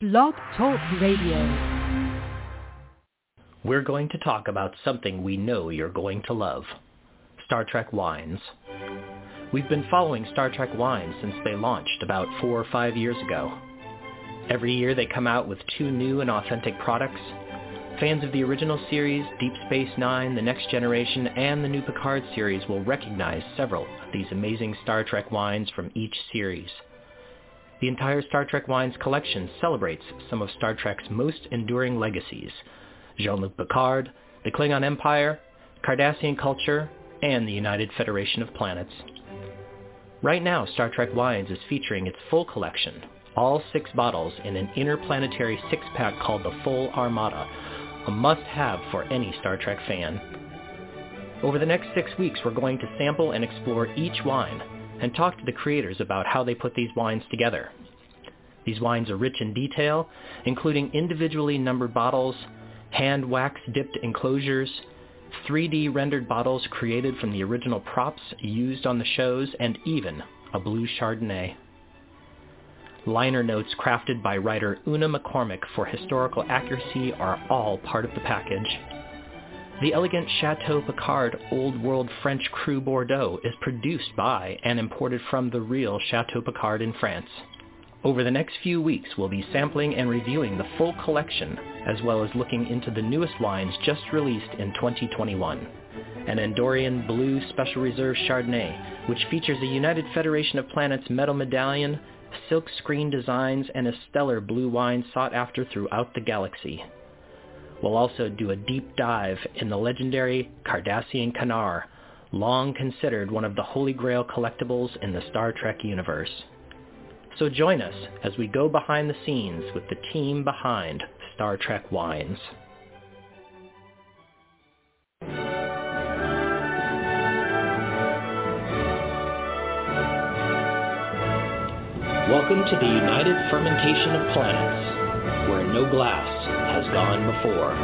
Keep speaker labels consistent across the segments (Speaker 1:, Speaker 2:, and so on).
Speaker 1: Blog Talk Radio.
Speaker 2: We're going to talk about something we know you're going to love. Star Trek wines. We've been following Star Trek wines since they launched about four or five years ago. Every year they come out with two new and authentic products. Fans of the original series, Deep Space Nine, The Next Generation, and the new Picard series will recognize several of these amazing Star Trek wines from each series. The entire Star Trek Wines collection celebrates some of Star Trek's most enduring legacies, Jean-Luc Picard, the Klingon Empire, Cardassian culture, and the United Federation of Planets. Right now, Star Trek Wines is featuring its full collection, all six bottles in an interplanetary six-pack called the Full Armada, a must-have for any Star Trek fan. Over the next six weeks, we're going to sample and explore each wine and talk to the creators about how they put these wines together. These wines are rich in detail, including individually numbered bottles, hand wax dipped enclosures, 3D rendered bottles created from the original props used on the shows, and even a blue Chardonnay. Liner notes crafted by writer Una McCormick for historical accuracy are all part of the package. The elegant Chateau Picard Old World French Cru Bordeaux is produced by and imported from the real Chateau Picard in France. Over the next few weeks, we'll be sampling and reviewing the full collection, as well as looking into the newest wines just released in 2021. An Andorian Blue Special Reserve Chardonnay, which features a United Federation of Planets metal medallion, silk screen designs, and a stellar blue wine sought after throughout the galaxy. We'll also do a deep dive in the legendary Cardassian Canar, long considered one of the holy grail collectibles in the Star Trek universe. So join us as we go behind the scenes with the team behind Star Trek Wines. Welcome to the United Fermentation of Planets, where no glass has gone before.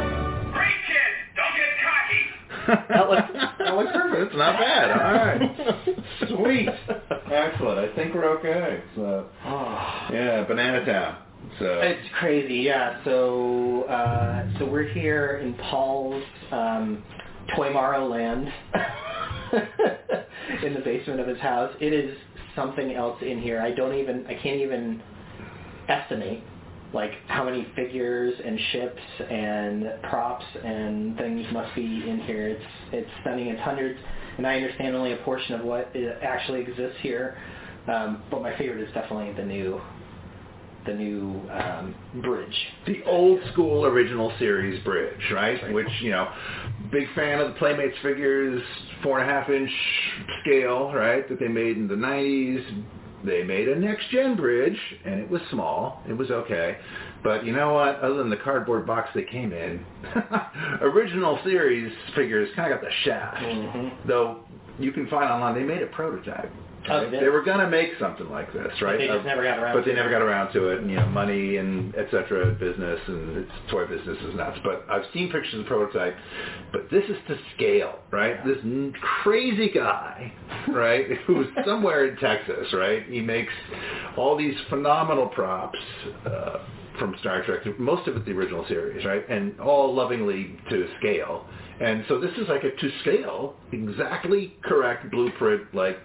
Speaker 3: Preach it! Don't get cocky!
Speaker 2: That was,
Speaker 4: that was perfect. It's not bad. All right. Sweet. Excellent. I think we're okay. So, yeah, Banana Town. So,
Speaker 2: It's crazy, yeah. So, uh, so we're here in Paul's um, Toymaro land in the basement of his house. It is something else in here. I don't even, I can't even estimate like how many figures and ships and props and things must be in here. It's it's stunning. It's hundreds, and I understand only a portion of what i- actually exists here. Um, but my favorite is definitely the new, the new um, bridge.
Speaker 4: the old school original series bridge, right?
Speaker 2: right.
Speaker 4: Which, you know, big fan of the Playmates figures, four and a half inch scale, right, that they made in the 90s. They made a next-gen bridge, and it was small. It was okay. But you know what? Other than the cardboard box they came in, original series figures kind of got the shaft.
Speaker 2: Mhm.
Speaker 4: Though you can find online, they made a prototype.
Speaker 2: Oh,
Speaker 4: Right?
Speaker 2: they-
Speaker 4: They were gonna make something like this, right?
Speaker 2: they just
Speaker 4: Uh,
Speaker 2: never got around
Speaker 4: But
Speaker 2: to
Speaker 4: they
Speaker 2: it.
Speaker 4: never got around to it, and you know, money and et cetera, business and its toy business is nuts. But I've seen pictures of the prototype, but this is to scale, right? This n- crazy guy, right, who's somewhere in Texas, right? He makes all these phenomenal props. Uh, from Star Trek, most of it the original series, right, and all lovingly to scale, and so this is like a to scale, exactly correct blueprint, like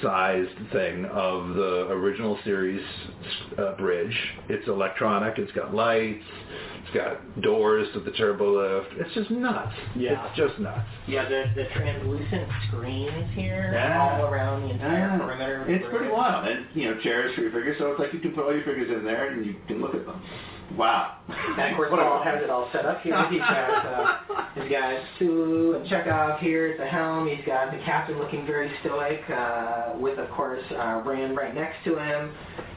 Speaker 4: sized thing of the original series uh, bridge. It's electronic. It's got lights. It's got doors to the turbo lift. It's just nuts.
Speaker 2: Yeah.
Speaker 4: It's just nuts.
Speaker 2: Yeah, the, the translucent screens here
Speaker 4: Yeah.
Speaker 2: all around the entire perimeter. of the
Speaker 4: It's pretty
Speaker 2: bridge.
Speaker 4: wild. And, you know, chairs for your figures. So it's like you can put all your figures in there and you can look at them. Wow.
Speaker 2: And of course,
Speaker 4: What a-
Speaker 2: Paul has it all set up here. He's got uh, he's got Sulu and Chekhov here at the helm. He's got the captain looking very stoic, uh, with of course uh, Rand right next to him.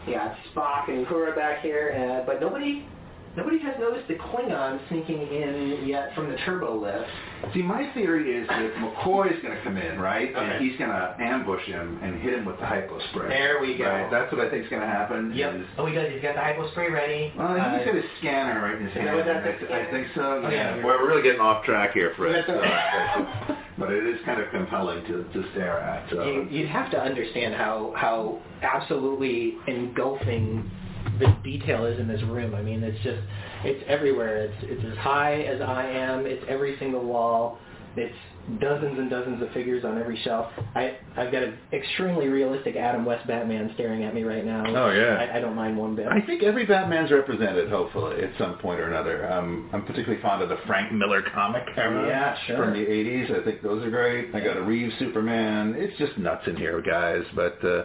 Speaker 2: You got Spock and Uhura back here, uh, but nobody nobody has noticed the Klingon sneaking in yet from the turbo lift.
Speaker 4: See, my theory is that McCoy is going to come in, right?
Speaker 2: Okay.
Speaker 4: And he's going to ambush him and hit him with the hypo spray.
Speaker 2: There we go.
Speaker 4: Right? That's what I think is going to happen. is-
Speaker 2: Oh, he does. He's got the hypo spray ready.
Speaker 4: Well, I think he's got his scanner right in his
Speaker 2: Uh, Is that
Speaker 4: hand.
Speaker 2: what that's
Speaker 4: I, th- I
Speaker 2: scanner?
Speaker 4: think so.
Speaker 2: Oh,
Speaker 4: Yeah.
Speaker 2: yeah.
Speaker 4: Well, we're really getting off track here, Fred.
Speaker 2: That's all right.
Speaker 4: so- but it is kind of compelling to, to stare at. So.
Speaker 2: You, you'd have to understand how how absolutely engulfing the detail is in this room. I mean, it's just it's everywhere. It's it's as high as I am. It's every single wall. It's dozens and dozens of figures on every shelf. I I've got an extremely realistic Adam West Batman staring at me right now.
Speaker 4: Oh, yeah.
Speaker 2: I, I don't mind one bit.
Speaker 4: I think every Batman's represented, hopefully, at some point or another. Um, I'm particularly fond of the Frank Miller comic era
Speaker 2: Oh, Yeah, sure.
Speaker 4: from the 80s. I think those are great. I got a Reeves Superman. It's just nuts in here, guys. But uh,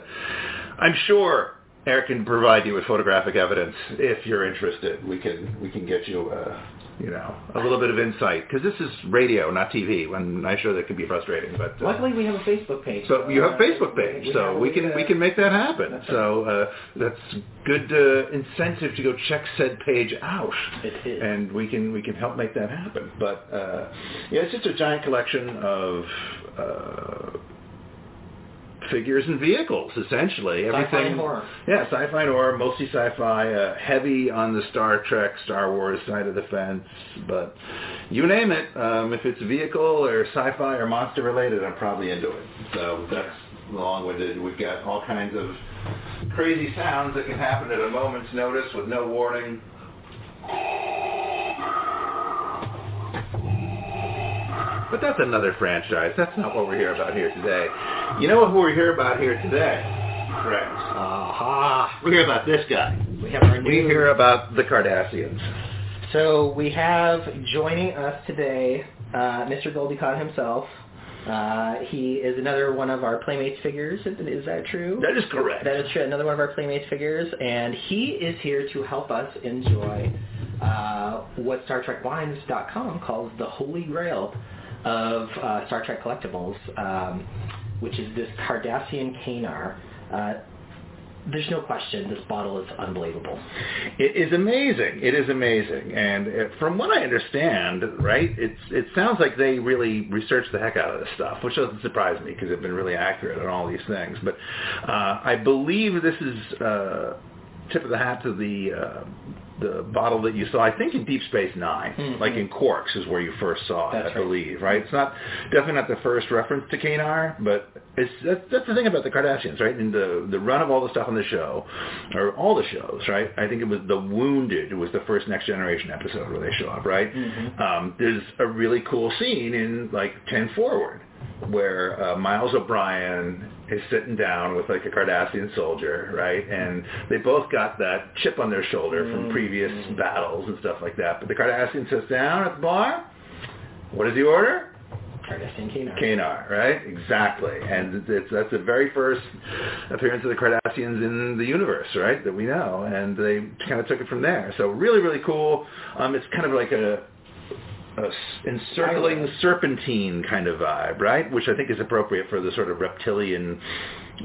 Speaker 4: I'm sure Eric can provide you with photographic evidence if you're interested. We can we can get you. Uh, you know, a little bit of insight because this is radio, not TV. And I'm sure that can be frustrating, but uh,
Speaker 2: Luckily, we have a Facebook page. Uh,
Speaker 4: so you have a Facebook page,
Speaker 2: We
Speaker 4: so
Speaker 2: have-
Speaker 4: we can
Speaker 2: uh,
Speaker 4: we can make that happen. So uh, that's good uh, incentive to go check said page out,
Speaker 2: It is.
Speaker 4: and we can we can help make that happen. But uh, yeah, it's just a giant collection of. Uh, figures and vehicles, essentially.
Speaker 2: Sci-fi
Speaker 4: Everything.
Speaker 2: and horror.
Speaker 4: Yeah, sci-fi and horror, mostly sci-fi, uh, heavy on the Star Trek, Star Wars side of the fence, but you name it. Um, if it's vehicle or sci-fi or monster related, I'm probably into it. So that's long-winded. We've got all kinds of crazy sounds that can happen at a moment's notice with no warning. But that's another franchise. That's not what we're here about here today. You know what we're here about here today? Correct.
Speaker 2: Aha!
Speaker 4: We hear about this guy.
Speaker 2: We have our new.
Speaker 4: We hear about the Cardassians.
Speaker 2: So we have joining us today, uh, Mr. Goldicott himself. Uh, he is another one of our Playmates figures. Is, is that true?
Speaker 4: is correct.
Speaker 2: That is true. Another one of our Playmates figures, and he is here to help us enjoy uh, what Star Trek Wines.com calls the holy grail of uh, Star Trek collectibles, um, which is this Cardassian Canar. Uh, there's no question this bottle is unbelievable.
Speaker 4: It is amazing. It is amazing. And uh, from what I understand, right, it's it sounds like they really researched the heck out of this stuff, which doesn't surprise me because they've been really accurate on all these things. But uh, I believe this is uh, tip of the hat to the uh, the bottle that you saw. I think in Deep Space 9 like in Quarks, is where you first saw it.
Speaker 2: Mm-hmm. That's
Speaker 4: I
Speaker 2: right.
Speaker 4: believe, right? It's not definitely not the first reference to Kanar, but it's that's, that's the thing about the Kardashians, right? And the the run of all the stuff on the show, or all the shows, right? I think it was the Wounded was the first Next Generation episode where they show up, right? Um, there's a really cool scene in like Ten Forward where uh, Miles O'Brien is sitting down with like a Cardassian soldier, right? And they both got that chip on their shoulder from previous battles and stuff like that. But the Cardassian sits down at the bar. What does he order?
Speaker 2: Cardassian Canar.
Speaker 4: Kanar, right? Exactly. And it's, that's the very first appearance of the Cardassians in the universe, right, that we know. And they kind of took it from there. So really, really cool. Um, it's kind of like a, a s- encircling serpentine kind of vibe, right? Which I think is appropriate for the sort of reptilian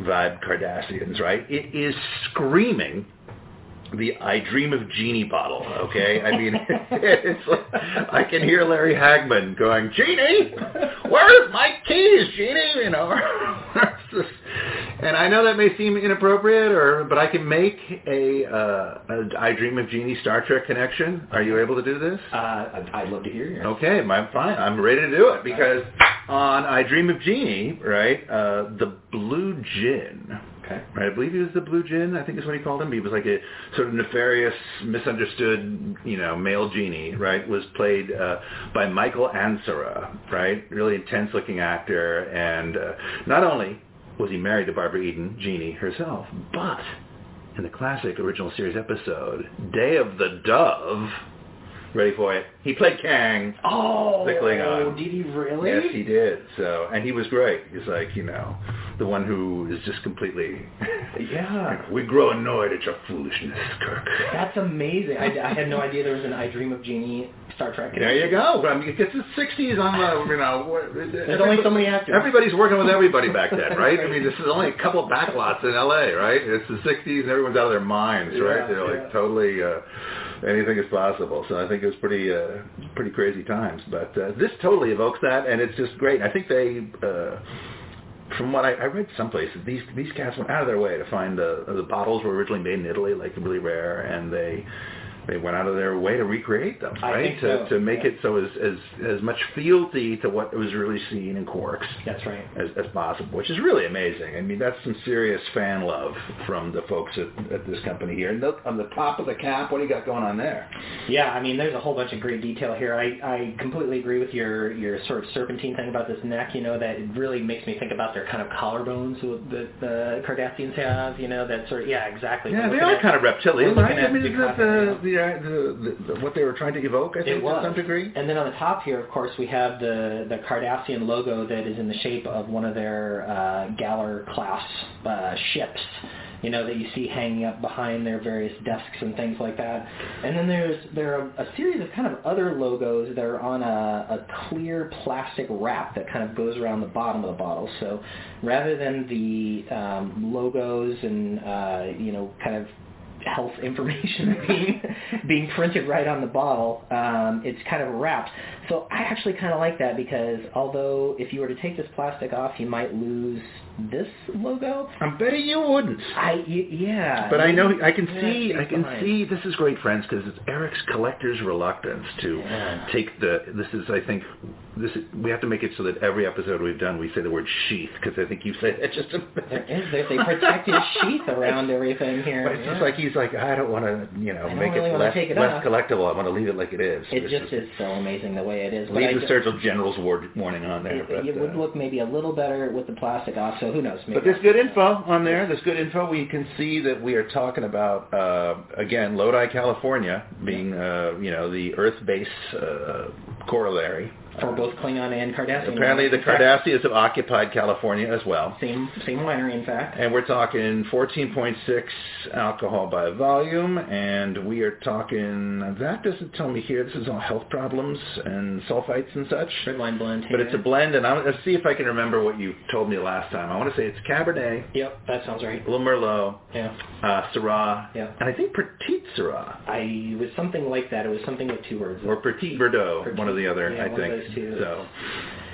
Speaker 4: vibe Cardassians, right? It is screaming the I Dream of Genie bottle, okay? I mean, it's like, I can hear Larry Hagman going, Genie, where's my keys, Genie? You know, It's just- and I know that may seem inappropriate, or but I can make a, uh, a I Dream of Genie Star Trek connection. Are you able to do this?
Speaker 2: Uh, I'd- I'd love to hear your
Speaker 4: Okay, I'm fine. I'm ready to do it because on I Dream of Genie, right, uh, the blue gin.
Speaker 2: Okay.
Speaker 4: Right, I believe he was the blue gin. I think is what he called him. He was like a sort of nefarious, misunderstood, you know, male genie. Right, was played uh, by Michael Ansara. Right, really intense-looking actor, and uh, not only was he married to Barbara Eden, Genie herself, but in the classic original series episode, Day of the Dove. Ready for it? He played Kang.
Speaker 2: Oh,
Speaker 4: The Klingon.
Speaker 2: did he really?
Speaker 4: Yes, he did. So, and he was great. He's like, you know, the one who is just completely.
Speaker 2: Yeah.
Speaker 4: we grow annoyed at your foolishness, Kirk.
Speaker 2: That's amazing. I, I had no idea there was an I Dream of Genie Star Trek.
Speaker 4: There you go. I mean, it's the '60s on the, uh, you know. what-
Speaker 2: There's only so many actors.
Speaker 4: Everybody's working with everybody back then, right? I mean, this is only a couple backlots in LA, right? It's the '60s, and everyone's out of their minds, right?
Speaker 2: Yeah,
Speaker 4: They're
Speaker 2: yeah.
Speaker 4: like totally uh, anything is possible. So I think it was pretty, uh, pretty crazy times. But uh, this totally evokes that, and it's just great. I think they. Uh, from what I, I read someplace, that these these cats went out of their way to find the the bottles were originally made in Italy, like really rare, and they they went out of their way to recreate them,
Speaker 2: I
Speaker 4: right?
Speaker 2: think
Speaker 4: to
Speaker 2: so,
Speaker 4: to make
Speaker 2: yeah.
Speaker 4: it so as, as as much fealty to what was really seen in Quarks
Speaker 2: That's right.
Speaker 4: as, as possible, which is really amazing. I mean, that's some serious fan love from the folks at, at this company here. And look, on the top of the cap, what do you got going on there?
Speaker 2: Yeah, I mean, there's a whole bunch of great detail here. I, I completely agree with your, your sort of serpentine thing about this neck. You know, that it really makes me think about their kind of collarbones with- that the Cardassians have. You know, that sort of yeah, exactly.
Speaker 4: Yeah,
Speaker 2: We're
Speaker 4: they
Speaker 2: looking
Speaker 4: are
Speaker 2: at-
Speaker 4: kind of reptilian,
Speaker 2: we're
Speaker 4: right?
Speaker 2: looking
Speaker 4: I
Speaker 2: at
Speaker 4: mean,
Speaker 2: the
Speaker 4: isn't that the,
Speaker 2: continent.
Speaker 4: the, uh, the, the, the, what they were trying to evoke, I
Speaker 2: It
Speaker 4: think, to
Speaker 2: was.
Speaker 4: some degree?
Speaker 2: And then on the top here, of course, we have the, the Cardassian logo that is in the shape of one of their uh, Galler class uh, ships, you know, that you see hanging up behind their various desks and things like that. And then there's there are a series of kind of other logos that are on a, a clear plastic wrap that kind of goes around the bottom of the bottle. So rather than the um, logos and, uh, you know, kind of health information being being printed right on the bottle. Um, it's kind of wrapped. So I actually kind of like that because although if you were to take this plastic off, you might lose this logo.
Speaker 4: I'm betting you wouldn't.
Speaker 2: I y- yeah.
Speaker 4: But I know
Speaker 2: maybe-
Speaker 4: I can
Speaker 2: yeah,
Speaker 4: see I can
Speaker 2: fine.
Speaker 4: see this is great friends because it's Eric's collector's reluctance to
Speaker 2: Yeah.
Speaker 4: take the this is I think this is, we have to make it so that every episode we've done we say the word sheath because I think you said that just a
Speaker 2: There is they, they protect your sheath around everything here.
Speaker 4: But it's
Speaker 2: yeah.
Speaker 4: just like he's like I don't want to you know
Speaker 2: don't
Speaker 4: make
Speaker 2: really
Speaker 4: it
Speaker 2: wanna
Speaker 4: less,
Speaker 2: take it
Speaker 4: less
Speaker 2: off.
Speaker 4: collectible I want to leave it like it is.
Speaker 2: it
Speaker 4: It's
Speaker 2: just is so amazing the way it is. But I
Speaker 4: leave the
Speaker 2: do-
Speaker 4: Surgical General's ward warning on there.
Speaker 2: it,
Speaker 4: but,
Speaker 2: it would
Speaker 4: uh,
Speaker 2: look maybe a little better with the plastic off. So who knows? Maybe
Speaker 4: But there's good info on there. There's good info. We can see that we are talking about uh, again Lodi, California, being uh, you know the Earth base uh, corollary. Uh,
Speaker 2: for both Klingon and Cardassian.
Speaker 4: Apparently, the
Speaker 2: In fact,
Speaker 4: Cardassians have occupied California as well,
Speaker 2: Same same winery, in fact.
Speaker 4: and we're talking 14.6 alcohol by volume, and we are talking that doesn't tell me here. This is all health problems and sulfites and such.
Speaker 2: Red wine blend.
Speaker 4: But it's a
Speaker 2: yeah.
Speaker 4: blend, and I'm, let's see if I can remember what you told me last time. I want to say it's Cabernet,
Speaker 2: Yep, that sounds right.
Speaker 4: Little Merlot,
Speaker 2: Yeah.
Speaker 4: uh, Syrah,
Speaker 2: Yeah.
Speaker 4: and I think Petit Syrah
Speaker 2: I it was something like that. It was something with two words.
Speaker 4: or Petit Verdot,
Speaker 2: Petit,
Speaker 4: one or the other,
Speaker 2: yeah,
Speaker 4: I
Speaker 2: one of
Speaker 4: think.
Speaker 2: those two.
Speaker 4: So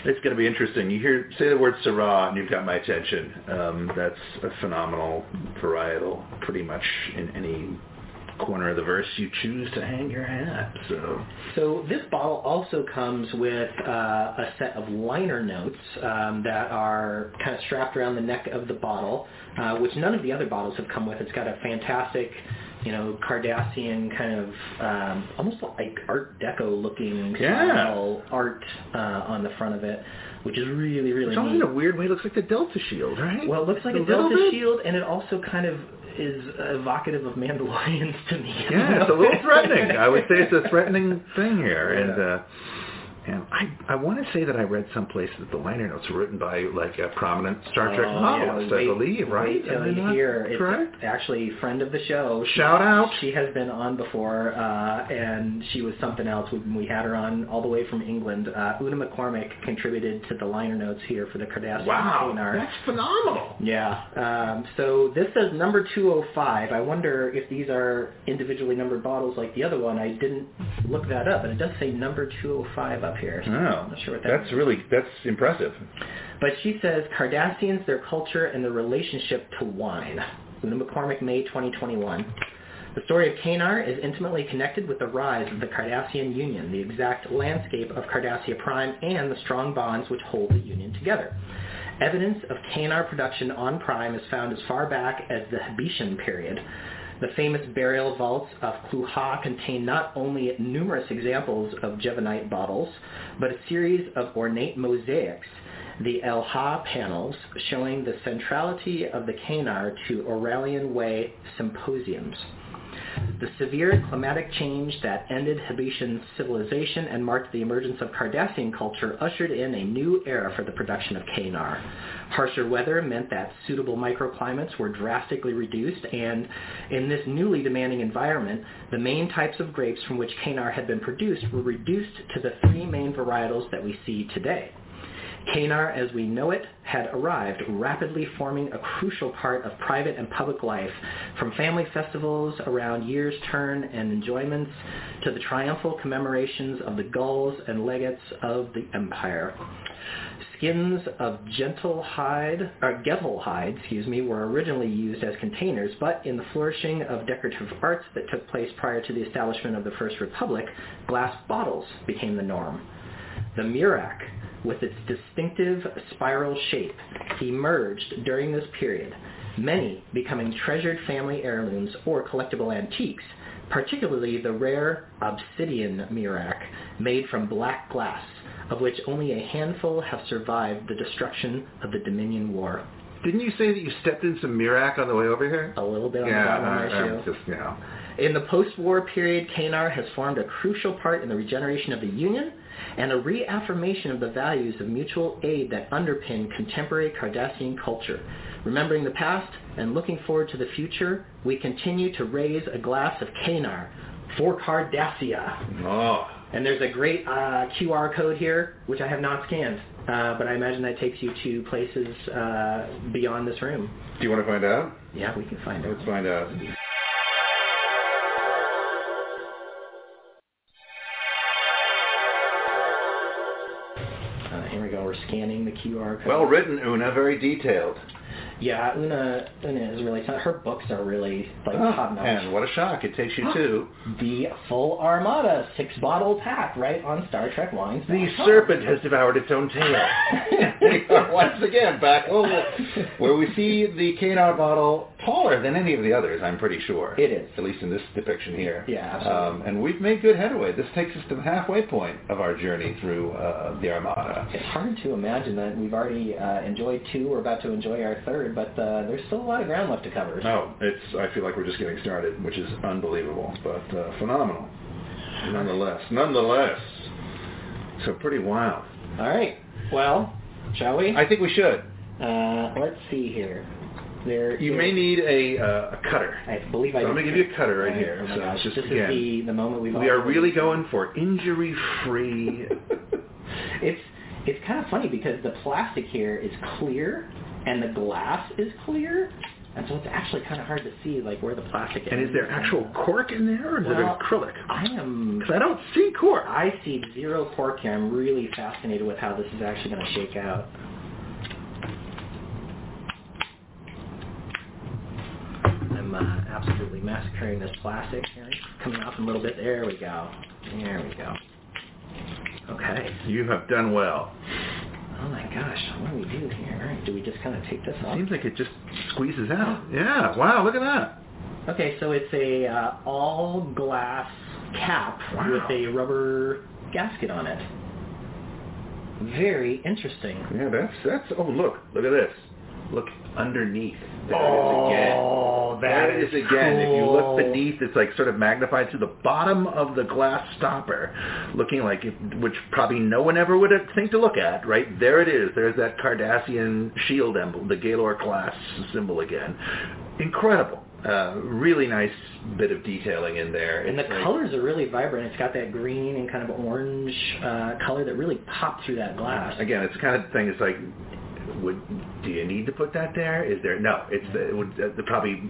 Speaker 4: it's going to be interesting. You hear say the word Syrah, and you've got my attention. Um, that's a phenomenal varietal, pretty much in any corner of the verse you choose to hang your hat. So
Speaker 2: So this bottle also comes with uh, a set of liner notes um, that are kind of strapped around the neck of the bottle, uh, which none of the other bottles have come with. It's got a fantastic, you know, Cardassian kind of um, almost like Art Deco looking
Speaker 4: Yeah.
Speaker 2: style art uh, on the front of it, which is really really neat.
Speaker 4: it's all in a weird way. It looks like the Delta Shield, right?
Speaker 2: Well, it looks like a,
Speaker 4: little
Speaker 2: Delta
Speaker 4: bit.
Speaker 2: shield, and it also kind of is evocative of Mandalorians to me.
Speaker 4: Yeah, it's a little threatening. I would say it's a threatening thing here, and uh, and I I want to say that I read someplace that the liner notes were written by like a prominent Star Trek
Speaker 2: Oh,
Speaker 4: novelist,
Speaker 2: yeah.
Speaker 4: I
Speaker 2: Wait-
Speaker 4: believe, right?
Speaker 2: Wait till
Speaker 4: Am I
Speaker 2: you
Speaker 4: not
Speaker 2: hear. It's
Speaker 4: correct?
Speaker 2: actually a friend of the show. She-
Speaker 4: Shout out.
Speaker 2: She has been on before, uh, and she was something else. We, we had her on all the way from England. Uh, Una McCormick contributed to the liner notes here for the Cardassian
Speaker 4: Wow,
Speaker 2: Teen Art.
Speaker 4: that's phenomenal.
Speaker 2: Yeah. Um, so this says number 205. I wonder if these are individually numbered bottles like the other one. I didn't look that up, and it does say number 205 up here. So I'm
Speaker 4: Oh,
Speaker 2: not sure what that
Speaker 4: that's
Speaker 2: means.
Speaker 4: really that's impressive.
Speaker 2: But she says Cardassians, their culture, and their relationship to wine. Una McCormick, May 2021. The story of Kanar is intimately connected with the rise of the Cardassian Union, the exact landscape of Cardassia Prime, and the strong bonds which hold the Union together. Evidence of Kanar production on Prime is found as far back as the Habitian period. The famous burial vaults of Cluha contain not only numerous examples of Jevanite bottles, but a series of ornate mosaics the El Ha panels showing the centrality of the Canar to Aurelian Way symposiums. The severe climatic change that ended Habitian civilization and marked the emergence of Cardassian culture ushered in a new era for the production of Canar. Harsher weather meant that suitable microclimates were drastically reduced, and in this newly demanding environment, the main types of grapes from which Canar had been produced were reduced to the three main varietals that we see today. Kanar, as we know it, had arrived, rapidly forming a crucial part of private and public life, from family festivals around year's turn and enjoyments to the triumphal commemorations of the gulls and legates of the empire. Skins of gentle hide, or gentle hide, excuse me, were originally used as containers, but in the flourishing of decorative arts that took place prior to the establishment of the First Republic, glass bottles became the norm. The murak, with its distinctive spiral shape, emerged during this period, many becoming treasured family heirlooms or collectible antiques, particularly the rare obsidian murak made from black glass, of which only a handful have survived the destruction of the Dominion War.
Speaker 4: Didn't you say that you stepped in some Mirac on the way over here?
Speaker 2: A little bit on
Speaker 4: yeah, uh,
Speaker 2: the bottom of
Speaker 4: I,
Speaker 2: my
Speaker 4: I'm
Speaker 2: shoe.
Speaker 4: just, you know.
Speaker 2: In the post-war period, Kanar has formed a crucial part in the regeneration of the Union and a reaffirmation of the values of mutual aid that underpin contemporary Cardassian culture. Remembering the past and looking forward to the future, we continue to raise a glass of Kanar for Cardassia.
Speaker 4: Oh,
Speaker 2: And there's a great uh, QR code here, which I have not scanned, uh, but I imagine that takes you to places uh, beyond this room.
Speaker 4: do you want to find out?
Speaker 2: Yeah, we can find out.
Speaker 4: Let's find out.
Speaker 2: Uh, here we go. We're scanning the QR code.
Speaker 4: Well written, Una. Very detailed.
Speaker 2: Yeah, Una, Una is really. Her books are really like top notch.
Speaker 4: Ah. and what a shock! It takes you to
Speaker 2: The full Armada six bottle pack right on Star Trek wines.
Speaker 4: the serpent has devoured its own tail. we are once again back over where we see the Kanar bottle taller than any of the others. I'm pretty sure
Speaker 2: It is.
Speaker 4: at least in this depiction here.
Speaker 2: Yeah,
Speaker 4: Um,
Speaker 2: absolutely.
Speaker 4: and we've made good headway. This takes us to the halfway point of our journey through uh, the Armada.
Speaker 2: It's hard to imagine that we've already uh, enjoyed two. We're about to enjoy our third, but uh, there's still a lot of ground left to cover.
Speaker 4: Oh, it's. I feel like we're just getting started, which is unbelievable, but uh, phenomenal, nonetheless. Nonetheless, so pretty wild.
Speaker 2: All right. Well, shall we?
Speaker 4: I think we should.
Speaker 2: uh, let's see here. There.
Speaker 4: You may need a, uh, a cutter.
Speaker 2: I believe I.
Speaker 4: So I'm gonna
Speaker 2: did-
Speaker 4: give you a cutter right
Speaker 2: Uh,
Speaker 4: here,
Speaker 2: Oh my
Speaker 4: so
Speaker 2: gosh.
Speaker 4: just
Speaker 2: this is
Speaker 4: again,
Speaker 2: the, the moment we've.
Speaker 4: We are
Speaker 2: all-
Speaker 4: really going for injury-free.
Speaker 2: It's it's kind of funny because the plastic here is clear and the glass is clear, and so it's actually kind of hard to see like where the plastic
Speaker 4: and is
Speaker 2: ends
Speaker 4: there actual cork in there, or is
Speaker 2: Well,
Speaker 4: it acrylic?
Speaker 2: I am.
Speaker 4: 'Cause I don't see cork.
Speaker 2: I see zero cork here. I'm really fascinated with how this is actually going to shake out. I'm uh, absolutely massacring this plastic here. Coming off in a little bit. There we go. There we go. Okay.
Speaker 4: You have done well.
Speaker 2: Oh my gosh, what do we do here? Do we just kind of take this off?
Speaker 4: Seems like it just squeezes out. Yeah. Wow. Look at that.
Speaker 2: Okay, so it's a uh, all glass cap
Speaker 4: Wow.
Speaker 2: with a rubber gasket on it. Very interesting.
Speaker 4: Yeah, that's that's. Oh, look, look at this. Look underneath. That is
Speaker 2: Oh,
Speaker 4: again.
Speaker 2: that is
Speaker 4: is, again. If you
Speaker 2: cool.
Speaker 4: look beneath, it's like sort of magnified to the bottom of the glass stopper, looking like it, which probably no one ever would think to look at. Right there, it is. There's that Cardassian shield emblem, the Gaylor class symbol again. Incredible. Uh, really nice bit of detailing in there.
Speaker 2: And the
Speaker 4: It's like-
Speaker 2: colors are really vibrant. It's got that green and kind of orange uh, color that really popped through that glass.
Speaker 4: again, it's the kind of thing. It's like, would do you need to put that there? Is there no? It's the, it would, uh, the probably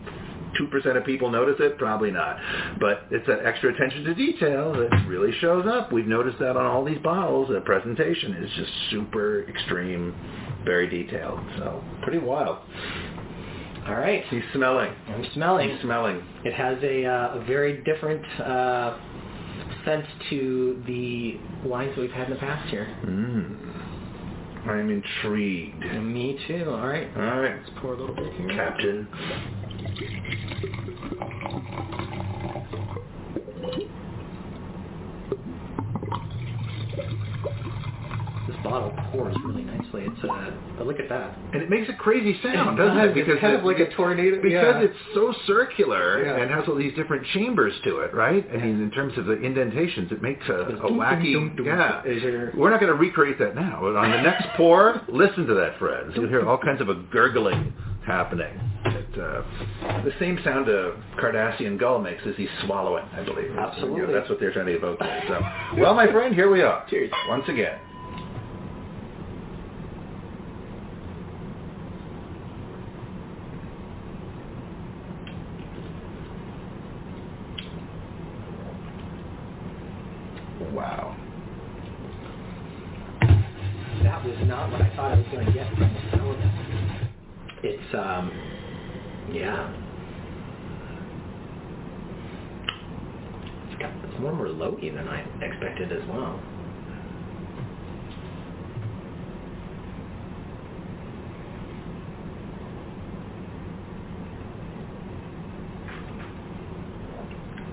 Speaker 4: two percent of people notice it. Probably not. But it's that extra attention to detail that really shows up. We've noticed that on all these bottles. The presentation is just super extreme, very detailed. So pretty wild.
Speaker 2: All right,
Speaker 4: He's smelling.
Speaker 2: I'm smelling.
Speaker 4: He's smelling.
Speaker 2: It has a, uh, a very different uh, scent to the wines that we've had in the past here.
Speaker 4: I'm intrigued.
Speaker 2: And me too. All right,
Speaker 4: All right,
Speaker 2: let's pour a little bit here.
Speaker 4: Captain.
Speaker 2: This bottle pours really nicely. It's a, a look at that.
Speaker 4: And it makes a crazy sound,
Speaker 2: It
Speaker 4: doesn't
Speaker 2: does.
Speaker 4: it? Because
Speaker 2: It's kind of like a tornado,
Speaker 4: Because
Speaker 2: yeah.
Speaker 4: it's so circular
Speaker 2: Yeah.
Speaker 4: and has all these different chambers to it, right? I mean, in terms of the indentations, it makes a,
Speaker 2: It's
Speaker 4: a
Speaker 2: dum,
Speaker 4: wacky.
Speaker 2: dum, dum, dum.
Speaker 4: yeah,
Speaker 2: Is there-
Speaker 4: we're not going to recreate that now. But on the next pour, listen to that, friends. You'll hear all kinds of a gurgling happening. It, uh, the same sound a Cardassian gull makes as he's swallowing, I believe. You know,
Speaker 2: Absolutely.
Speaker 4: that's what they're trying to evoke. So, well, my friend, here we are.
Speaker 2: Cheers.
Speaker 4: Once again. Wow.
Speaker 2: That was not what I thought I was going to get from the smell of it. It's, um, yeah. It's got it's more Merloty than I expected as well.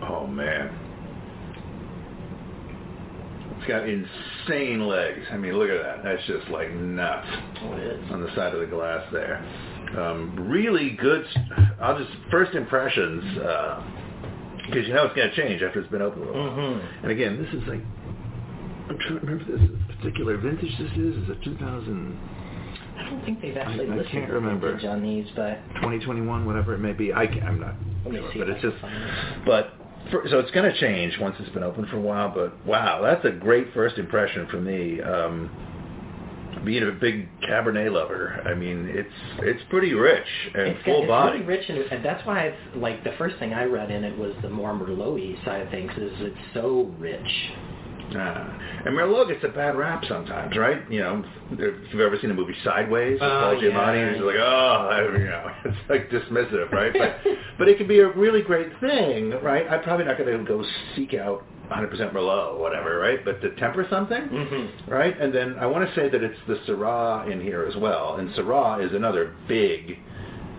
Speaker 4: Oh man. It's got insane legs. I mean, look at that. That's just like nuts.
Speaker 2: Oh, it is.
Speaker 4: on the side of the glass there. Um, really good. I'll just first impressions because you know it's going to change after it's been open a little while.
Speaker 2: Mm.
Speaker 5: Mhm.
Speaker 4: And again, this is like I'm trying to remember this particular vintage. This is is it 2000,
Speaker 2: I don't think they've actually
Speaker 4: I
Speaker 2: listed
Speaker 4: can't
Speaker 2: the
Speaker 4: remember.
Speaker 2: vintage on these, but
Speaker 4: 2021, whatever it may be. I can, I'm not
Speaker 2: Let me
Speaker 4: sure,
Speaker 2: see
Speaker 4: but
Speaker 2: if
Speaker 4: it's
Speaker 2: I
Speaker 4: just.
Speaker 2: can find
Speaker 4: But for, so it's going to change once it's been open for a while. But wow, that's a great first impression for me. Um, being a big Cabernet lover, I mean, it's it's pretty rich and
Speaker 2: it's, got-
Speaker 4: full
Speaker 2: it's
Speaker 4: body.
Speaker 2: really rich, and, and that's why it's like the first thing I read in it was the more Merloty side of things. Is it's so rich.
Speaker 4: Ah. And Merlot gets a bad rap sometimes, right? You know, if you've ever seen the movie Sideways, with
Speaker 2: Oh,
Speaker 4: Paul Giamatti,
Speaker 2: yeah.
Speaker 4: it's like, oh, I- you know, it's like dismissive, right? But but it can be a really great thing, right? I'm probably not going to go seek out 100% Merlot, whatever, right? But to temper something, right? And then I want to say that it's the Syrah in here as well, and Syrah is another big,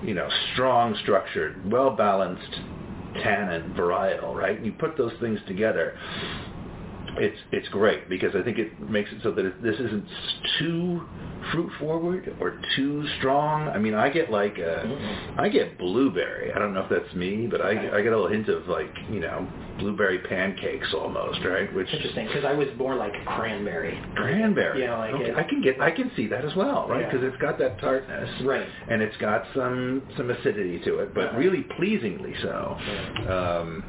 Speaker 4: you know, strong structured, well balanced tannin varietal, right? And you put those things together, it's it's great because I think it makes it so that it, this isn't s- too fruit forward or too strong. I mean, I get like a, I get blueberry. I don't know if that's me, but I I get a little hint of like you know blueberry pancakes almost, right? Which
Speaker 2: Interesting, because I was more like cranberry.
Speaker 4: cranberry.
Speaker 2: Yeah, like
Speaker 4: okay.
Speaker 2: it-
Speaker 4: I can get I can see that as well, right?
Speaker 2: Yeah.
Speaker 4: Because it's got that tartness,
Speaker 2: Right.
Speaker 4: And it's got some some acidity to it, but
Speaker 2: Uh-huh.
Speaker 4: really pleasingly so. Um,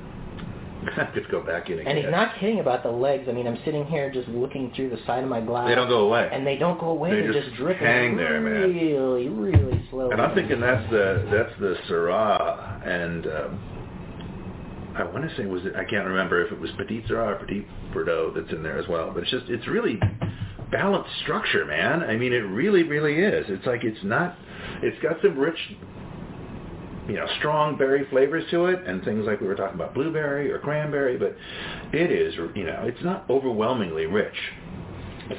Speaker 4: just go back in again.
Speaker 2: And he's not kidding about the legs. I mean, I'm sitting here just looking through the side of my glass.
Speaker 4: They don't go away.
Speaker 2: And they don't go away.
Speaker 4: They
Speaker 2: are
Speaker 4: just
Speaker 2: just, dripping
Speaker 4: hang there, man.
Speaker 2: really, really slowly.
Speaker 4: And I'm thinking that's the that's the Syrah, and um, I want to say was it I can't remember if it was Petit Syrah or Petit Bordeaux that's in there as well. But it's just it's really balanced structure, man. I mean, it really really is. It's like it's not. It's got some rich, you know, strong berry flavors to it, and things like we were talking about blueberry or cranberry. But it is you know it's not overwhelmingly rich.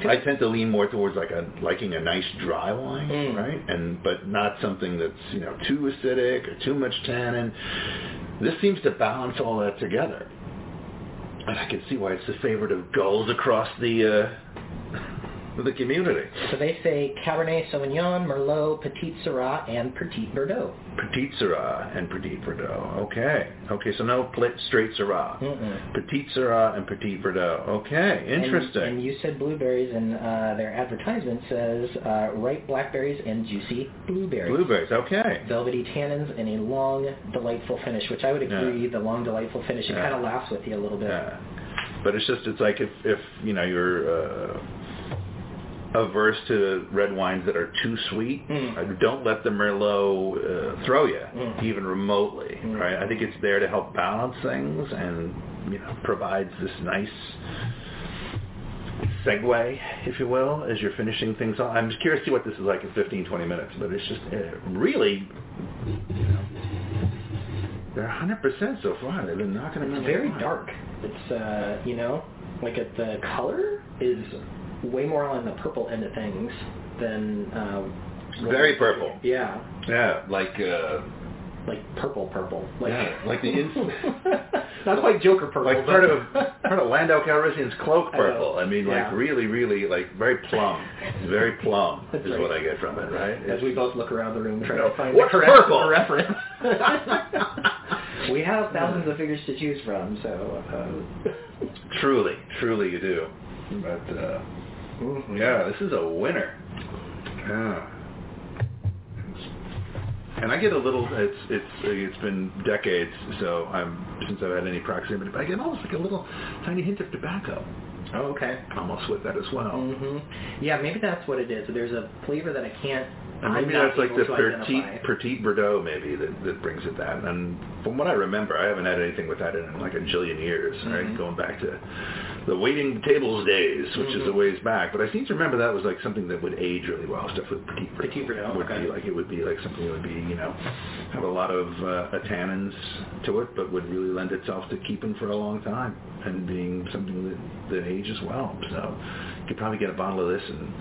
Speaker 4: I tend to lean more towards like a liking a nice dry wine,
Speaker 2: Mm.
Speaker 4: right? And but not something that's you know too acidic or too much tannin. This seems to balance all that together, and I can see why it's the favorite of gulls across the uh, the community.
Speaker 2: So they say Cabernet Sauvignon, Merlot, Petit Syrah, and Petit Bordeaux.
Speaker 4: Petit Syrah and Petit Verdot. Okay, okay. So no pl- straight Syrah.
Speaker 2: Hmm. Mm-mm.
Speaker 4: Petit Syrah and Petit Verdot. Okay,
Speaker 2: And-
Speaker 4: interesting.
Speaker 2: And, you said blueberries, and uh, their advertisement says uh, ripe blackberries and juicy blueberries.
Speaker 4: Blueberries. Okay.
Speaker 2: Velvety tannins and a long, delightful finish, which I would
Speaker 4: Yeah.
Speaker 2: agree, the long, delightful finish, it
Speaker 4: Yeah.
Speaker 2: kind of laughs with you a little bit.
Speaker 4: Yeah. But it's just it's like if if you know you're uh, averse to red wines that are too sweet,
Speaker 2: Mm.
Speaker 4: uh, don't let the merlot uh, throw you
Speaker 2: Mm.
Speaker 4: even remotely,
Speaker 2: Mm.
Speaker 4: right? I think it's there to help balance things and you know provides this nice segue, if you will, as you're finishing things off. I'm just curious to see what this is like in 15, 20 minutes, but it's just uh, really. you know, They're 100% so far. They've been knocking them
Speaker 2: It's
Speaker 4: in
Speaker 2: very
Speaker 4: the
Speaker 2: dark. It's uh, you know, like it, the color is way more on the purple end of things than uh, what
Speaker 4: Very
Speaker 2: we-
Speaker 4: purple.
Speaker 2: Yeah,
Speaker 4: Yeah, like uh,
Speaker 2: like purple, purple. Like
Speaker 4: Yeah, like the ins-
Speaker 2: not quite Joker purple, but-
Speaker 4: like part of part of Landau Calrissian's cloak
Speaker 2: I know.
Speaker 4: purple. I, mean, like
Speaker 2: Yeah.
Speaker 4: really, really, like very plum. It's very plum
Speaker 2: That's
Speaker 4: is
Speaker 2: right.
Speaker 4: what I get from it, right?
Speaker 2: As we both look around the room trying
Speaker 4: No.
Speaker 2: to find
Speaker 4: What's
Speaker 2: the correct
Speaker 4: purple?
Speaker 2: reference. we have thousands of figures to choose from, so. Uh,
Speaker 4: truly, truly, you do. But uh,
Speaker 2: mm-hmm.
Speaker 4: yeah, this is a winner. Yeah. and I get a little. It's it's it's been decades, so I'm since I've had any proximity, but I get almost like a little tiny hint of tobacco,
Speaker 2: Oh, okay.
Speaker 4: almost with that as well.
Speaker 2: hmm Yeah, maybe that's what it is. There's a flavor that I can't.
Speaker 4: And
Speaker 2: I'm
Speaker 4: maybe
Speaker 2: not
Speaker 4: that's like
Speaker 2: able
Speaker 4: the
Speaker 2: to identify.
Speaker 4: petite, petite Bordeaux, maybe that, that brings it that. And from what I remember, I haven't had anything with that in like a jillion years,
Speaker 2: Mm-hmm.
Speaker 4: right? Going back to the waiting tables days, which is
Speaker 2: Mm-hmm.
Speaker 4: a ways back. But I seem to remember that was like something that would age really well. Stuff with petite Bordeaux,
Speaker 2: Petite Bordeaux,
Speaker 4: would
Speaker 2: okay.
Speaker 4: be like it would be like something that would be you know have a lot of uh, tannins to it, but would really lend itself to keeping for a long time and being something that that ages well. So you could probably get a bottle of this and.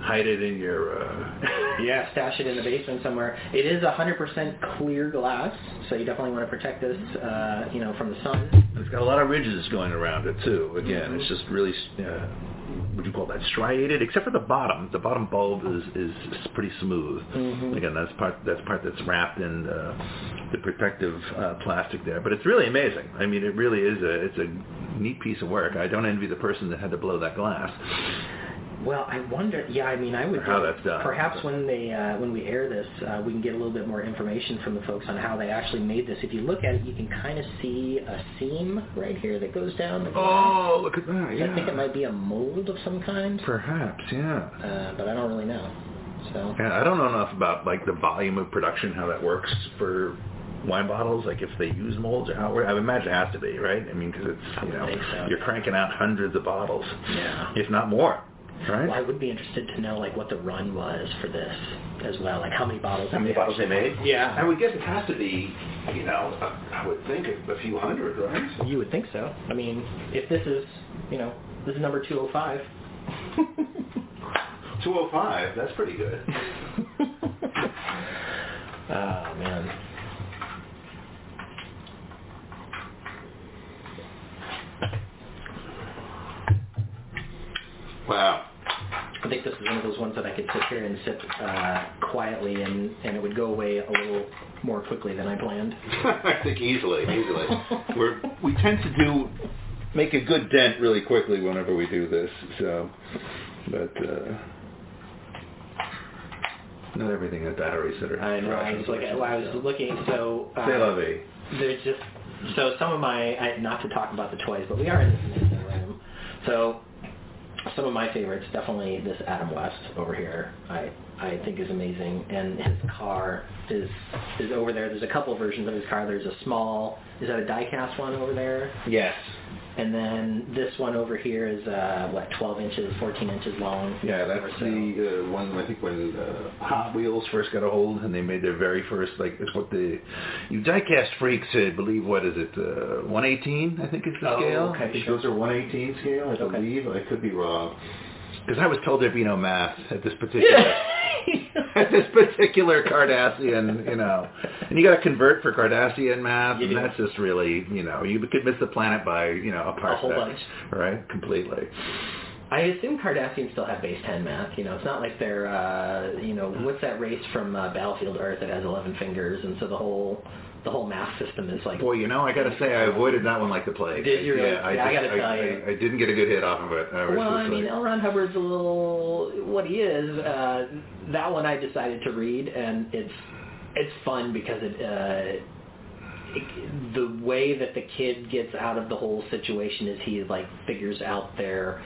Speaker 4: Hide it in your uh,
Speaker 2: Yeah, stash it in the basement somewhere. It is 100% clear glass, so you definitely want to protect this, uh, you know, from the sun.
Speaker 4: It's got a lot of ridges going around it too. Again, it's just really, uh, what do you call that? Striated, except for the bottom. The bottom bulb is is pretty smooth. Again, that's part that's part that's wrapped in uh, the protective uh, plastic there. But it's really amazing. I mean, it really is a it's a neat piece of work. I don't envy the person that had to blow that glass.
Speaker 2: Well, I wonder. Yeah, I mean, I would.
Speaker 4: How that's done.
Speaker 2: Perhaps when they uh, when we air this, uh, we can get a little bit more information from the folks on how they actually made this. If you look at it, you can kind of see a seam right here that goes down. The glass.
Speaker 4: Oh, look at that! Yeah,
Speaker 2: I think it might be a mold of some kind,
Speaker 4: perhaps. Yeah.
Speaker 2: uh, but I don't really know. So.
Speaker 4: Yeah, I don't know enough about like the volume of production, how that works for wine bottles, like if they use molds or how. it works. I would imagine it has to be right. I mean, because it's you
Speaker 2: would
Speaker 4: know
Speaker 2: think so.
Speaker 4: you're cranking out hundreds of bottles,
Speaker 2: Yeah.
Speaker 4: if not more, right?
Speaker 2: Well, I would be interested to know like what the run was for this as well, like how many bottles.
Speaker 6: How many bottles they made?
Speaker 2: Yeah.
Speaker 6: I would guess it has to be, you know, I I would think a a few hundred, right?
Speaker 2: You would think so. I mean, if this is, you know, this is number 205.
Speaker 6: 205, that's pretty good.
Speaker 2: Oh, man.
Speaker 6: Wow.
Speaker 2: I think this is one of those ones that I could sit here and sip uh, quietly and, and it would go away a little more quickly than I planned.
Speaker 6: I think easily, easily. We're, we tend to do,
Speaker 4: Make a good dent really quickly whenever we do this. So, but uh, not everything has batteries that are.
Speaker 2: I know. I was, like, I was looking, so... Uh,
Speaker 4: Say lovey.
Speaker 2: there's just so some of my I, not to talk about the toys, but we are in this amazing room. So some of my favorites, definitely this Adam West over here. I I think is amazing, and his car is is over there. There's a couple versions of his car. There's a small. Is that a diecast one over there?
Speaker 4: Yes.
Speaker 2: And then this one over here is uh, what 12 inches, 14 inches long.
Speaker 4: Yeah, that's
Speaker 2: or so.
Speaker 4: the uh, one I think when uh, Hot Wheels first got a hold and they made their very first like it's what the you diecast freaks had believe what is it uh, 118 I think is the
Speaker 2: Oh,
Speaker 4: scale
Speaker 2: okay,
Speaker 4: I think
Speaker 2: sure.
Speaker 4: those are 118 scale
Speaker 6: I believe, I could be wrong.
Speaker 4: because I was told there'd be no math at this particular at this particular Cardassian you know and you got to convert for Cardassian math
Speaker 2: You
Speaker 4: and
Speaker 2: do.
Speaker 4: that's just really you know you could miss the planet by you know a parsec
Speaker 2: whole bunch.
Speaker 4: right completely
Speaker 2: I assume Kardashians still have base 10 math. You know, it's not like they're, uh, you know, what's that race from uh, Battlefield Earth that has 11 fingers? And so the whole the whole math system is like,
Speaker 4: Boy, you know, I gotta say, I avoided that one like the plague.
Speaker 2: Did you really?
Speaker 4: Yeah, I,
Speaker 2: Yeah, I
Speaker 4: just-
Speaker 2: gotta tell you.
Speaker 4: I, I didn't get a good hit off of it. I was
Speaker 2: well,
Speaker 4: just
Speaker 2: I mean, oh
Speaker 4: like,
Speaker 2: L. Ron Hubbard's a little what he is. Uh, that one I decided to read, and it's it's fun because it, uh, it the way that the kid gets out of the whole situation is he like figures out their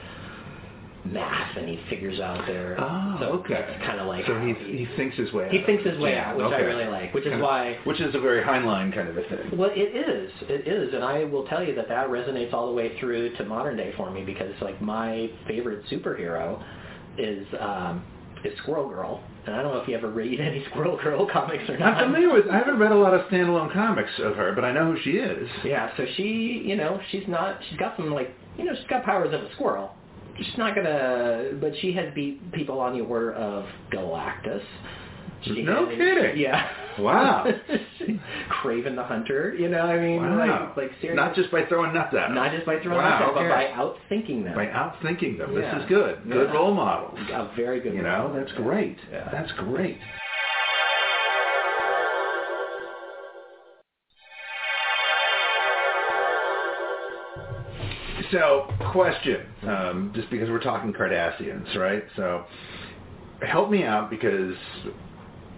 Speaker 2: math and he figures out their
Speaker 4: Oh,
Speaker 2: so
Speaker 4: okay.
Speaker 2: it's kind of like
Speaker 4: so
Speaker 2: how
Speaker 4: he he thinks his way.
Speaker 2: He
Speaker 4: out.
Speaker 2: thinks his way out, which I
Speaker 4: okay.
Speaker 2: really like, which is
Speaker 4: Kinda-
Speaker 2: why-
Speaker 4: Which is a very Heinlein kind of a thing.
Speaker 2: Well, it is. It is, and I will tell you that that resonates all the way through to modern day for me because, like, my favorite superhero is um, is Squirrel Girl, and I don't know if you ever read any Squirrel Girl comics or not.
Speaker 4: I'm familiar with. I haven't read a lot of standalone comics of her, but I know who she is.
Speaker 2: Yeah, so she, you know, she's not. She's got some like, you know, she's got powers of a squirrel. She's not gonna, but she has beat people on the order of Galactus. She
Speaker 4: No
Speaker 2: has-
Speaker 4: kidding.
Speaker 2: Yeah.
Speaker 4: Wow.
Speaker 2: Craven the Hunter. You know, I mean,
Speaker 4: Wow.
Speaker 2: like, like seriously.
Speaker 4: Not just by throwing nuts at them.
Speaker 2: Not just by throwing
Speaker 4: Wow,
Speaker 2: them out,
Speaker 4: okay.
Speaker 2: but by outthinking them.
Speaker 4: by outthinking them.
Speaker 2: Yeah.
Speaker 4: This is good. Good
Speaker 2: Yeah.
Speaker 4: role models.
Speaker 2: a very good
Speaker 4: You
Speaker 2: one.
Speaker 4: know, that's great.
Speaker 2: Yeah.
Speaker 4: That's great. So, question, um, just because we're talking Cardassians, right? So, help me out because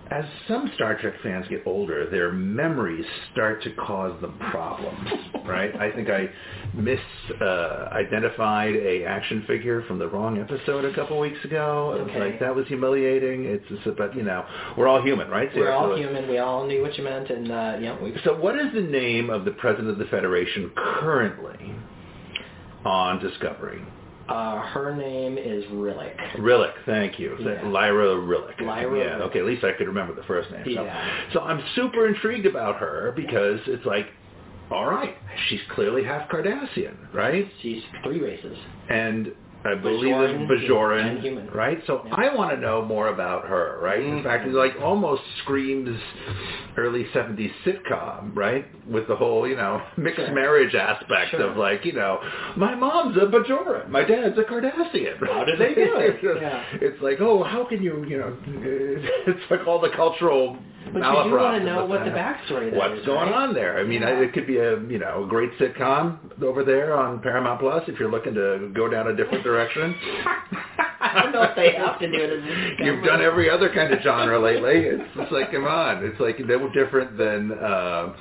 Speaker 4: as some Star Trek fans get older, their memories start to cause them problems, right? I think I misidentified a action figure from the wrong episode a couple weeks ago. It was
Speaker 2: Okay.
Speaker 4: like that was humiliating. It's just about you know we're all human, right? So you
Speaker 2: We're
Speaker 4: have to,
Speaker 2: all
Speaker 4: like-
Speaker 2: human. We all knew what you meant, and uh, you know, we,
Speaker 4: So what is the name of the president of the Federation currently on Discovery?
Speaker 2: uh, her name is Rillick.
Speaker 4: Rillick, thank you. Is that
Speaker 2: Yeah.
Speaker 4: Lyra Rillick.
Speaker 2: Lyra
Speaker 4: Yeah,
Speaker 2: Rillick.
Speaker 4: okay, at least I could remember the first name. So-
Speaker 2: Yeah.
Speaker 4: So, I'm super intrigued about her because it's like, all right, she's clearly half Cardassian, right?
Speaker 2: She's three races.
Speaker 4: And I believe
Speaker 2: Bajoran,
Speaker 4: it's
Speaker 2: and human.
Speaker 4: Bajoran, right? So
Speaker 2: Yeah. Mm.
Speaker 4: I want to know more about her, right? In fact, it like almost screams early 70s sitcom, right? With the whole, you know, mixed
Speaker 2: Sure.
Speaker 4: marriage aspect
Speaker 2: Sure.
Speaker 4: of like, you know, my mom's a Bajoran, my dad's a Cardassian. How did they do it?
Speaker 2: Yeah.
Speaker 4: It's like, oh, how can you, you know, it's like all the cultural
Speaker 2: But you do wanna
Speaker 4: malaprops
Speaker 2: know
Speaker 4: of
Speaker 2: what the
Speaker 4: happening.
Speaker 2: backstory there
Speaker 4: What's
Speaker 2: is,
Speaker 4: going
Speaker 2: right?
Speaker 4: on there? I mean, I, it could be a you know a great sitcom over there on Paramount Plus if you're looking to go down a different direction.
Speaker 2: I don't know if they have to do it. as a
Speaker 4: You've done every other kind of genre lately. It's just like, come on. It's like no different than uh,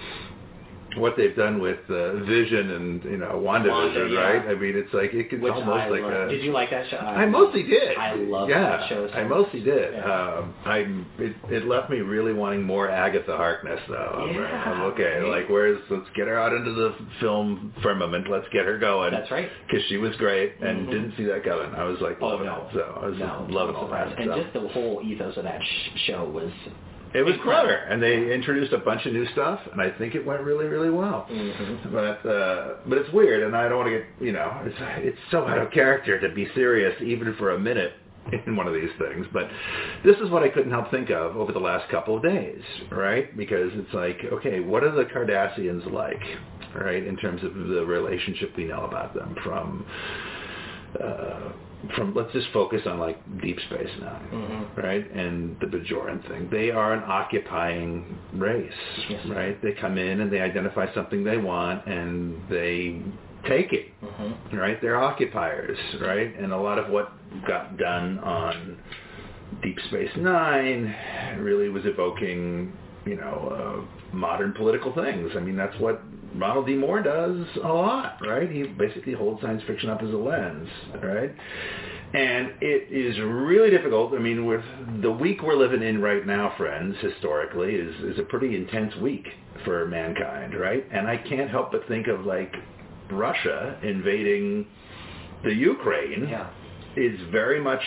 Speaker 4: what they've done with uh, Vision and you know WandaVision,
Speaker 2: Wanda, yeah.
Speaker 4: right? I mean, it's like it could
Speaker 2: Which
Speaker 4: almost
Speaker 2: I
Speaker 4: like
Speaker 2: loved.
Speaker 4: a,
Speaker 2: Did you like that show?
Speaker 4: I mostly did.
Speaker 2: I love
Speaker 4: yeah,
Speaker 2: that show. so
Speaker 4: I mostly did.
Speaker 2: Yeah.
Speaker 4: Um, I it, it left me really wanting more Agatha Harkness though. I'm-
Speaker 2: Yeah,
Speaker 4: I'm okay,
Speaker 2: right.
Speaker 4: like where's let's get her out into the film firmament. Let's get her going.
Speaker 2: That's right. Mm-hmm.
Speaker 4: Because she was great and didn't see that coming. I was like
Speaker 2: Oh,
Speaker 4: loving
Speaker 2: no.
Speaker 4: it. So I was
Speaker 2: No,
Speaker 4: loving all that.
Speaker 2: and
Speaker 4: so.
Speaker 2: just the whole ethos of that sh- show was
Speaker 4: It was
Speaker 2: Incredible.
Speaker 4: clever, and they introduced a bunch of new stuff, and I think it went really, really well.
Speaker 2: Mm-hmm.
Speaker 4: But uh, but it's weird, and I don't want to get you know, it's it's so out of character to be serious even for a minute in one of these things. But this is what I couldn't help think of over the last couple of days, right? Because it's like, okay, what are the Cardassians like, right, in terms of the relationship we know about them from uh, from let's just focus on like Deep Space 9
Speaker 2: mm-hmm,
Speaker 4: right? And the Bajoran thing. They are an occupying race,
Speaker 2: Yes.
Speaker 4: right? They come in and they identify something they want and they take it,
Speaker 2: mm-hmm.
Speaker 4: right? They're occupiers, right? And a lot of what got done on Deep Space Nine really was evoking, you know, uh, modern political things. I mean, that's what Ronald D. Moore does a lot, right? He basically holds science fiction up as a lens, right? And it is really difficult. I mean, with the week we're living in right now, friends, historically, is, is a pretty intense week for mankind, right? And I can't help but think of like Russia invading the Ukraine
Speaker 2: yeah.
Speaker 4: is very much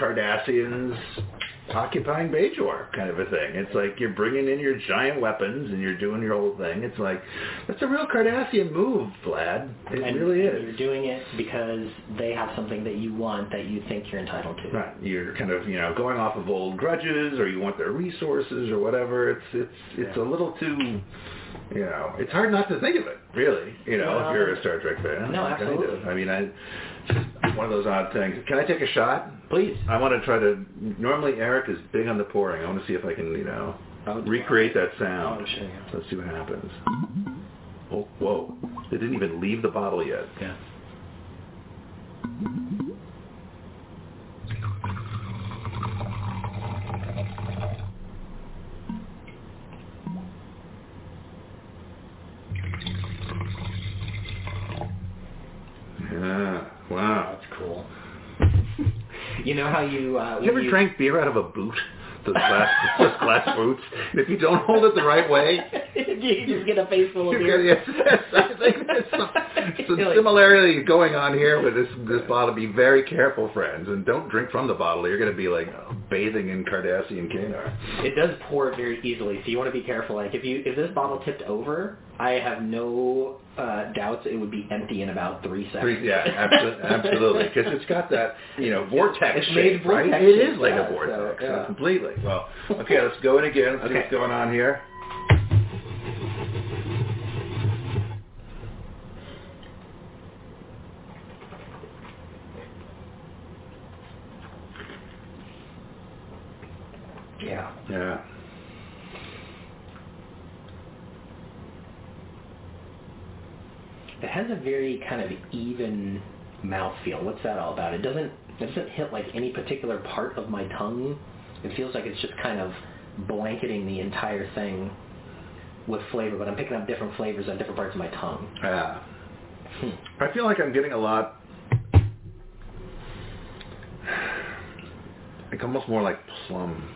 Speaker 4: Cardassians occupying Bajor kind of a thing. It's like you're bringing in your giant weapons and you're doing your whole thing. It's like that's a real Cardassian move, Vlad. It
Speaker 2: and
Speaker 4: really
Speaker 2: You're
Speaker 4: is.
Speaker 2: doing it because they have something that you want that you think you're entitled to.
Speaker 4: Right. You're kind of you know going off of old grudges or you want their resources or whatever. It's it's it's a little too. You know, it's hard not to think of it, really. You know,
Speaker 2: Well,
Speaker 4: if you're a Star Trek fan,
Speaker 2: no,
Speaker 4: like I do.
Speaker 2: absolutely.
Speaker 4: I mean, I it's one of those odd things. Can I take a shot?
Speaker 2: Please.
Speaker 4: I want to try to. Normally, Eric is big on the pouring. I want to see if I can, you know,
Speaker 2: Oh, do
Speaker 4: recreate that
Speaker 2: Oh,
Speaker 4: sound.
Speaker 2: sure, yeah.
Speaker 4: Let's see what happens. Oh, whoa! It didn't even leave the bottle yet.
Speaker 5: Yeah.
Speaker 4: Yeah. Wow.
Speaker 2: That's Oh, cool. you know how you uh,
Speaker 4: You ever
Speaker 2: when you,
Speaker 4: drank beer out of a boot? Those glass, those glass boots. And if you don't hold it the right way,
Speaker 2: you just get a face full of
Speaker 4: you're
Speaker 2: beer.
Speaker 4: gonna- yes, yes, I think there's some, some
Speaker 2: Really?
Speaker 4: similarity going on here with this this bottle. Be very careful, friends, and don't drink from the bottle. You're going to be like bathing in Cardassian canar.
Speaker 2: It does pour very easily, so you want to be careful. Like if you if this bottle tipped over, I have no uh, doubts it would be empty in about three seconds.
Speaker 4: Three- Yeah, abso- absolutely. Because it's got that, you know, vortex
Speaker 2: It's made
Speaker 4: shape, right?
Speaker 2: vortex
Speaker 4: It
Speaker 2: shape,
Speaker 4: is like
Speaker 2: yeah,
Speaker 4: a
Speaker 2: so,
Speaker 4: vortex,
Speaker 2: yeah.
Speaker 4: completely. Well, okay, let's go in again. Let's see
Speaker 2: Okay.
Speaker 4: what's going on here.
Speaker 2: Yeah.
Speaker 4: Yeah.
Speaker 2: It has a very kind of even mouthfeel. What's that all about? It doesn't it doesn't hit like any particular part of my tongue. It feels like it's just kind of blanketing the entire thing with flavor, but I'm picking up different flavors on different parts of my tongue.
Speaker 4: Yeah. Uh,
Speaker 2: Hmm.
Speaker 4: I feel like I'm getting a lot. Like almost more like plum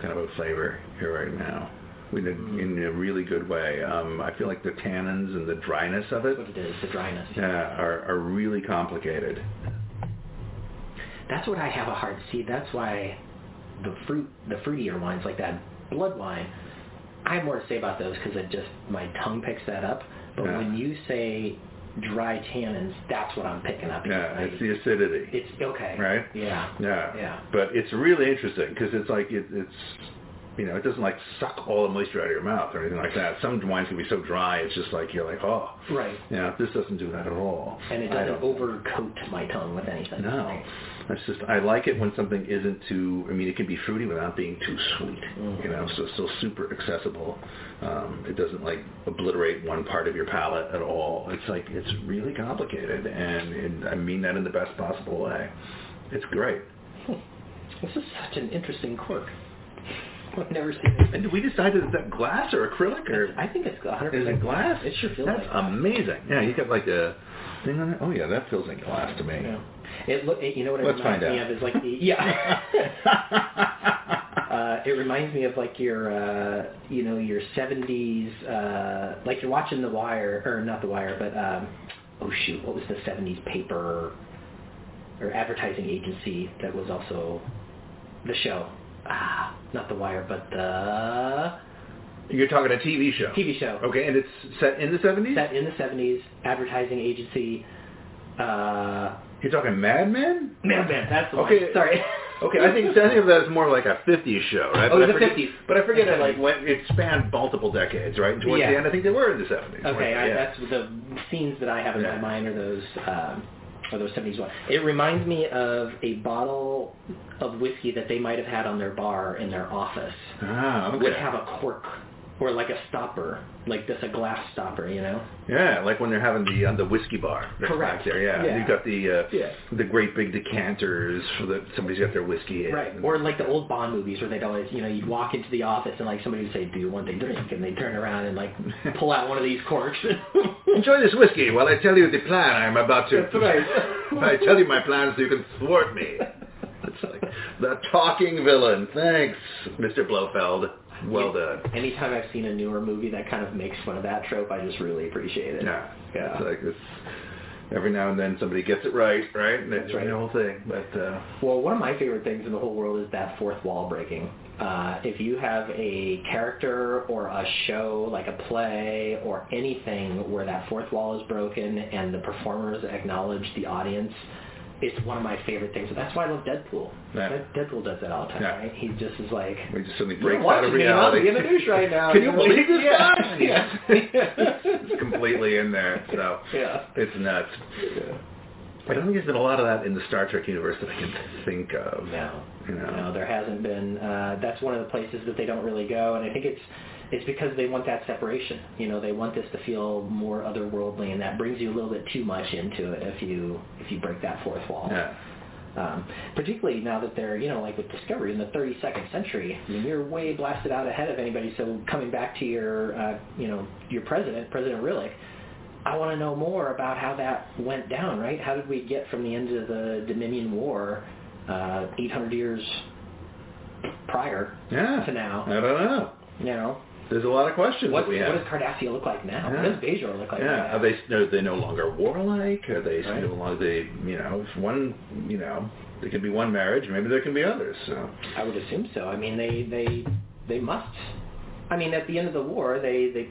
Speaker 4: kind of a flavor here right now. In a,
Speaker 2: Hmm.
Speaker 4: in a really good way. Um, I feel like the tannins and the dryness of it,
Speaker 2: That's what it is, the dryness.
Speaker 4: yeah, are, are really complicated.
Speaker 2: That's what I have a hard see. That's why the fruit, the fruitier wines like that blood wine, I have more to say about those because I just my tongue picks that up. But
Speaker 4: Yeah.
Speaker 2: when you say dry tannins, that's what I'm picking up.
Speaker 4: Yeah,
Speaker 2: I-
Speaker 4: it's the acidity.
Speaker 2: it's okay.
Speaker 4: right?
Speaker 2: Yeah.
Speaker 4: Yeah.
Speaker 2: Yeah.
Speaker 4: But it's really interesting because it's like it, it's you know it doesn't like suck all the moisture out of your mouth or anything like that. Some wines can be so dry it's just like you're like oh
Speaker 2: Right.
Speaker 4: Yeah, this doesn't do that at all.
Speaker 2: And it
Speaker 4: I
Speaker 2: doesn't
Speaker 4: don't-
Speaker 2: overcoat my tongue with anything.
Speaker 4: No, that's just I like it when something isn't too. I mean, it can be fruity without being too sweet.
Speaker 2: Mm.
Speaker 4: You know, so it's still super accessible. Um, it doesn't like obliterate one part of your palate at all. It's like it's really complicated, and, and I mean that in the best possible way. It's great.
Speaker 2: This is such an interesting quirk. I've never seen it.
Speaker 4: And did we decide is that glass or acrylic or
Speaker 2: I think it's 100%
Speaker 4: is it glass?
Speaker 2: It sure feels
Speaker 4: That's
Speaker 2: like that.
Speaker 4: amazing. Yeah, you got like a thing on it. Oh yeah, that feels like glass to me.
Speaker 2: Yeah. It look. It, you know what it
Speaker 4: Let's
Speaker 2: reminds
Speaker 4: find
Speaker 2: me
Speaker 4: out.
Speaker 2: of is like the yeah. uh, it reminds me of like your uh, you know your seventies uh, like you're watching The Wire or not The Wire but um, oh shoot what was the seventies paper or advertising agency that was also the show ah not The Wire but the
Speaker 4: You're talking a TV show.
Speaker 2: TV show.
Speaker 4: Okay, and it's set in the 70s?
Speaker 2: set in the seventies advertising agency. Uh,
Speaker 4: You're talking Mad Men?
Speaker 2: man, man, that's the
Speaker 4: Okay.
Speaker 2: one. Sorry.
Speaker 4: Okay, I think I think of that as more like a 50s show, right?
Speaker 2: Oh,
Speaker 4: but
Speaker 2: the
Speaker 4: I forget,
Speaker 2: 50s.
Speaker 4: But I forget it like went it spanned multiple decades, right? And towards
Speaker 2: Yeah.
Speaker 4: the end, I think they were in the 70s. weren't
Speaker 2: Okay,
Speaker 4: they?
Speaker 2: I,
Speaker 4: yeah.
Speaker 2: that's the scenes that I have in
Speaker 4: Yeah.
Speaker 2: my mind are those um, are those seventies ones. It reminds me of a bottle of whiskey that they might have had on their bar in their office
Speaker 4: Ah, okay.
Speaker 2: would have a cork or like a stopper, like this a glass stopper, you know?
Speaker 4: Yeah, like when they're having the uh, the whiskey bar. that's
Speaker 2: Correct.
Speaker 4: back There, yeah.
Speaker 2: Yeah.
Speaker 4: You've got the uh,
Speaker 2: Yeah.
Speaker 4: the great big decanters for the somebody's got their whiskey. in.
Speaker 2: Or like the old Bond movies where they'd always, you know, you'd walk into the office and like somebody would say, "Do you want a drink?" and they'd turn around and like pull out one of these corks.
Speaker 4: Enjoy this whiskey while I tell you the plan I'm about to.
Speaker 2: That's right.
Speaker 4: I tell you my plans so you can thwart me. It's like the talking villain. Thanks, Mr. Blofeld. Well done.
Speaker 2: Anytime I've seen a newer movie that kind of makes fun of that trope, I just really appreciate it.
Speaker 4: Yeah.
Speaker 2: Yeah.
Speaker 4: It's like this. Every now and then somebody gets it right, right? And
Speaker 2: That's right.
Speaker 4: The whole thing, but uh,
Speaker 2: Well, one of my favorite things in the whole world is that fourth wall breaking. Uh, if you have a character or a show, like a play or anything where that fourth wall is broken and the performers acknowledge the audience, it's one of my favorite things. That's why I love Deadpool.
Speaker 4: Yeah.
Speaker 2: Dead- Deadpool does that all the time,
Speaker 4: Yeah.
Speaker 2: right? He just is like,
Speaker 4: we just suddenly
Speaker 2: "You're
Speaker 4: break out of
Speaker 2: watching me, I'm
Speaker 4: reality.
Speaker 2: being a douche right now.
Speaker 4: Can you
Speaker 2: know?
Speaker 4: believe this
Speaker 2: Yeah.
Speaker 4: guy?
Speaker 2: Yeah.
Speaker 4: it's completely in there. So
Speaker 2: Yeah.
Speaker 4: it's nuts. I don't think there's been a lot of that in the Star Trek universe that I can think of.
Speaker 2: No,
Speaker 4: You know.
Speaker 2: no, there hasn't been. Uh, that's one of the places that they don't really go, and I think it's it's because they want that separation. You know, they want this to feel more otherworldly, and that brings you a little bit too much into it if you if you break that fourth wall.
Speaker 4: Yeah.
Speaker 2: Um, particularly now that they're you know like with Discovery in the 32nd century, I mean, you're way blasted out ahead of anybody. So coming back to your uh, you know your president, President Rillick. I want to know more about how that went down, right? How did we get from the end of the Dominion War, uh, 800 years prior
Speaker 4: Yeah.
Speaker 2: to now?
Speaker 4: I don't know.
Speaker 2: You know,
Speaker 4: There's a lot of questions
Speaker 2: what,
Speaker 4: that we
Speaker 2: what
Speaker 4: have.
Speaker 2: does Cardassia look like now?
Speaker 4: Yeah.
Speaker 2: What does Bejor look like
Speaker 4: yeah,
Speaker 2: now?
Speaker 4: are they are they no longer warlike? Are they
Speaker 2: Right.
Speaker 4: no longer they you know if one you know there could be one marriage, maybe there can be others. So
Speaker 2: I would assume so. I mean, they they they must. I mean, at the end of the war, they they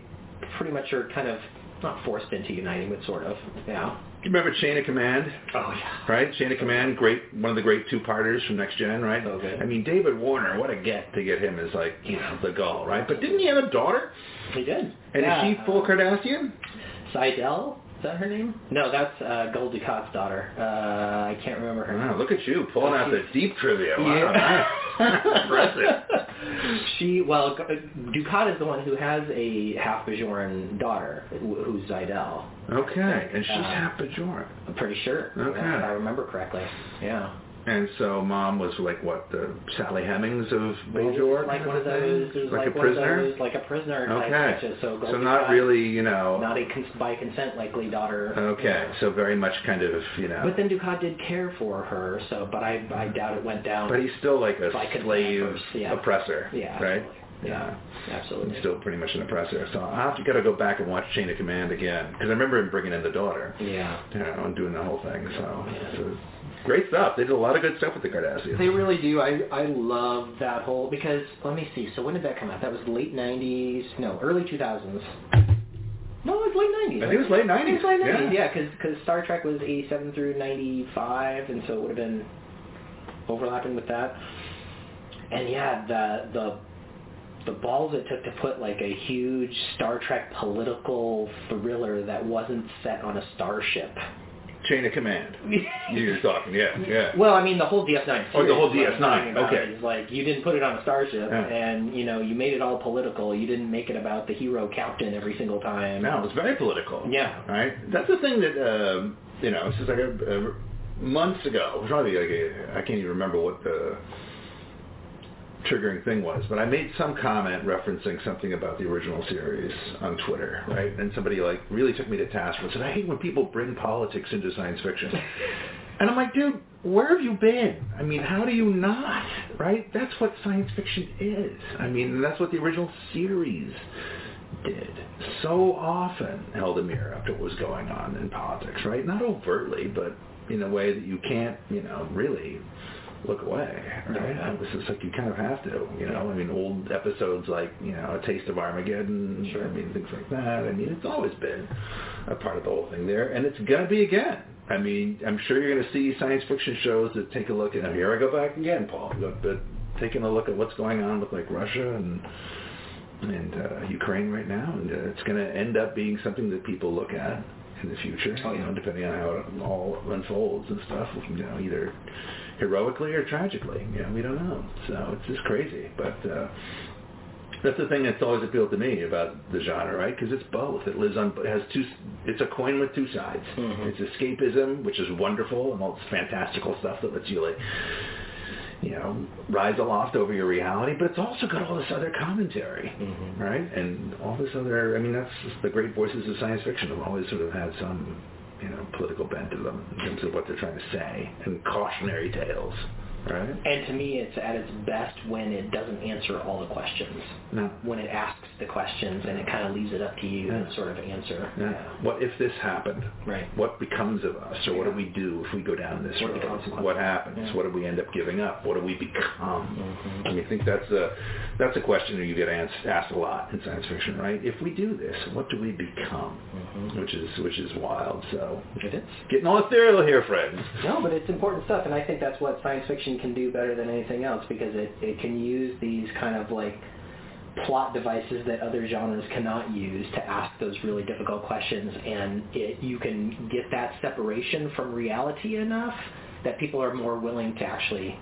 Speaker 2: pretty much are kind of not forced into uniting, but sort of. Yeah.
Speaker 4: you remember Chain of Command?
Speaker 2: Oh yeah.
Speaker 4: Right, Chain of Command, great, one of the great two-parters from Next Gen, right?
Speaker 2: So good.
Speaker 4: I mean, David Warner, what a get to get him as like you know the Gaul, right? But didn't he have a daughter?
Speaker 2: They did.
Speaker 4: And
Speaker 2: yeah.
Speaker 4: is she full Cardassian?
Speaker 2: Seidel? Is that her name? No, that's uh, Gul Dukat's daughter. Uh, I can't remember her name.
Speaker 4: Wow, look at you pulling out the deep trivia. Wow, nice. impressive.
Speaker 2: she, well, Ducat is the one who has a half Bajoran daughter, wh- who's Zidel.
Speaker 4: Okay, and she's
Speaker 2: Uh,
Speaker 4: half Bajoran.
Speaker 2: I'm pretty sure.
Speaker 4: Okay.
Speaker 2: If I remember correctly. Yeah.
Speaker 4: And so mom was like what the Sally Hemings of Bajor,
Speaker 2: like
Speaker 4: kind
Speaker 2: one of
Speaker 4: thing?
Speaker 2: those, it was
Speaker 4: like, a
Speaker 2: one of
Speaker 4: prisoner.
Speaker 2: those, like a prisoner type
Speaker 4: okay,
Speaker 2: sketches. So,
Speaker 4: so
Speaker 2: Goldie
Speaker 4: not
Speaker 2: Hawn,
Speaker 4: really, you know.
Speaker 2: not a cons- by consent likely daughter.
Speaker 4: okay, so very much kind of you know.
Speaker 2: But then Ducat did care for her, so but I I doubt it went down.
Speaker 4: But he's still like a
Speaker 2: By consent
Speaker 4: slave
Speaker 2: first, yeah.
Speaker 4: oppressor,
Speaker 2: yeah,
Speaker 4: right?
Speaker 2: absolutely. yeah, absolutely.
Speaker 4: He's still pretty much an oppressor. So I have to gotta go back and watch Chain of Command again because I remember him bringing in the daughter,
Speaker 2: yeah.
Speaker 4: you know, and doing the whole thing. So,
Speaker 2: Yeah.
Speaker 4: so great stuff. They did a lot of good stuff with the Cardassians.
Speaker 2: They really do. I I love that whole because let me see. So when did that come out? That was late '90s. No, early 2000s. No, it was late '90s.
Speaker 4: I think it was late 90s,
Speaker 2: It was late '90s.
Speaker 4: yeah.
Speaker 2: Yeah, because Star Trek was '87 through '95, and so it would have been overlapping with that. And yeah, the the the balls it took to put like a huge Star Trek political thriller that wasn't set on a starship.
Speaker 4: Chain of Command. You're talking, yeah, yeah.
Speaker 2: Well, I mean, the whole DS9.
Speaker 4: Oh, the
Speaker 2: series
Speaker 4: whole
Speaker 2: is what I'm
Speaker 4: DS9,
Speaker 2: talking about,
Speaker 4: okay.
Speaker 2: is, like, you didn't put it on a starship,
Speaker 4: Yeah.
Speaker 2: and, you know, you made it all political. You didn't make it about the hero captain every single time.
Speaker 4: No, it was very political.
Speaker 2: Yeah.
Speaker 4: Right? That's the thing that, um, you know, this is like a, a, months ago, it was probably like a, I can't even remember what the triggering thing was, but I made some comment referencing something about the original series on Twitter, right? And somebody like really took me to task and said, I hate when people bring politics into science fiction. And I'm like, dude, where have you been? I mean, how do you not, right? That's what science fiction is. I mean, that's what the original series did so often held a mirror up to what was going on in politics, right? Not overtly, but in a way that you can't, you know, really look away. Right? It was just like you kind of have to, you know. I mean, old episodes like, you know, A Taste of Armageddon, I mean, things like that. I mean, it's always been a part of the whole thing there, and it's going to be again. I mean, I'm sure you're going to see science fiction shows that take a look at, here I go back again, Paul, but, but taking a look at what's going on with, like, Russia and and uh, Ukraine right now, and uh, it's going to end up being something that people look at in the future.
Speaker 2: Oh,
Speaker 4: you
Speaker 2: yeah.
Speaker 4: know, depending on how it all unfolds and stuff, you know, either heroically or tragically. You know, we don't know. So it's just crazy, but. Uh, that's the thing that's always appealed to me about the genre, right? Because it's both. It lives on. It has two. It's a coin with two sides. It's escapism, which is wonderful, and all this fantastical stuff that lets you like, you know, rise aloft over your reality. But it's also got all this other commentary,
Speaker 2: Mm-hmm.
Speaker 4: right? And all this other. I mean, that's just the great voices of science fiction have always sort of had some, you know, political bent to them in terms of what they're trying to say and cautionary tales, right?
Speaker 2: And to me, it's at its best when it doesn't answer all the questions.
Speaker 4: No.
Speaker 2: When it asks the questions and it kind of leaves it up to you to sort of answer.
Speaker 4: Yeah. What if this happened?
Speaker 2: Right.
Speaker 4: What becomes of us, or what do we do if we go down this
Speaker 2: What are the
Speaker 4: road?
Speaker 2: consequences?
Speaker 4: What happens? What do we end up giving up? What do we become? I mean, I think that's a that's a question that you get asked, asked a lot in science fiction, right? If we do this, what do we become? Which is which is wild. So
Speaker 2: It is.
Speaker 4: getting all ethereal here, friends.
Speaker 2: No, but it's important stuff, and I think that's what science fiction can do better than anything else because it, it can use these kind of like plot devices that other genres cannot use to ask those really difficult questions, and it, you can get that separation from reality enough that people are more willing to actually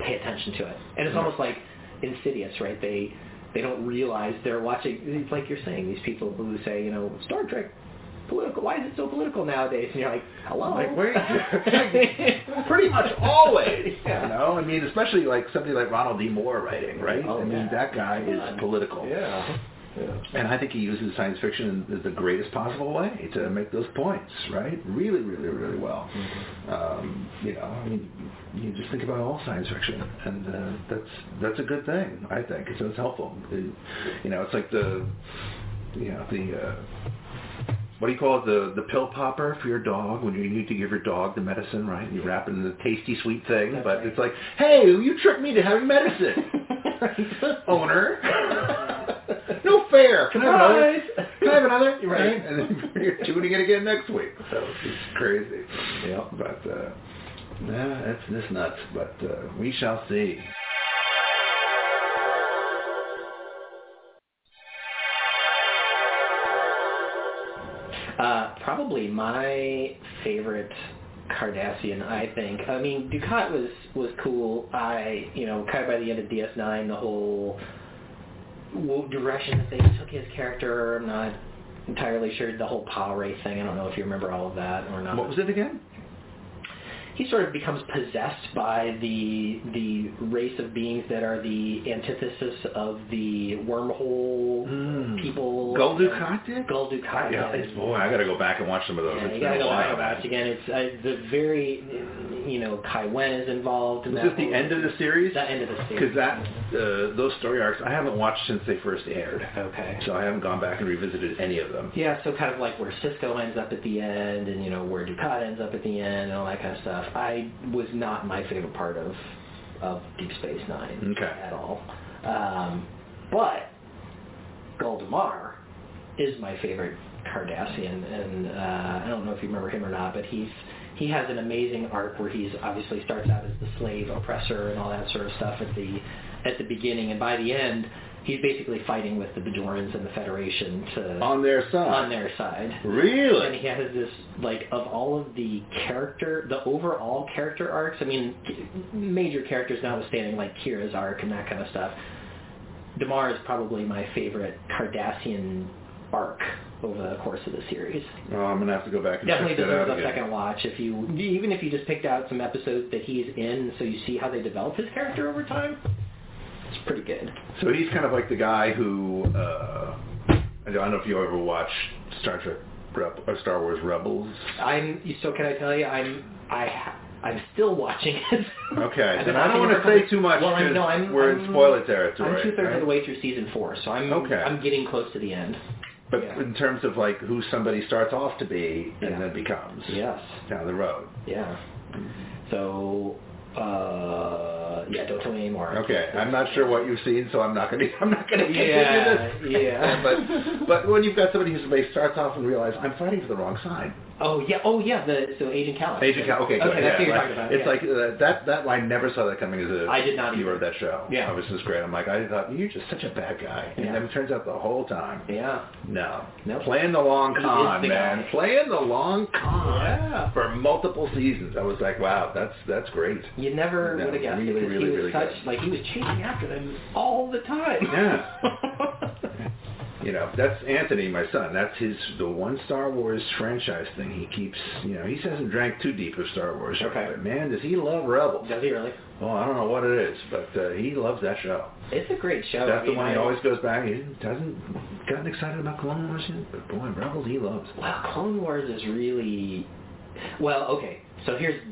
Speaker 2: pay attention to it. And
Speaker 4: Mm-hmm.
Speaker 2: it's almost like Insidious, right? They they don't realize they're watching. It's like you're saying these people who say, you know, Star Trek. Political. Why is it so political nowadays? And you're like, hello.
Speaker 4: Like, wait, pretty much always.
Speaker 2: Yeah.
Speaker 4: You know, I mean, especially like somebody like Ronald D. Moore writing, right?
Speaker 2: Oh,
Speaker 4: I mean,
Speaker 2: yeah.
Speaker 4: that guy
Speaker 2: Yeah.
Speaker 4: is political.
Speaker 6: Yeah. yeah.
Speaker 4: And I think he uses science fiction in the greatest possible way to make those points, right? Really, really, really well. Um, you know, I mean, you just think about all science fiction, and uh, that's that's a good thing, I think. So it's helpful. It- you know, it's like the, you know, the. Uh, what do you call it? The the pill popper for your dog when you need to give your dog the medicine, right? You wrap it in the tasty sweet thing, but it's like, hey, you tricked me to having medicine, owner. no fair. Can I have another?
Speaker 2: Surprise.
Speaker 4: Can I have another?
Speaker 2: You're right.
Speaker 4: And then you're tuning it again next week. So it's crazy.
Speaker 2: Yeah.
Speaker 4: But uh, yeah, that's this nuts. But uh, we shall see.
Speaker 2: Uh, probably my favorite Cardassian, I think. I mean, Ducat was was cool. I, you know, kind of by the end of DS9, the whole w- direction that they took his character. I'm not entirely sure the whole Power Race thing. I don't know if you remember all of that or not.
Speaker 4: What was it again?
Speaker 2: he sort of becomes possessed by the the race of beings that are the antithesis of the wormhole people.
Speaker 4: Gul
Speaker 2: and-
Speaker 4: Dukat?
Speaker 2: Gul Dukat.
Speaker 4: Mm. Yeah,
Speaker 2: and-
Speaker 4: it's, boy, I gotta go back and watch some of those.
Speaker 2: yeah,
Speaker 4: it's
Speaker 2: you
Speaker 4: been
Speaker 2: gotta
Speaker 4: a
Speaker 2: go back
Speaker 4: while.
Speaker 2: and watch again. It's uh, the very, you know, Kai Wen is involved. In
Speaker 4: Was
Speaker 2: that
Speaker 4: this the
Speaker 2: whole-
Speaker 4: end of the series?
Speaker 2: The end of the series.
Speaker 4: Because that uh, those story arcs I haven't watched since they first aired.
Speaker 2: Okay.
Speaker 4: So I haven't gone back and revisited any of them.
Speaker 2: Yeah, so kind of like where Cisco ends up at the end, and you know where Ducat ends up at the end, and all that kind of stuff. I was not my favorite part of of Deep Space Nine
Speaker 4: Okay.
Speaker 2: at all. Um, but Goldemar is my favorite Cardassian, and uh, I don't know if you remember him or not, but he's he has an amazing arc where he's obviously starts out as the slave oppressor and all that sort of stuff at the at the beginning, and by the end. He's basically fighting with the Bajorans and the Federation to
Speaker 4: On their side.
Speaker 2: on their side. And
Speaker 4: Really?
Speaker 2: he has this like of all of the character, the overall character arcs. I mean, major characters notwithstanding, like Kira's arc and that kind of stuff. Damar is probably my favorite Cardassian arc over the course of the series.
Speaker 4: Oh, I'm gonna have to go back and
Speaker 2: Definitely
Speaker 4: check that out
Speaker 2: deserves a
Speaker 4: again.
Speaker 2: second watch if you, even if you just picked out some episodes that he's in, so you see how they develop his character over time. It's pretty good.
Speaker 4: So he's kind of like the guy who uh, I don't know if you ever watched Star Trek Reb- or Star Wars Rebels.
Speaker 2: I'm so can I tell you I'm I ha- I'm still watching it.
Speaker 4: Okay,
Speaker 2: Uh, I've been
Speaker 4: then I
Speaker 2: watching
Speaker 4: don't wanna
Speaker 2: it for a
Speaker 4: say
Speaker 2: couple-
Speaker 4: too much
Speaker 2: Well, I'm,
Speaker 4: 'cause
Speaker 2: no, I'm,
Speaker 4: we're in
Speaker 2: I'm,
Speaker 4: spoiler territory,
Speaker 2: I'm two thirds
Speaker 4: right?
Speaker 2: of the way through season four, so I'm
Speaker 4: Okay.
Speaker 2: I'm getting close to the end.
Speaker 4: But
Speaker 2: Yeah.
Speaker 4: in terms of like who somebody starts off to be and
Speaker 2: Yeah.
Speaker 4: then becomes
Speaker 2: Yes.
Speaker 4: down the road.
Speaker 2: Yeah. So. Uh, yeah, don't tell me anymore.
Speaker 4: Okay, I'm not sure what you've seen, so I'm not gonna I'm not gonna continue
Speaker 2: Yeah,
Speaker 4: this.
Speaker 2: yeah.
Speaker 4: but but when you've got somebody who somebody starts off and realizes I'm fighting for the wrong side.
Speaker 2: Oh yeah, oh yeah. The so Agent Callus.
Speaker 4: Agent Cal. Okay, good.
Speaker 2: Okay, that's
Speaker 4: yeah,
Speaker 2: what you're
Speaker 4: like,
Speaker 2: talking about.
Speaker 4: It's
Speaker 2: yeah.
Speaker 4: like uh, that. That I never saw that coming as a
Speaker 2: I did not either.
Speaker 4: viewer of that show.
Speaker 2: Yeah.
Speaker 4: I was just great. I'm like, I thought you're just such a bad guy, and
Speaker 2: Yeah.
Speaker 4: then it turns out the whole time.
Speaker 2: yeah.
Speaker 4: No.
Speaker 2: Nope.
Speaker 4: Playing the long
Speaker 2: He is
Speaker 4: con,
Speaker 2: the
Speaker 4: man.
Speaker 2: guy.
Speaker 4: Playing the long con
Speaker 2: Yeah.
Speaker 4: for multiple seasons. I was like, wow, that's that's great.
Speaker 2: You never
Speaker 4: No,
Speaker 2: would have guessed
Speaker 4: really,
Speaker 2: it because
Speaker 4: really,
Speaker 2: he was
Speaker 4: really
Speaker 2: such
Speaker 4: good.
Speaker 2: like he was chasing after them all the time.
Speaker 4: Yeah. You know, that's Anthony, my son. That's his the one Star Wars franchise thing he keeps. You know, he hasn't drank too deep of Star Wars. yet,
Speaker 2: Okay.
Speaker 4: But man, does he love Rebels?
Speaker 2: Does he really?
Speaker 4: Oh, I don't know what it is, but uh, he loves that show.
Speaker 2: It's a great show.
Speaker 4: That's
Speaker 2: I
Speaker 4: the
Speaker 2: mean,
Speaker 4: one
Speaker 2: I-
Speaker 4: he always goes back. He hasn't gotten excited about Clone Wars yet, but boy, Rebels he loves.
Speaker 2: Well, Clone Wars is really well. Okay, so here's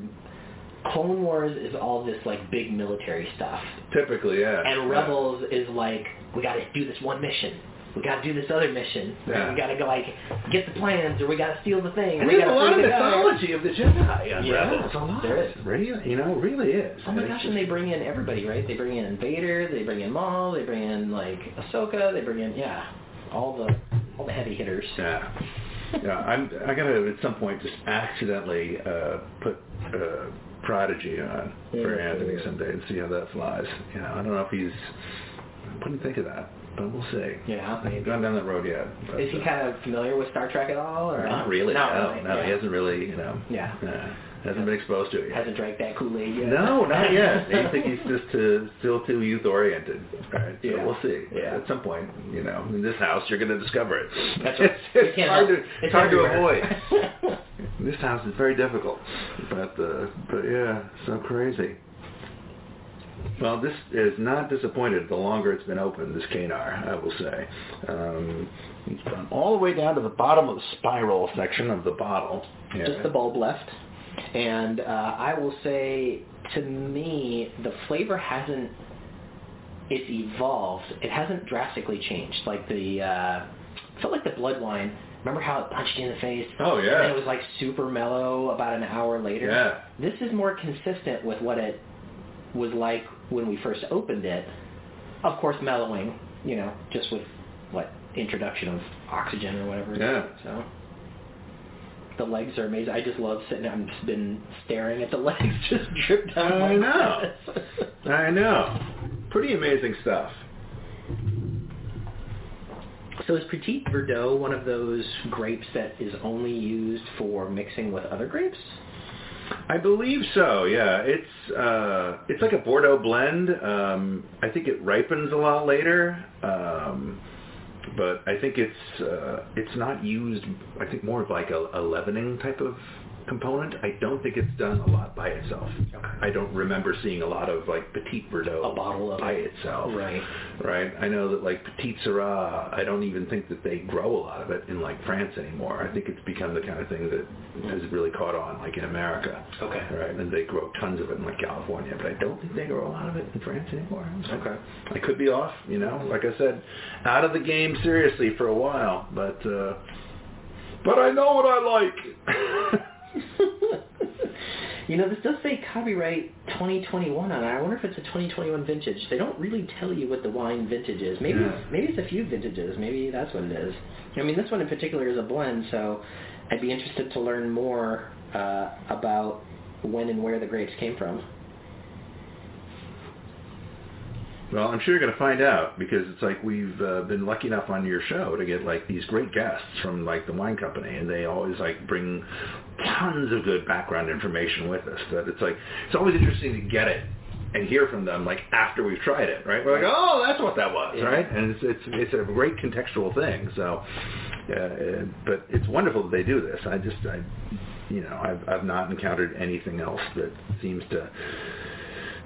Speaker 2: Clone Wars is all this like big military stuff,
Speaker 4: Typically, yeah.
Speaker 2: and
Speaker 4: Yeah.
Speaker 2: Rebels is like we got to do this one mission. We gotta do this other mission.
Speaker 4: Yeah.
Speaker 2: We gotta go like get the plans, or we gotta steal the thing. or
Speaker 4: And
Speaker 2: we
Speaker 4: there's a
Speaker 2: gotta
Speaker 4: lot of
Speaker 2: free the guy.
Speaker 4: mythology of the Jedi on
Speaker 2: Yeah,
Speaker 4: Rebels. A lot.
Speaker 2: there is.
Speaker 4: Really, you know, really is.
Speaker 2: Oh my gosh! And they bring in everybody, right? They bring in Vader, they bring in Maul, they bring in like Ahsoka, they bring in yeah, all the all the heavy hitters.
Speaker 4: Yeah. Yeah, I'm, I gotta at some point just accidentally uh, put uh, Prodigy on for
Speaker 2: Yeah.
Speaker 4: Anthony someday and see how that flies. You know, I don't know if he's. I wouldn't think of that, but we'll see.
Speaker 2: Yeah,
Speaker 4: I haven't gone down that road yet. but,
Speaker 2: Is he
Speaker 4: uh,
Speaker 2: kind of familiar with Star Trek at all? Or?
Speaker 4: Not really.
Speaker 2: Not
Speaker 4: no,
Speaker 2: really,
Speaker 4: no,
Speaker 2: yeah.
Speaker 4: he hasn't really. You know.
Speaker 2: Yeah.
Speaker 4: uh, hasn't been exposed to it yet.
Speaker 2: hasn't drank that Kool-Aid yet.
Speaker 4: No, not yet. I think he's just uh, still too youth oriented. Right? So
Speaker 2: Yeah.
Speaker 4: we'll see.
Speaker 2: Yeah.
Speaker 4: At some point, you know, in this house, you're going to discover it.
Speaker 2: That's right. You
Speaker 4: it's
Speaker 2: can't
Speaker 4: hard to,
Speaker 2: help-
Speaker 4: it's hard to avoid.
Speaker 2: everywhere.
Speaker 4: this house is very difficult. But uh, but yeah, so crazy. Well, this is not disappointed the longer it's been open, this Canar, I will say. Um, it's gone all the way down to the bottom of the spiral section of the bottle. Yeah.
Speaker 2: Just the bulb left. And uh, I will say, to me, the flavor hasn't. It's evolved. It hasn't drastically changed. Like the uh, felt like the blood wine. Remember how it punched you in the face?
Speaker 4: Oh, yeah.
Speaker 2: And then it was like super mellow about an hour later.
Speaker 4: Yeah.
Speaker 2: This is more consistent with what it was like when we first opened it. Of course, mellowing. You know, just with what introduction of oxygen or whatever.
Speaker 4: Yeah.
Speaker 2: So the legs are amazing. I just love sitting. I've just been staring at the legs just drip down.
Speaker 4: I
Speaker 2: my
Speaker 4: know.
Speaker 2: pants.
Speaker 4: I know. Pretty amazing stuff.
Speaker 2: so is Petit Verdot one of those grapes that is only used for mixing with other grapes?
Speaker 4: I believe so. Yeah, it's uh, it's like a Bordeaux blend. Um, I think it ripens a lot later, um, but I think it's uh, it's not used. I think more of like a, a leavening type of component, I don't think it's done a lot by itself. I don't remember seeing a lot of like Petit Verdot
Speaker 2: A bottle of
Speaker 4: by
Speaker 2: it.
Speaker 4: itself.
Speaker 2: Right.
Speaker 4: Right. I know that like Petit Syrah, I don't even think that they grow a lot of it in like France anymore. I think it's become the kind of thing that has really caught on like in America.
Speaker 2: Okay.
Speaker 4: Right. And they grow tons of it in like California, but I don't think they grow a lot of it in France anymore.
Speaker 2: Okay.
Speaker 4: I could be off, you know. Like I said, out of the game seriously for a while, but uh but I know what I like.
Speaker 2: you know, this does say copyright 2021 on it. I wonder if it's a 2021 vintage. They don't really tell you what the wine vintage is. Maybe
Speaker 4: Yeah.
Speaker 2: maybe it's a few vintages. Maybe that's what it is. I mean, this one in particular is a blend, so I'd be interested to learn more uh, about when and where the grapes came from.
Speaker 4: Well, I'm sure you're going to find out because it's like we've uh, been lucky enough on your show to get like these great guests from like the wine company, and they always like bring tons of good background information with us. That it's like it's always interesting to get it and hear from them like after we've tried it, right? We're like, oh, that's what that was,
Speaker 2: Yeah.
Speaker 4: right? And it's it's it's a great contextual thing. So, uh, uh, but it's wonderful that they do this. I just I. You know, I've I've not encountered anything else that seems to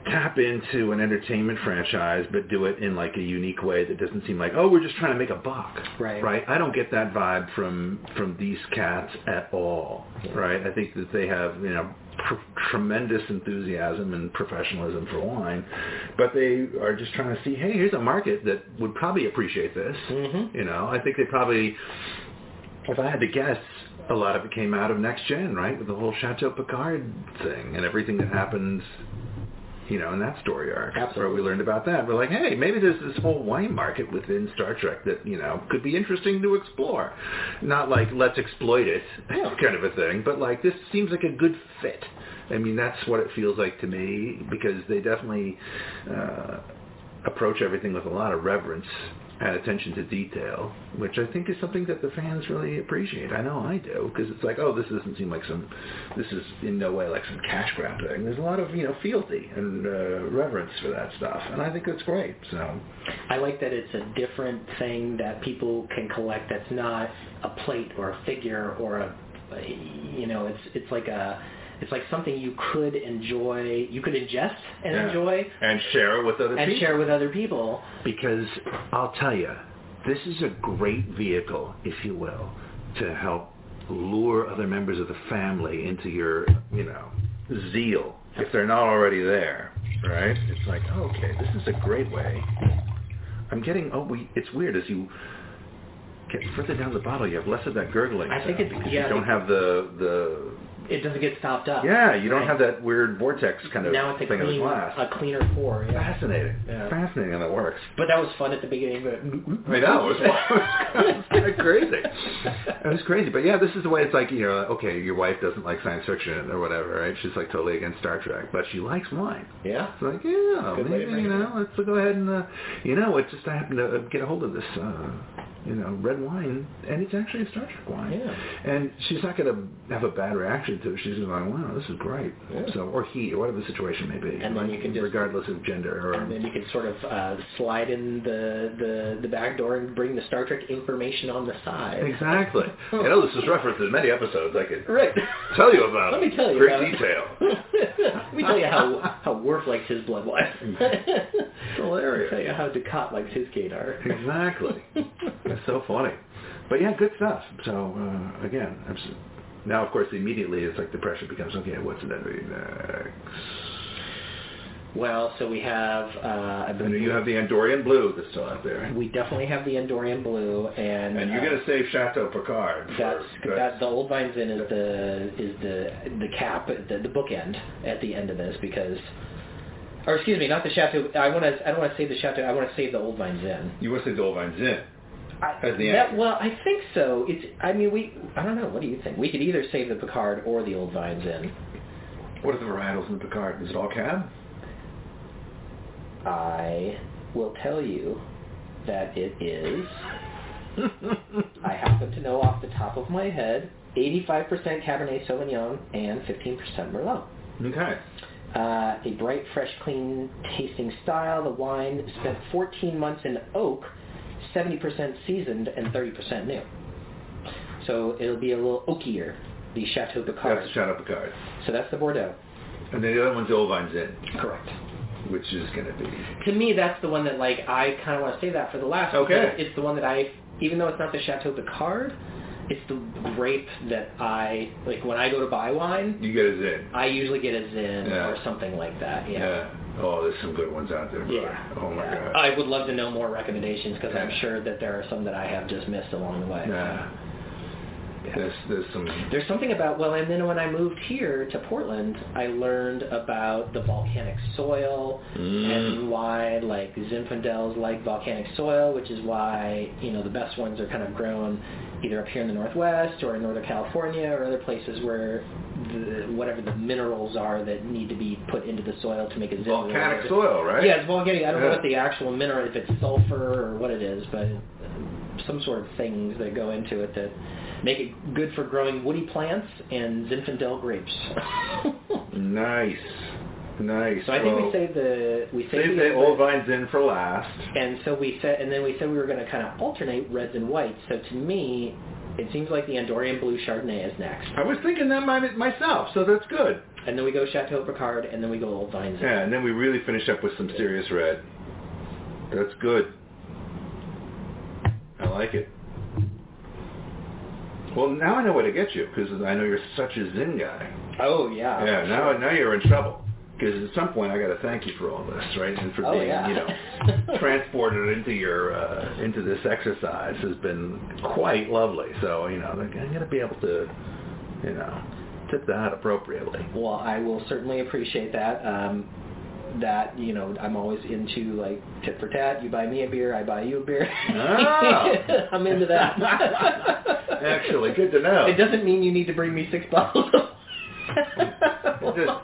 Speaker 4: tap into an entertainment franchise but do it in like a unique way that doesn't seem like oh we're just trying to make a buck
Speaker 2: Right.
Speaker 4: right i don't get that vibe from from these cats at all right i think that they have you know pr- tremendous enthusiasm and professionalism for wine but they are just trying to see hey here's a market that would probably appreciate this
Speaker 2: Mhm.
Speaker 4: you know i think they probably if I had to guess, a lot of it came out of Next Gen, right? With the whole Chateau Picard thing and everything that happens, you know, in that story arc.
Speaker 2: Absolutely.
Speaker 4: Where we learned about that. We're like, hey, maybe there's this whole wine market within Star Trek that, you know, could be interesting to explore. Not like, let's exploit it kind of a thing, but like, this seems like a good fit. I mean, that's what it feels like to me because they definitely... Uh, approach everything with a lot of reverence and attention to detail, which I think is something that the fans really appreciate. I know I do because it's like, oh, this doesn't seem like some, this is in no way like some cash grab thing. There's a lot of you know fealty and uh, reverence for that stuff, and I think that's great. So
Speaker 2: I like that it's a different thing that people can collect. That's not a plate or a figure or a, you know, it's it's like a, it's like something you could enjoy, you could ingest and
Speaker 4: yeah.
Speaker 2: enjoy,
Speaker 4: and share it with other
Speaker 2: and
Speaker 4: people.
Speaker 2: share with other people.
Speaker 4: because I'll tell you, this is a great vehicle, if you will, to help lure other members of the family into your, you know, zeal if they're not already there, right? It's like, oh, okay, this is a great way. I'm getting, oh, we, it's weird as you get further down the bottle, you have less of that gurgling.
Speaker 2: I think
Speaker 4: sound
Speaker 2: it's-
Speaker 4: because
Speaker 2: yeah, I
Speaker 4: you don't
Speaker 2: think-
Speaker 4: have the the.
Speaker 2: It doesn't get stopped up.
Speaker 4: Yeah, you don't
Speaker 2: Right.
Speaker 4: have that weird vortex kind of
Speaker 2: now it's a
Speaker 4: thing in the
Speaker 2: clean,
Speaker 4: glass.
Speaker 2: a cleaner pour. Yeah.
Speaker 4: Fascinating.
Speaker 2: Yeah.
Speaker 4: Fascinating how that works.
Speaker 2: But that was fun at the beginning. But
Speaker 4: I know. It was, it was kind of crazy. It was crazy. But yeah, this is the way it's like, you know, okay, your wife doesn't like science fiction or whatever, right? She's like totally against Star Trek, but she likes wine.
Speaker 2: yeah.
Speaker 4: It's like, yeah,
Speaker 2: Good way to
Speaker 4: maybe,
Speaker 2: bring
Speaker 4: you
Speaker 2: it
Speaker 4: know, let's go ahead and, uh, you know, it just I happened to get a hold of this, uh, you know, red wine, and it's actually a Star Trek wine.
Speaker 2: Yeah.
Speaker 4: And she's not going to have a bad reaction to it. She's just like, wow, this is great.
Speaker 2: Yeah.
Speaker 4: So, or he, or whatever the situation may be.
Speaker 2: And then
Speaker 4: like,
Speaker 2: you can just-
Speaker 4: regardless of gender or
Speaker 2: And then you can sort of uh, slide in the, the, the back door and bring the Star Trek information on the side.
Speaker 4: Exactly. I know this is referenced in many episodes. I could
Speaker 2: Oh. Right.
Speaker 4: tell you about
Speaker 2: Let
Speaker 4: it.
Speaker 2: me tell you.
Speaker 4: Great
Speaker 2: about it.
Speaker 4: detail.
Speaker 2: Let me tell you how how Worf likes his blood wine. it's
Speaker 4: hilarious.
Speaker 2: Tell you how Ducat likes his Kadar.
Speaker 4: Exactly. That's so funny. But yeah, good stuff. So uh, again, I'm s now of course immediately it's like the pressure becomes okay. What's in that movie next?
Speaker 2: Well, so we have uh, I
Speaker 4: And
Speaker 2: believe
Speaker 4: you have the Andorian Blue that's still out there,
Speaker 2: we definitely have the Andorian Blue, and
Speaker 4: and you're
Speaker 2: uh,
Speaker 4: gonna save Chateau Picard. for-
Speaker 2: That's, that, the old vines in is the is the the cap the, the bookend at the end of this because, or excuse me, not the chateau. I want to I don't want to save the chateau. I want to save the old vines in.
Speaker 4: you want to save the old vines in.
Speaker 2: I,
Speaker 4: At the
Speaker 2: that-
Speaker 4: end.
Speaker 2: well, I think so. It's. I mean, we. I don't know. What do you think? We could either save the Picard or the old vines in.
Speaker 4: What are the varietals in Picard? Is it all cab?
Speaker 2: I will tell you that it is. I happen to know off the top of my head, 85% Cabernet Sauvignon and 15% Merlot.
Speaker 4: Okay.
Speaker 2: Uh, a bright, fresh, clean tasting style. The wine spent 14 months in oak, 70% seasoned and 30% new. So it'll be a little oakier the Chateau Picard.
Speaker 4: That's Shadow Picard.
Speaker 2: So that's the Bordeaux.
Speaker 4: And then the other one's Olvine's Inn,
Speaker 2: Correct.
Speaker 4: which is going to be.
Speaker 2: To me, that's the one that like I kind of want to say that for the last.
Speaker 4: Okay.
Speaker 2: because It's the one that I, even though it's not the Chateau Picard, it's the grape that I like when I go to buy wine.
Speaker 4: You get his inn.
Speaker 2: I usually get a Zin
Speaker 4: Yeah.
Speaker 2: or something like that. Yeah.
Speaker 4: Yeah. Oh, there's some good ones out there. bro.
Speaker 2: Yeah.
Speaker 4: Oh my
Speaker 2: Yeah.
Speaker 4: god.
Speaker 2: I would love to know more recommendations because I'm
Speaker 4: Yeah.
Speaker 2: sure that there are some that I have just missed along the way.
Speaker 4: Yeah. There's there's some.
Speaker 2: There's something about well, and then when I moved here to Portland, I learned about the volcanic soil and why like Zinfandels like volcanic soil, which is why you know the best ones are kind of grown either up here in the Northwest or in Northern California or other places where the, whatever the minerals are that need to be put into the soil to make a Zinfandel.
Speaker 4: Volcanic soil, right?
Speaker 2: Yeah, it's volcanic. I don't know
Speaker 4: Yeah.
Speaker 2: what the actual mineral, if it's sulfur or what it is, but uh, some sort of things that go into it that make it good for growing woody plants and Zinfandel grapes.
Speaker 4: Nice. Nice.
Speaker 2: so I think we
Speaker 4: Well,
Speaker 2: saved the we
Speaker 4: They
Speaker 2: saved
Speaker 4: say
Speaker 2: the
Speaker 4: old vines in for last.
Speaker 2: and so we said, and then we said we were going to kind of alternate reds and whites. So to me, it seems like the Andorian Blue Chardonnay is next,
Speaker 4: I was thinking that my, myself, so that's good.
Speaker 2: and then we go Chateau Picard, and then we go Old Vines.
Speaker 4: Yeah, and then we really finish up with some serious red. That's good. I like it. Well, now I know where to get you because I know you're such a Zin guy.
Speaker 2: Oh yeah.
Speaker 4: Yeah, now now you're in trouble because at some point I got to thank you for all this, right? And for
Speaker 2: Oh,
Speaker 4: being,
Speaker 2: yeah.
Speaker 4: you know, transported into your uh, into this exercise has been quite lovely. So you know, I'm gonna be able to, you know, tip that appropriately.
Speaker 2: Well, I will certainly appreciate that. Um, that you know, I'm always into like tit for tat. You buy me a beer, I buy you a beer.
Speaker 4: Oh.
Speaker 2: I'm into that.
Speaker 4: Actually, good to know.
Speaker 2: it doesn't mean you need to bring me six bottles. Of
Speaker 4: Just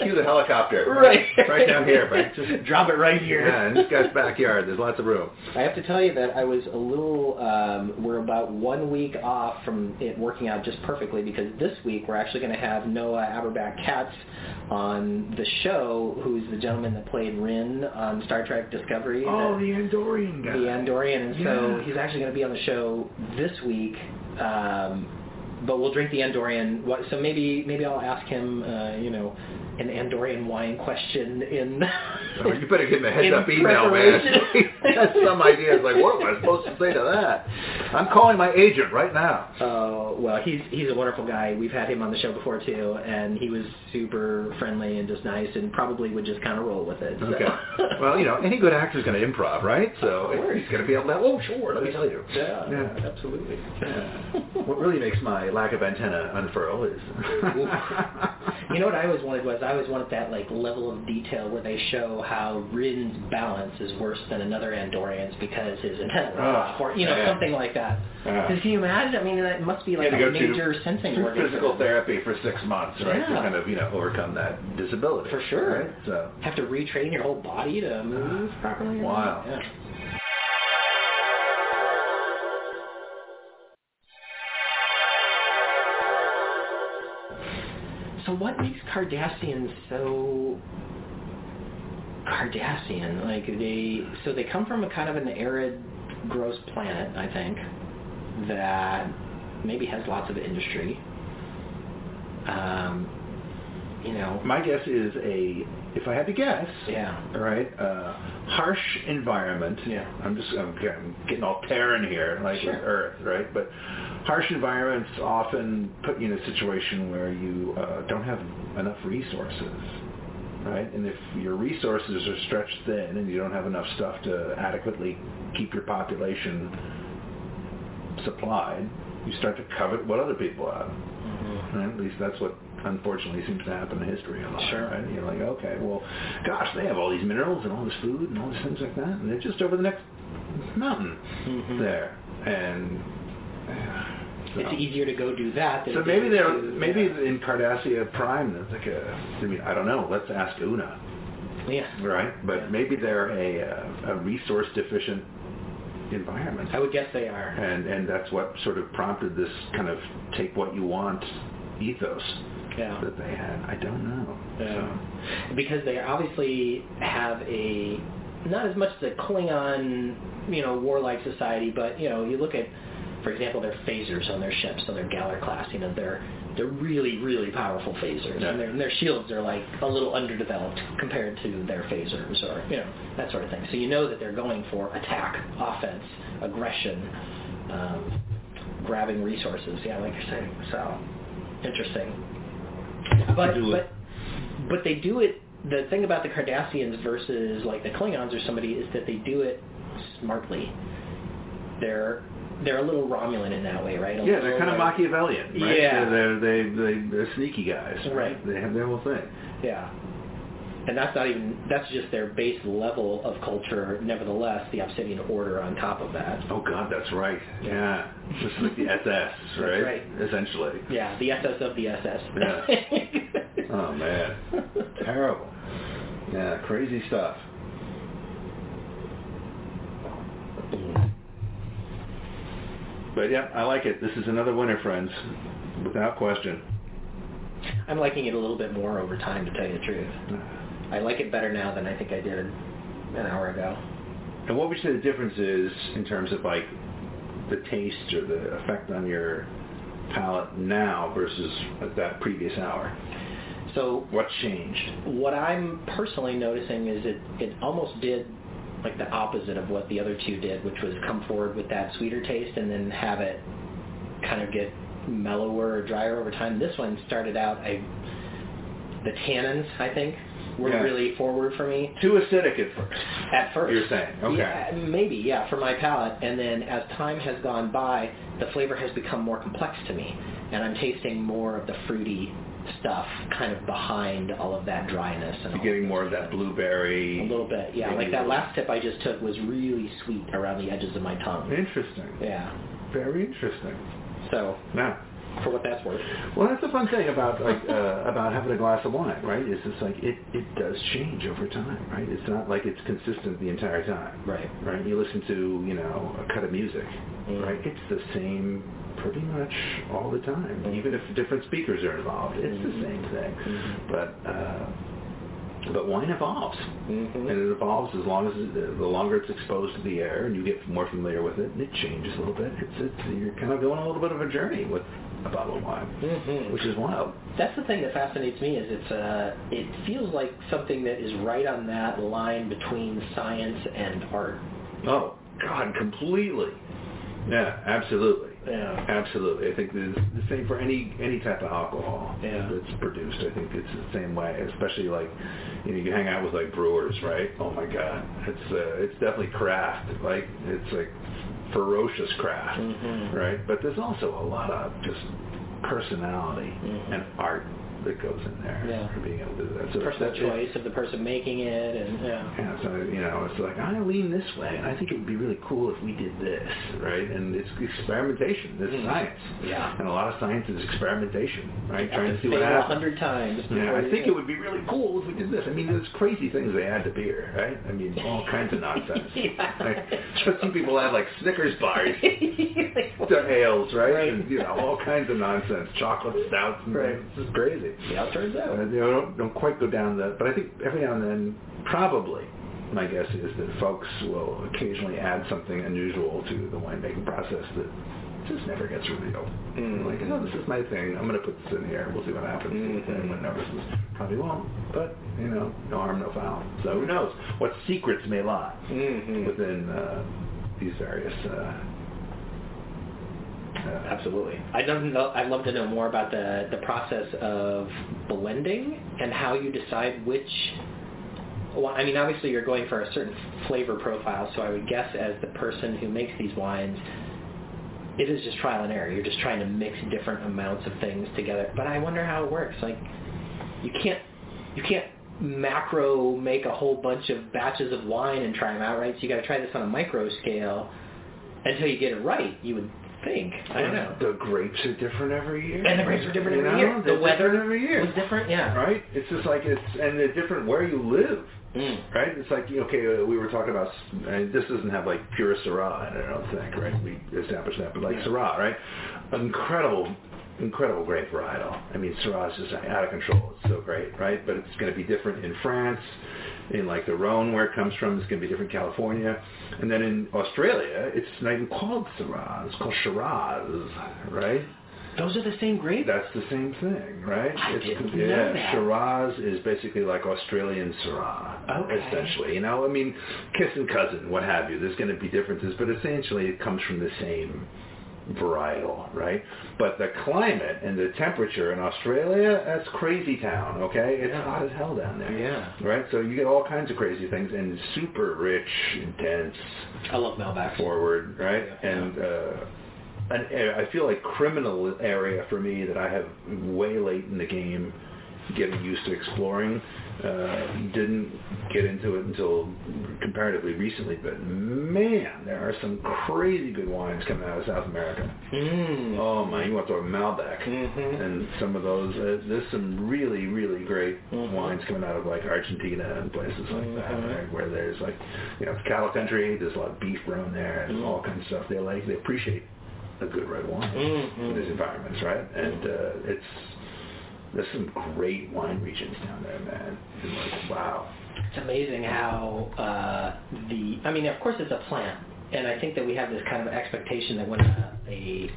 Speaker 4: Cue the helicopter.
Speaker 2: Right.
Speaker 4: Right down here, right? Just
Speaker 2: Drop it right here.
Speaker 4: Yeah, in this guy's backyard. There's lots of room.
Speaker 2: I have to tell you that I was a little. Um, we're about one week off from it working out just perfectly because this week we're actually going to have Noah Aberback Katz on the show, who's the gentleman that played Rin on Star Trek Discovery.
Speaker 4: Oh,
Speaker 2: that-
Speaker 4: Andorian
Speaker 2: the Andorian, and so
Speaker 4: Yeah.
Speaker 2: he's actually going to be on the show this week. Um, but we'll drink the Andorian. What, so maybe maybe I'll ask him, uh, you know, an Andorian wine question in.
Speaker 4: Oh, you better give him a heads
Speaker 2: in
Speaker 4: up email, man.
Speaker 2: preparation.
Speaker 4: That's some idea. It's like, what am I supposed to say to that? I'm calling my agent right now.
Speaker 2: Oh well, he's he's a wonderful guy. We've had him on the show before too, and he was super friendly and just nice, and probably would just kind of roll with it. so.
Speaker 4: Okay. Well, you know, any good actor's going to improv, right? So
Speaker 2: Of course.
Speaker 4: he's going to be able to, oh, sure, let me tell you.
Speaker 2: Yeah,
Speaker 4: Yeah.
Speaker 2: absolutely.
Speaker 4: Yeah. What really makes my lack of antenna unfurl is...
Speaker 2: You know what I always wanted was I always wanted that like level of detail where they show how Rin's balance is worse than another Andorian's because his antenna went off, or you know
Speaker 4: Ah, yeah.
Speaker 2: something like that.
Speaker 4: Yeah.
Speaker 2: Because can you imagine? I mean, that must be like
Speaker 4: had to
Speaker 2: a
Speaker 4: go to
Speaker 2: major sensing
Speaker 4: through
Speaker 2: organ for
Speaker 4: physical
Speaker 2: them.
Speaker 4: therapy for six months, right, to
Speaker 2: Yeah.
Speaker 4: kind of you know overcome that disability.
Speaker 2: For sure.
Speaker 4: Right? So
Speaker 2: Have to retrain your whole body to move properly.
Speaker 4: Wow.
Speaker 2: Yeah. So what makes Cardassians so Cardassian? Like they, so they come from a kind of an arid, gross planet, I think, that maybe has lots of industry. Um, you know,
Speaker 4: my guess is a, if I had to guess,
Speaker 2: yeah.
Speaker 4: all right, uh, harsh environment.
Speaker 2: Yeah.
Speaker 4: I'm just I'm, I'm getting all Terran here, like
Speaker 2: Sure.
Speaker 4: with Earth, right? But harsh environments often put you in a situation where you uh, don't have enough resources. right? And if your resources are stretched thin and you don't have enough stuff to adequately keep your population supplied, you start to covet what other people have. And at least that's what unfortunately seems to happen in history a lot.
Speaker 2: Sure.
Speaker 4: Right? You're like, okay, well, gosh, they have all these minerals and all this food and all these things like that, and they're just over the next mountain
Speaker 2: Mm-hmm.
Speaker 4: there. And
Speaker 2: It's
Speaker 4: so-
Speaker 2: easier to go do that. Than
Speaker 4: so
Speaker 2: it
Speaker 4: maybe
Speaker 2: is
Speaker 4: they're
Speaker 2: to-
Speaker 4: maybe in Cardassia Prime there's like a I mean I don't know let's ask Una
Speaker 2: yeah.
Speaker 4: right but
Speaker 2: Yeah.
Speaker 4: maybe they're a uh, a resource deficient environment
Speaker 2: I would guess they are.
Speaker 4: and and that's what sort of prompted this kind of take what you want ethos
Speaker 2: Yeah.
Speaker 4: that they had I don't know
Speaker 2: Yeah. Because they obviously have a not as much the Klingon, you know, warlike society, but you know, you look at for example, their phasers on their ships, on their Galler class, you know, they're they're really really powerful phasers,
Speaker 4: Yeah.
Speaker 2: and their, and their shields are like a little underdeveloped compared to their phasers, or you know that sort of thing. So you know that they're going for attack, offense, aggression, um, grabbing resources. Yeah, like you're saying. So interesting but
Speaker 4: do it.
Speaker 2: but but they do it. The thing about the Cardassians versus like the Klingons or somebody is that they do it smartly. They're they're a little Romulan in that way, right? A
Speaker 4: Yeah, they're
Speaker 2: little,
Speaker 4: kind of
Speaker 2: like-
Speaker 4: Machiavellian. Right?
Speaker 2: Yeah.
Speaker 4: They're, they're, they, they, they're sneaky guys.
Speaker 2: Right.
Speaker 4: They have their whole thing.
Speaker 2: Yeah. And that's not even that's just their base level of culture. Nevertheless, the Obsidian Order on top of that.
Speaker 4: Oh, God, that's right. Yeah. Just like the SS, right?
Speaker 2: right.
Speaker 4: Essentially.
Speaker 2: Yeah, the SS of the SS.
Speaker 4: Yeah. Oh, man. Terrible. Yeah, crazy stuff. But yeah, I like it. This is another winner, friends, without question.
Speaker 2: I'm liking it a little bit more over time, to tell you the truth. I like it better now than I think I did an hour ago.
Speaker 4: And what would you say the difference is in terms of like the taste or the effect on your palate now versus at that previous hour?
Speaker 2: So
Speaker 4: What changed?
Speaker 2: what I'm personally noticing is it it almost did like the opposite of what the other two did, which was come forward with that sweeter taste and then have it kind of get mellower or drier over time. This one started out I the tannins I think were
Speaker 4: Yeah.
Speaker 2: really forward for me
Speaker 4: Too acidic at first.
Speaker 2: at first.
Speaker 4: You're saying, okay.
Speaker 2: Yeah, maybe, yeah, for my palate. And then as time has gone by, the flavor has become more complex to me. And I'm tasting more of the fruity stuff kind of behind all of that dryness. And
Speaker 4: You're
Speaker 2: all
Speaker 4: getting more of that
Speaker 2: a
Speaker 4: blueberry.
Speaker 2: little bit, yeah. Like that last tip I just took was really sweet around the edges of my tongue.
Speaker 4: Interesting.
Speaker 2: Yeah.
Speaker 4: Very interesting.
Speaker 2: So,
Speaker 4: Now,
Speaker 2: for what that's worth.
Speaker 4: well, that's the fun thing about like uh, about having a glass of wine, right? Is it's like it it does change over time, right? It's not like it's consistent the entire time.
Speaker 2: Right.
Speaker 4: right? You listen to, you know, a cut of music,
Speaker 2: Mm.
Speaker 4: right? It's the same pretty much all the time, even if different speakers are involved. It's the same thing. But uh, but wine evolves,
Speaker 2: Mhm.
Speaker 4: and it evolves as long as the longer it's exposed to the air, and you get more familiar with it, and it changes a little bit. It's, it's you're kind of going on a little bit of a journey with a bottle of wine,
Speaker 2: Mhm.
Speaker 4: which is wild.
Speaker 2: That's the thing that fascinates me is it's uh, it feels like something that is right on that line between science and art.
Speaker 4: Oh God, completely. Yeah, absolutely.
Speaker 2: Yeah.
Speaker 4: Absolutely. I think it's the same for any any type of alcohol
Speaker 2: Yeah.
Speaker 4: that's produced. I think it's the same way, especially like you know you hang out with like brewers, right? Oh my God, it's uh, it's definitely craft. Like it's like ferocious craft,
Speaker 2: Mm-hmm.
Speaker 4: right? But there's also a lot of just personality and art that goes in there.
Speaker 2: Mm-hmm. Yeah.
Speaker 4: For being able to do that. So
Speaker 2: personal
Speaker 4: that's-
Speaker 2: choice of the person making it, and yeah.
Speaker 4: yeah, so you know, it's like I lean this way, and I think it would be really cool if we did this, right? And it's experimentation. It's
Speaker 2: Mhm.
Speaker 4: science,
Speaker 2: Yeah.
Speaker 4: and a lot of science is experimentation, right? Trying to see
Speaker 2: fail
Speaker 4: what
Speaker 2: a
Speaker 4: happens.
Speaker 2: hundred times.
Speaker 4: Yeah,
Speaker 2: before
Speaker 4: I
Speaker 2: you-
Speaker 4: think it would be really cool if we did this. I mean, there's crazy things they add to beer, right? I mean, all kinds of nonsense.
Speaker 2: Yeah.
Speaker 4: Like, I see people add like Snickers bars to ales, right?
Speaker 2: Right.
Speaker 4: And, you know, all kinds of nonsense, chocolate stouts, and
Speaker 2: Right.
Speaker 4: things. It's just crazy.
Speaker 2: See how it turns out.
Speaker 4: Uh, you know, don't, don't quite go down the, but I think every now and then, probably, my guess is that folks will occasionally add something unusual to the winemaking process that just never gets revealed.
Speaker 2: Mm.
Speaker 4: Like, oh, this is my thing. I'm going to put this in here. We'll see what happens. If
Speaker 2: Mhm.
Speaker 4: anyone notices, probably won't. But you know, no harm, no foul. So who knows what secrets may lie
Speaker 2: Mhm.
Speaker 4: within uh, these various. Uh, uh,
Speaker 2: Absolutely. I'd love, to know, I'd love to know more about the, the process of blending and how you decide which. Well, I mean, obviously you're going for a certain flavor profile, so I would guess as the person who makes these wines, it is just trial and error. You're just trying to mix different amounts of things together. But I wonder how it works. Like, you can't you can't macro make a whole bunch of batches of wine and try them out, right? So you got to try this on a micro scale until you get it right. You would think. I don't know.
Speaker 4: The grapes are different every year.
Speaker 2: And the grapes were different
Speaker 4: You
Speaker 2: every
Speaker 4: know,
Speaker 2: year.
Speaker 4: they're
Speaker 2: The weather
Speaker 4: different every year
Speaker 2: was different. Yeah.
Speaker 4: right? It's just like it's and they're different where you live,
Speaker 2: Mm.
Speaker 4: right? It's like okay, uh, we were talking about and this doesn't have like pure Syrah, in it, I don't think, right? We established that, but like Syrah, right? Incredible incredible grape varietal. I mean, Syrah's just out of control. It's so great, right? But it's going to be different in France, in like the Rhone where it comes from. It's going to be different in California, and then in Australia, it's not even called Syrah. It's called Shiraz, right?
Speaker 2: Those are the same grapes.
Speaker 4: That's the same thing, right?
Speaker 2: I
Speaker 4: It's-
Speaker 2: didn't know
Speaker 4: yeah,
Speaker 2: that.
Speaker 4: Shiraz is basically like Australian Syrah,
Speaker 2: Okay.
Speaker 4: essentially. You know, I mean, kiss and cousin, what have you. There's going to be differences, but essentially it comes from the same varietal, right? But the climate and the temperature in Australia, that's crazy town, okay? It's hot as hell down there.
Speaker 2: Yeah.
Speaker 4: Right? So you get all kinds of crazy things and super rich, intense,
Speaker 2: I love Malbec.
Speaker 4: forward, right?
Speaker 2: Yeah.
Speaker 4: And uh, an area, I feel like criminal area for me that I have way late in the game getting used to exploring. Uh, didn't get into it until comparatively recently, but man, there are some crazy good wines coming out of South America.
Speaker 2: Mm.
Speaker 4: Oh man, you want to talk Malbec
Speaker 2: Mhm.
Speaker 4: and some of those. Uh, there's some really, really great wines coming out of like Argentina and places like that, right? where there's like, you know, it's cattle country. There's a lot of beef grown there and all kinds of stuff. They like, they appreciate a good red wine in these environments, right? And uh, it's there's some great wine regions down there, man. And like, wow.
Speaker 2: It's amazing how uh, the, I mean, of course it's a plant, and I think that we have this kind of expectation that when a, a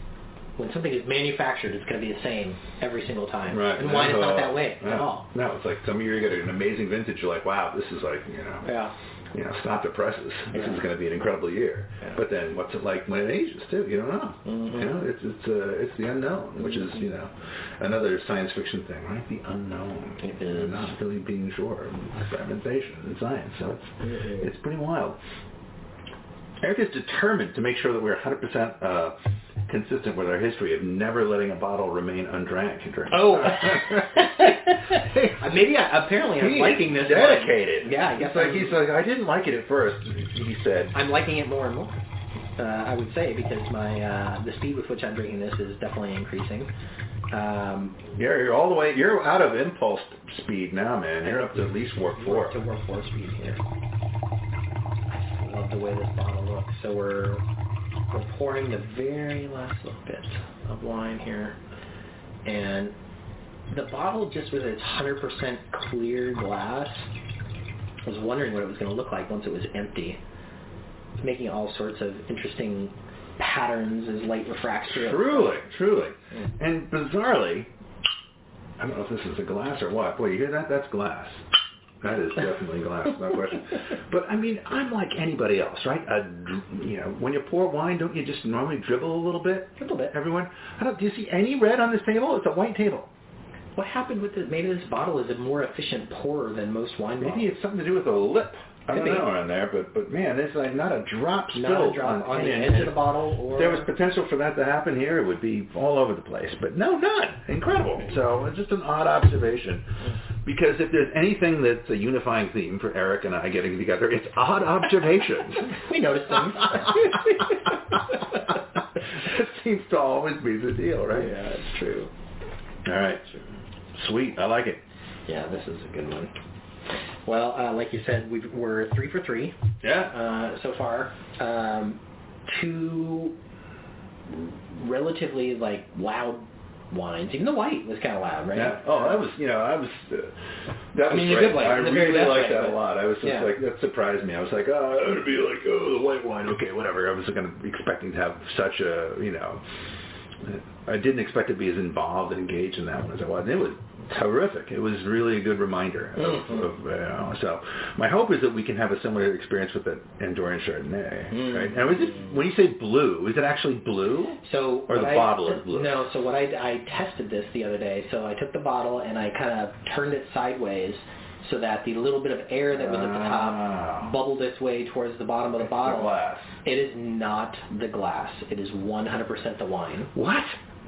Speaker 2: when something is manufactured, it's going to be the same every single time. And wine is
Speaker 4: Uh,
Speaker 2: not that way
Speaker 4: no.
Speaker 2: at all.
Speaker 4: No, it's like some of you are getting an amazing vintage. You're like, wow, this is like, you know,
Speaker 2: Yeah.
Speaker 4: you know, stop the presses. This
Speaker 2: Yeah.
Speaker 4: is going to be an incredible year.
Speaker 2: Yeah. Mm-hmm.
Speaker 4: But then, what's it like when it ages too? You don't know. You know, it's it's uh, it's the unknown, which is you know another science fiction thing, right? The unknown.
Speaker 2: It is.
Speaker 4: You're Not really being sure. Experimentation and science, so it's
Speaker 2: Mm-hmm.
Speaker 4: it's pretty wild. Eric is determined to make sure that we're 100% uh, consistent with our history of never letting a bottle remain undrank. during-
Speaker 2: Oh. Maybe I, apparently I'm
Speaker 4: He
Speaker 2: liking
Speaker 4: is
Speaker 2: this. wine.
Speaker 4: Dedicated.
Speaker 2: Yeah, I guess
Speaker 4: It's like
Speaker 2: I'm-
Speaker 4: he's like I didn't like it at first. He said,
Speaker 2: I'm liking it more and more. Uh, I would say because my uh, the speed with which I'm drinking this is definitely increasing. Um,
Speaker 4: "You're you're all the way. You're out of impulse speed now, man. You're up to at least warp four.
Speaker 2: to work four speed here. I just love the way this bottle looks. So we're we're pouring the very last little bit of wine here, and the bottle just with its 100% clear glass. I was wondering what it was going to look like once it was empty. It's making all sorts of interesting patterns as light refracts through. it.
Speaker 4: Truly, truly, and bizarrely, I don't know if this is a glass or what. Boy, you hear that? That's glass. That is definitely glass, no question. But I mean, I'm like anybody else, right? A, dr- you know, when you pour wine, don't you just normally dribble a little bit?
Speaker 2: A little bit.
Speaker 4: Everyone, I don't. Do you see any red on this table? It's a white table.
Speaker 2: What happened with this? Maybe this bottle is a more efficient pourer than most wine bottles.
Speaker 4: Maybe it's something to do with the lip. I
Speaker 2: Could
Speaker 4: don't
Speaker 2: be.
Speaker 4: know on there, but but man, it's like not a drop spilled
Speaker 2: Not a drop on the
Speaker 4: and-
Speaker 2: edge of the bottle or
Speaker 4: If there was potential for that to happen here, it would be all over the place. But no, none. Incredible. So it's just an odd observation. Because if there's anything that's a unifying theme for Eric and I getting together, it's odd observations.
Speaker 2: we noticed things.
Speaker 4: that seems to always be the deal, right? Yeah, it's true. All right. Sweet. I like it.
Speaker 2: yeah, this is a good one. Well, uh, like you said, we've, we're three for three
Speaker 4: Yeah.
Speaker 2: uh, so far. Um, two relatively like loud wines. Even the white was kind of loud, right?
Speaker 4: Yeah. Oh, that was you know I was uh, that
Speaker 2: I mean,
Speaker 4: was
Speaker 2: the good
Speaker 4: great.
Speaker 2: way,
Speaker 4: I
Speaker 2: the very
Speaker 4: really
Speaker 2: best
Speaker 4: liked
Speaker 2: way,
Speaker 4: that a
Speaker 2: but-
Speaker 4: lot. I was just
Speaker 2: yeah.
Speaker 4: like that surprised me. I was like, oh, I'm gonna be like, oh, the white wine, okay, whatever. I was kind of expecting to have such a you know, I didn't expect to be as involved and engaged in that one as I was. And it was terrific. It was really a good reminder of,
Speaker 2: Mm-hmm.
Speaker 4: of you know, so my hope is that we can have a similar experience with the Andorian Chardonnay.
Speaker 2: Mm-hmm.
Speaker 4: Right? Now, is it when you say blue, is it actually blue?
Speaker 2: So
Speaker 4: Or the
Speaker 2: what I-
Speaker 4: bottle is blue.
Speaker 2: No, so what I, I tested this the other day. So I took the bottle and I kind of turned it sideways so that the little bit of air that was at the
Speaker 4: Ah.
Speaker 2: top bubbled its way towards the bottom of the bottle.
Speaker 4: glass.
Speaker 2: It is not the glass. It is 100% the wine.
Speaker 4: What?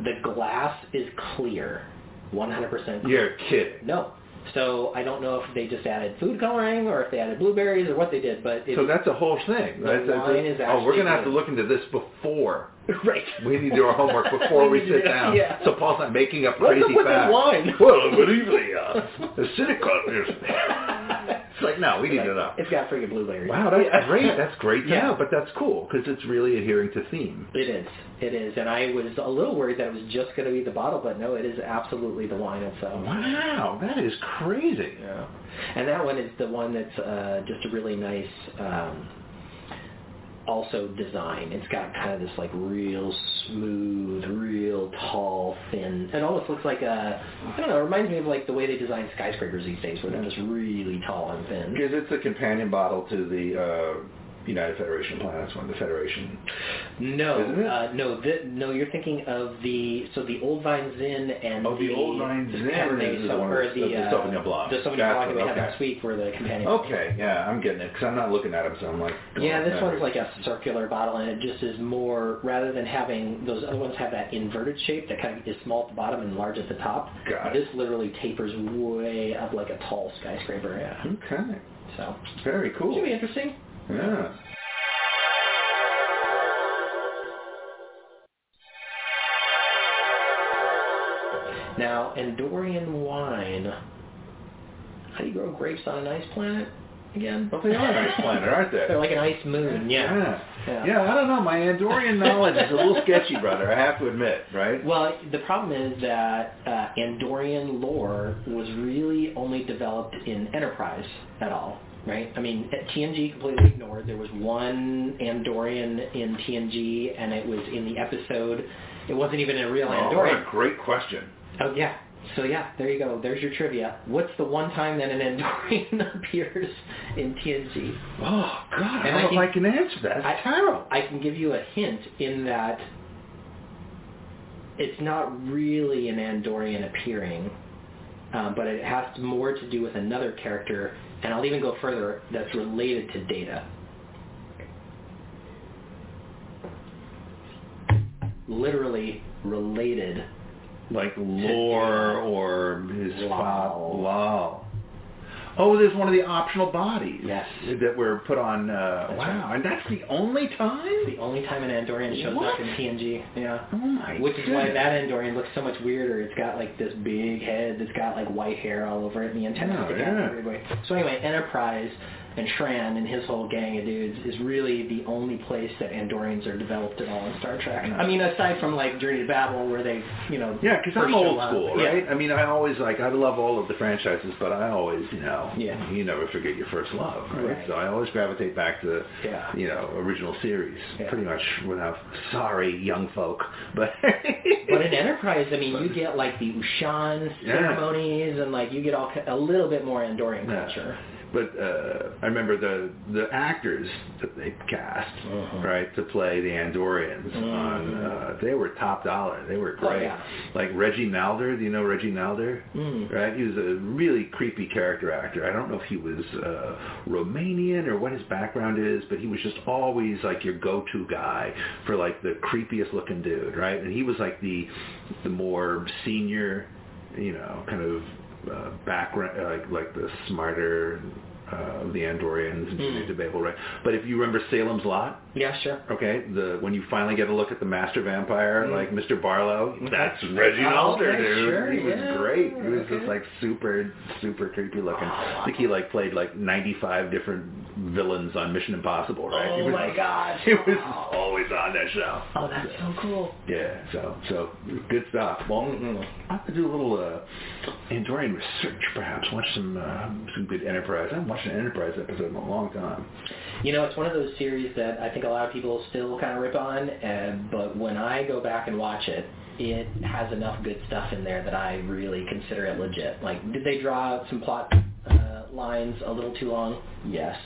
Speaker 2: The glass is clear. 100% clear.
Speaker 4: You're kidding.
Speaker 2: No. So I don't know if they just added food coloring or if they added blueberries or what they did, but it
Speaker 4: So that's a whole thing.
Speaker 2: The
Speaker 4: That's- that's-
Speaker 2: wine is
Speaker 4: oh, we're
Speaker 2: actually
Speaker 4: gonna have to
Speaker 2: good.
Speaker 4: look into this before.
Speaker 2: right.
Speaker 4: We need to do our homework before
Speaker 2: We
Speaker 4: we,
Speaker 2: need to
Speaker 4: sit
Speaker 2: do-
Speaker 4: down.
Speaker 2: yeah.
Speaker 4: So Paul's not making up
Speaker 2: What's
Speaker 4: crazy
Speaker 2: up with that
Speaker 4: facts.
Speaker 2: wine?
Speaker 4: Well, good evening. Uh, acidic It's like, no, we need to know.
Speaker 2: It's got freaking blue layers.
Speaker 4: Wow, that's great. That's great to
Speaker 2: Yeah.
Speaker 4: know, but that's cool because it's really adhering to theme.
Speaker 2: It is. It is. And I was a little worried that it was just going to be the bottle, but no, it is absolutely the wine itself.
Speaker 4: Wow, that is crazy.
Speaker 2: Yeah. And that one is the one that's uh, just a really nice, um, also design. It's got kind of this like real smooth, real tall, thin. It almost looks like a, I don't know, it reminds me of like the way they design skyscrapers these days where they're just really tall and thin.
Speaker 4: Because it's a companion bottle to the uh, United Federation of Planets one, the Federation.
Speaker 2: No,
Speaker 4: Isn't it?
Speaker 2: uh, no, th- no. You're thinking of the so the old vine zin and
Speaker 4: Oh, the Old Vine
Speaker 2: the
Speaker 4: Zin
Speaker 2: Cabernet
Speaker 4: is the
Speaker 2: Sau-
Speaker 4: one
Speaker 2: or
Speaker 4: that's- the
Speaker 2: uh,
Speaker 4: Sauvignon Blanc.
Speaker 2: The Sauvignon
Speaker 4: That's
Speaker 2: Blanc that we
Speaker 4: what-
Speaker 2: had
Speaker 4: okay.
Speaker 2: last week were the companion.
Speaker 4: Okay, yeah, I'm getting it because I'm not looking at them, so I'm like.
Speaker 2: Yeah, this one's like a circular bottle, and it just is more rather than having those other ones have that inverted shape that kind of is small at the bottom and large at the top.
Speaker 4: Got it.
Speaker 2: this literally tapers way up like a tall skyscraper. Yeah.
Speaker 4: Okay,
Speaker 2: So
Speaker 4: very cool.
Speaker 2: should be interesting.
Speaker 4: Yeah.
Speaker 2: Now, Andorian wine. How do you grow grapes on an ice planet again?
Speaker 4: Well, they are an ice planet, aren't they?
Speaker 2: They're like an ice moon. Yeah.
Speaker 4: Yeah.
Speaker 2: Yeah.
Speaker 4: Yeah, I don't know. My Andorian knowledge is a little sketchy, brother. I have to admit, right?
Speaker 2: Well, the problem is that uh, Andorian lore was really only developed in Enterprise at all, right? I mean, eh, TNG completely ignored. There was one Andorian in TNG, and it was in the episode. It wasn't even a real
Speaker 4: Oh, what a
Speaker 2: Andorian.
Speaker 4: great question.
Speaker 2: Oh, yeah. So yeah, there you go. There's your trivia. What's the one time that an Andorian appears in TNG?
Speaker 4: Oh God, I
Speaker 2: And I
Speaker 4: don't know if
Speaker 2: think-
Speaker 4: I can answer that. It's
Speaker 2: I-
Speaker 4: terrible.
Speaker 2: I can give you a hint in that it's not really an Andorian appearing, um, but it has more to do with another character, and I'll even go further, that's related to Data. Literally related.
Speaker 4: like lore or his
Speaker 2: Lol.
Speaker 4: fa- lol. Oh, there's one of the optional bodies.
Speaker 2: Yes.
Speaker 4: That were put on. Uh,
Speaker 2: That's
Speaker 4: wow,
Speaker 2: right.
Speaker 4: and that's the only
Speaker 2: The
Speaker 4: time.
Speaker 2: only time an Andorian shows
Speaker 4: What?
Speaker 2: up in TNG. Yeah.
Speaker 4: Oh my.
Speaker 2: Which is why
Speaker 4: goodness.
Speaker 2: that Andorian looks so much weirder. It's got like this big head that's got like white hair all over it, and the antenna
Speaker 4: Yeah,
Speaker 2: stick out in
Speaker 4: Oh, yeah.
Speaker 2: a weird way. So anyway, Enterprise and Shran and his whole gang of dudes is really the only place that Andorians are developed at all in Star Trek. I mean, aside from like Journey to Babel, where they, you know,
Speaker 4: Yeah, because I'm
Speaker 2: first
Speaker 4: old
Speaker 2: show up.
Speaker 4: school,
Speaker 2: Yeah.
Speaker 4: right? I mean, I always like I love all of the franchises, but I always, you know,
Speaker 2: Yeah.
Speaker 4: you never forget your first love, right?
Speaker 2: Right.
Speaker 4: So I always gravitate back to,
Speaker 2: Yeah.
Speaker 4: you know, original series,
Speaker 2: Yeah.
Speaker 4: pretty much. Without sorry, young folk, but
Speaker 2: But in Enterprise, I mean, you get like the Ushan
Speaker 4: Yeah.
Speaker 2: ceremonies, and like you get all ki- a little bit more Andorian
Speaker 4: Yeah.
Speaker 2: culture.
Speaker 4: But uh, I remember the the actors that they cast,
Speaker 2: Uh-huh.
Speaker 4: right, to play the Andorians. On uh, they were top dollar. They were
Speaker 2: Mm-hmm. Oh,
Speaker 4: great.
Speaker 2: yeah.
Speaker 4: Like Reggie Nalder. Do you know Reggie Nalder?
Speaker 2: Mm.
Speaker 4: Right. He was a really creepy character actor. I don't know if he was uh, Romanian or what his background is, but he was just always like your go-to guy for like the creepiest looking dude, right? And he was like the the more senior, you know, kind of uh, background, uh, like like the smarter uh, of the Andorians and Judy DeBabel, right? But if you remember Salem's Lot,
Speaker 2: Yeah, sure.
Speaker 4: okay, the when you finally get a look at the master vampire, like Mr. Barlow, Mm. that's Reggie
Speaker 2: Okay,
Speaker 4: Alder, dude.
Speaker 2: sure,
Speaker 4: he was
Speaker 2: yeah,
Speaker 4: great. He was
Speaker 2: okay.
Speaker 4: just like super, super creepy looking. I think he like played like 95 different villains on Mission Impossible, right? He
Speaker 2: Oh
Speaker 4: was-
Speaker 2: my gosh.
Speaker 4: He was always on that show.
Speaker 2: Oh, that's so cool.
Speaker 4: Yeah, so so good stuff. Well, mm-hmm. I have to do a little uh, Andorian research, perhaps. Watch some uh, some good Enterprise. I haven't watched an Enterprise episode in a long time.
Speaker 2: You know, it's one of those series that I think a lot of people still kind of rip on, and, but when I go back and watch it, it has enough good stuff in there that I really consider it legit. Like, did they draw some plot uh, lines a little too long? Yes.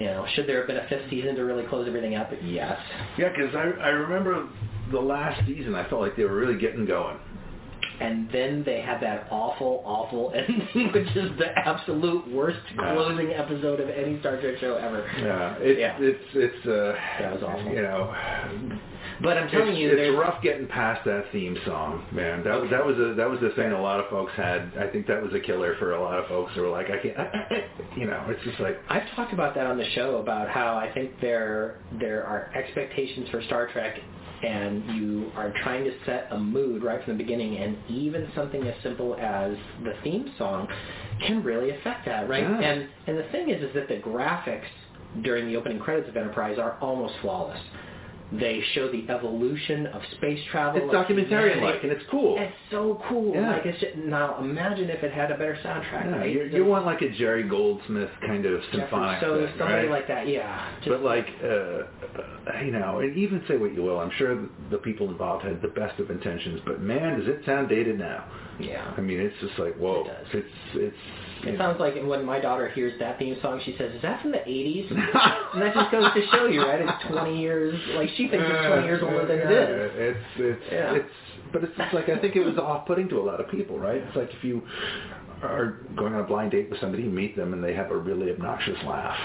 Speaker 2: You know, should there have been a fifth season to really close everything up? Yes.
Speaker 4: Yeah, because I I remember the last season. I felt like they were really getting going.
Speaker 2: And then they had that awful, awful ending, which is the absolute worst
Speaker 4: Yeah.
Speaker 2: closing episode of any Star Trek show ever.
Speaker 4: Yeah, it,
Speaker 2: Yeah.
Speaker 4: it's it's uh,
Speaker 2: That was awful.
Speaker 4: You know,
Speaker 2: But I'm telling
Speaker 4: it's,
Speaker 2: you,
Speaker 4: it's
Speaker 2: there's
Speaker 4: rough getting past that theme song, man. That was that was a that was the thing a lot of folks had. I think that was a killer for a lot of folks who were like, I can't, you know, it's just like.
Speaker 2: I've talked about that on the show about how I think there there are expectations for Star Trek and you are trying to set a mood right from the beginning, and even something as simple as the theme song can really affect that, right?
Speaker 4: Yeah.
Speaker 2: And and the thing is, is that the graphics during the opening credits of Enterprise are almost flawless. They show the evolution of space travel.
Speaker 4: It's
Speaker 2: of
Speaker 4: documentarian
Speaker 2: humanity.
Speaker 4: like, and it's cool.
Speaker 2: It's so cool.
Speaker 4: Yeah.
Speaker 2: Like it's just, now imagine if it had a better soundtrack,
Speaker 4: Yeah,
Speaker 2: right?
Speaker 4: you, you want like a Jerry Goldsmith kind of symphonic
Speaker 2: so
Speaker 4: thing,
Speaker 2: somebody
Speaker 4: right?
Speaker 2: like that, yeah. Just,
Speaker 4: but like, uh, you know, and even say what you will, I'm sure the people involved had the best of intentions. But man, does it sound dated now?
Speaker 2: yeah.
Speaker 4: I mean, it's just like whoa.
Speaker 2: It does.
Speaker 4: It's it's. you
Speaker 2: It
Speaker 4: know.
Speaker 2: sounds like when my daughter hears that theme song, she says, "Is that from the '80s?" and that just goes to show you, right? It's 20 years. Like she thinks it's 20 years older than it is.
Speaker 4: It's it's
Speaker 2: Yeah.
Speaker 4: it's but it's just like I think it was off-putting to a lot of people, right? It's like if you are going on a blind date with somebody, you meet them and they have a really obnoxious laugh.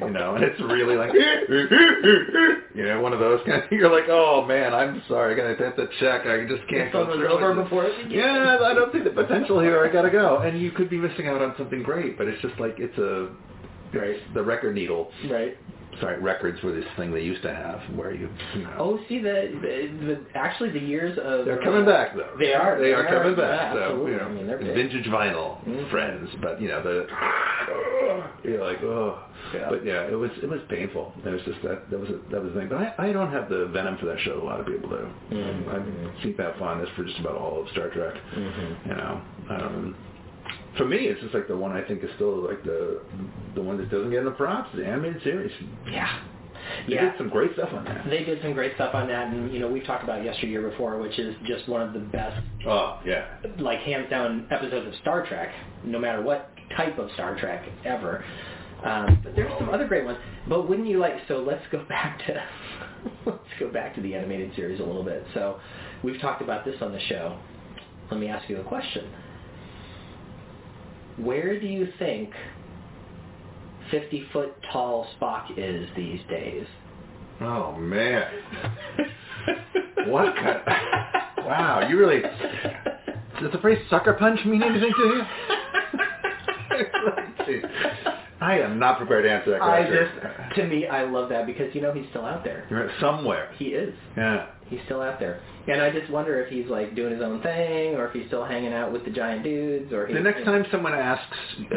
Speaker 4: You know, and it's really like, you know, one of those kind. Of, you're like, oh man, I'm sorry, I gotta have to check. I just can't go
Speaker 2: Phone was
Speaker 4: through
Speaker 2: over
Speaker 4: it."
Speaker 2: before it began.
Speaker 4: Yeah, I don't see the potential here. I gotta go, and you could be missing out on something great. But it's just like it's a,
Speaker 2: Right.
Speaker 4: The record needle
Speaker 2: Right.
Speaker 4: sorry, records were this thing they used to have where you, you know.
Speaker 2: Oh, see the, the, the actually the years of
Speaker 4: they're coming back though.
Speaker 2: Oh, They are.
Speaker 4: They are
Speaker 2: They are.
Speaker 4: coming
Speaker 2: Yeah,
Speaker 4: back. so
Speaker 2: absolutely.
Speaker 4: you know,
Speaker 2: I mean, they're big. Mm-hmm.
Speaker 4: vintage vinyl friends, but you know the. You're like oh,
Speaker 2: Yeah.
Speaker 4: but yeah, it was it was painful. It was just that that was a, that was the thing. But I, I don't have the venom for that show. A lot of people do.
Speaker 2: Mm-hmm.
Speaker 4: I I seek that fondness for just about all of Star Trek.
Speaker 2: Mm-hmm.
Speaker 4: You know, um, for me, it's just like the one I think is still like the the one that doesn't get enough props. The animated series.
Speaker 2: Yeah.
Speaker 4: They
Speaker 2: Yeah.
Speaker 4: did some great stuff on that.
Speaker 2: They did some great stuff on that, and you know we've talked about yesteryear before, which is just one of the best
Speaker 4: Oh yeah.
Speaker 2: like hands down episodes of Star Trek, no matter what type of Star Trek ever. Um, but there's some other great ones. But wouldn't you like? So let's go back to let's go back to the animated series a little bit. So we've talked about this on the show. Let me ask you a question. Where do you think 50 foot tall Spock is these days?
Speaker 4: Oh man. what kind Wow, you really does the phrase sucker punch mean anything to you? Jeez. I am not prepared to answer that
Speaker 2: I
Speaker 4: question.
Speaker 2: just to me I love that because you know he's still out there.
Speaker 4: You're somewhere.
Speaker 2: He is.
Speaker 4: Yeah.
Speaker 2: He's still out there. And I just wonder if he's like doing his own thing or if he's still hanging out with the giant dudes or
Speaker 4: The next time someone asks uh,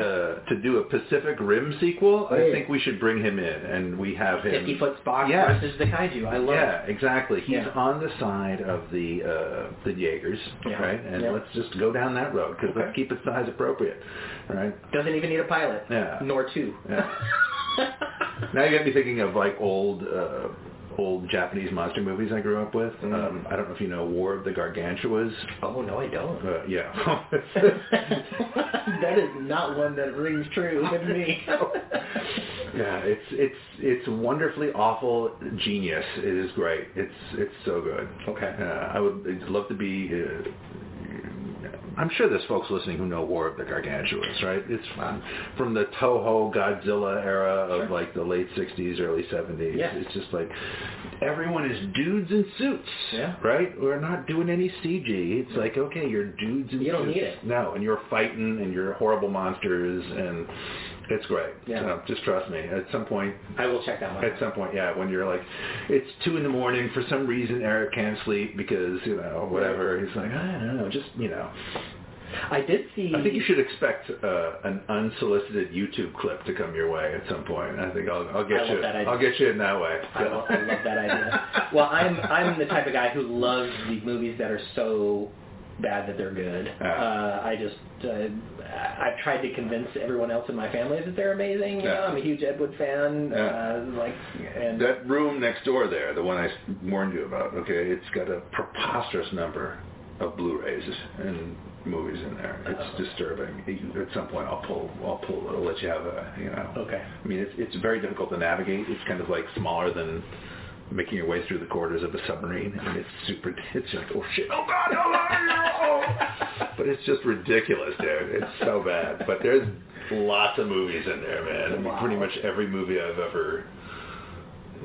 Speaker 4: to do a Pacific Rim sequel, I
Speaker 2: Right.
Speaker 4: think we should bring him in and we have him.
Speaker 2: fifty foot Spock
Speaker 4: Yes.
Speaker 2: versus the kaiju. I love
Speaker 4: Yeah,
Speaker 2: it.
Speaker 4: exactly. He's
Speaker 2: Yeah.
Speaker 4: on the side of the uh, the Jaegers,
Speaker 2: Yeah.
Speaker 4: right? And
Speaker 2: Yeah.
Speaker 4: let's just go down that road because let's keep it size appropriate, right?
Speaker 2: Doesn't even need a pilot.
Speaker 4: Yeah.
Speaker 2: Nor two.
Speaker 4: Yeah. now you got me thinking of like old uh, old Japanese monster movies I grew up with. Um, I don't know if you know War of the Gargantuas.
Speaker 2: Oh no I don't.
Speaker 4: Uh, yeah,
Speaker 2: that is not one that rings true with me.
Speaker 4: yeah. It's it's it's wonderfully awful genius. It is great. It's it's so good.
Speaker 2: Okay.
Speaker 4: Uh, I would I'd love to be. Uh, I'm sure there's folks listening who know War of the Gargantuas, right? It's from, from the Toho Godzilla era of like the late 60s, early 70s.
Speaker 2: Yeah.
Speaker 4: It's just like everyone is dudes in suits,
Speaker 2: Yeah.
Speaker 4: right? We're not doing any CG. It's like, okay, you're dudes in
Speaker 2: You don't
Speaker 4: suits.
Speaker 2: need it.
Speaker 4: No, and you're fighting and you're horrible monsters and it's great.
Speaker 2: Yeah.
Speaker 4: So just trust me. At some point,
Speaker 2: I will check that one.
Speaker 4: at
Speaker 2: out.
Speaker 4: some point, yeah, when you're like, it's two in the morning for some reason, Eric can't sleep because you know whatever. He's like, I don't know, just you know.
Speaker 2: I did see
Speaker 4: I think you should expect uh, an unsolicited YouTube clip to come your way at some point. I think I'll, I'll
Speaker 2: I
Speaker 4: get
Speaker 2: love
Speaker 4: you.
Speaker 2: that idea.
Speaker 4: I'll get you in that way.
Speaker 2: I love, I love that idea. Well, I'm I'm the type of guy who loves the movies that are so bad that they're good.
Speaker 4: Yeah.
Speaker 2: Uh, I just uh, I've tried to convince everyone else in my family that they're amazing. You
Speaker 4: Yeah.
Speaker 2: know, I'm a huge Ed Wood fan.
Speaker 4: Yeah.
Speaker 2: Uh, like and
Speaker 4: That room next door there, the one I s- warned you about, okay, it's got a preposterous number of Blu-rays and movies in there. It's disturbing. You- At some point, I'll pull, I'll pull, I'll let you have a, you know.
Speaker 2: Okay.
Speaker 4: I mean, it's it's very difficult to navigate. It's kind of like smaller than making your way through the corridors of a submarine. I mean, it's super. It's like, oh shit, oh god, oh, god, oh. But it's just ridiculous, dude. It's so bad. But there's lots of movies in there, man. I mean, pretty much every movie I've ever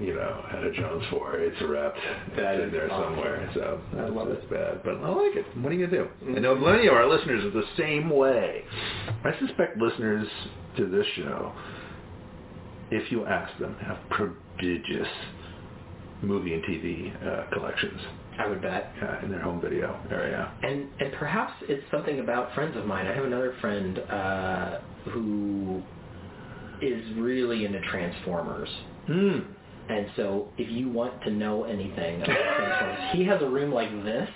Speaker 4: you know, had a Jones for. It's wrapped.
Speaker 2: That
Speaker 4: it's in
Speaker 2: is
Speaker 4: there
Speaker 2: awesome.
Speaker 4: somewhere. So
Speaker 2: I
Speaker 4: that's,
Speaker 2: love it. Mm-hmm.
Speaker 4: that's bad. But I like it. What are you going to do? I know plenty of our listeners are the same way. I suspect listeners to this show, if you ask them, have prodigious movie and TV uh, collections
Speaker 2: I would bet.
Speaker 4: uh, in their home video area.
Speaker 2: And and perhaps it's something about friends of mine. I have another friend uh, who is really into Transformers.
Speaker 4: Hmm.
Speaker 2: And so if you want to know anything about Transformers, he has a room like this,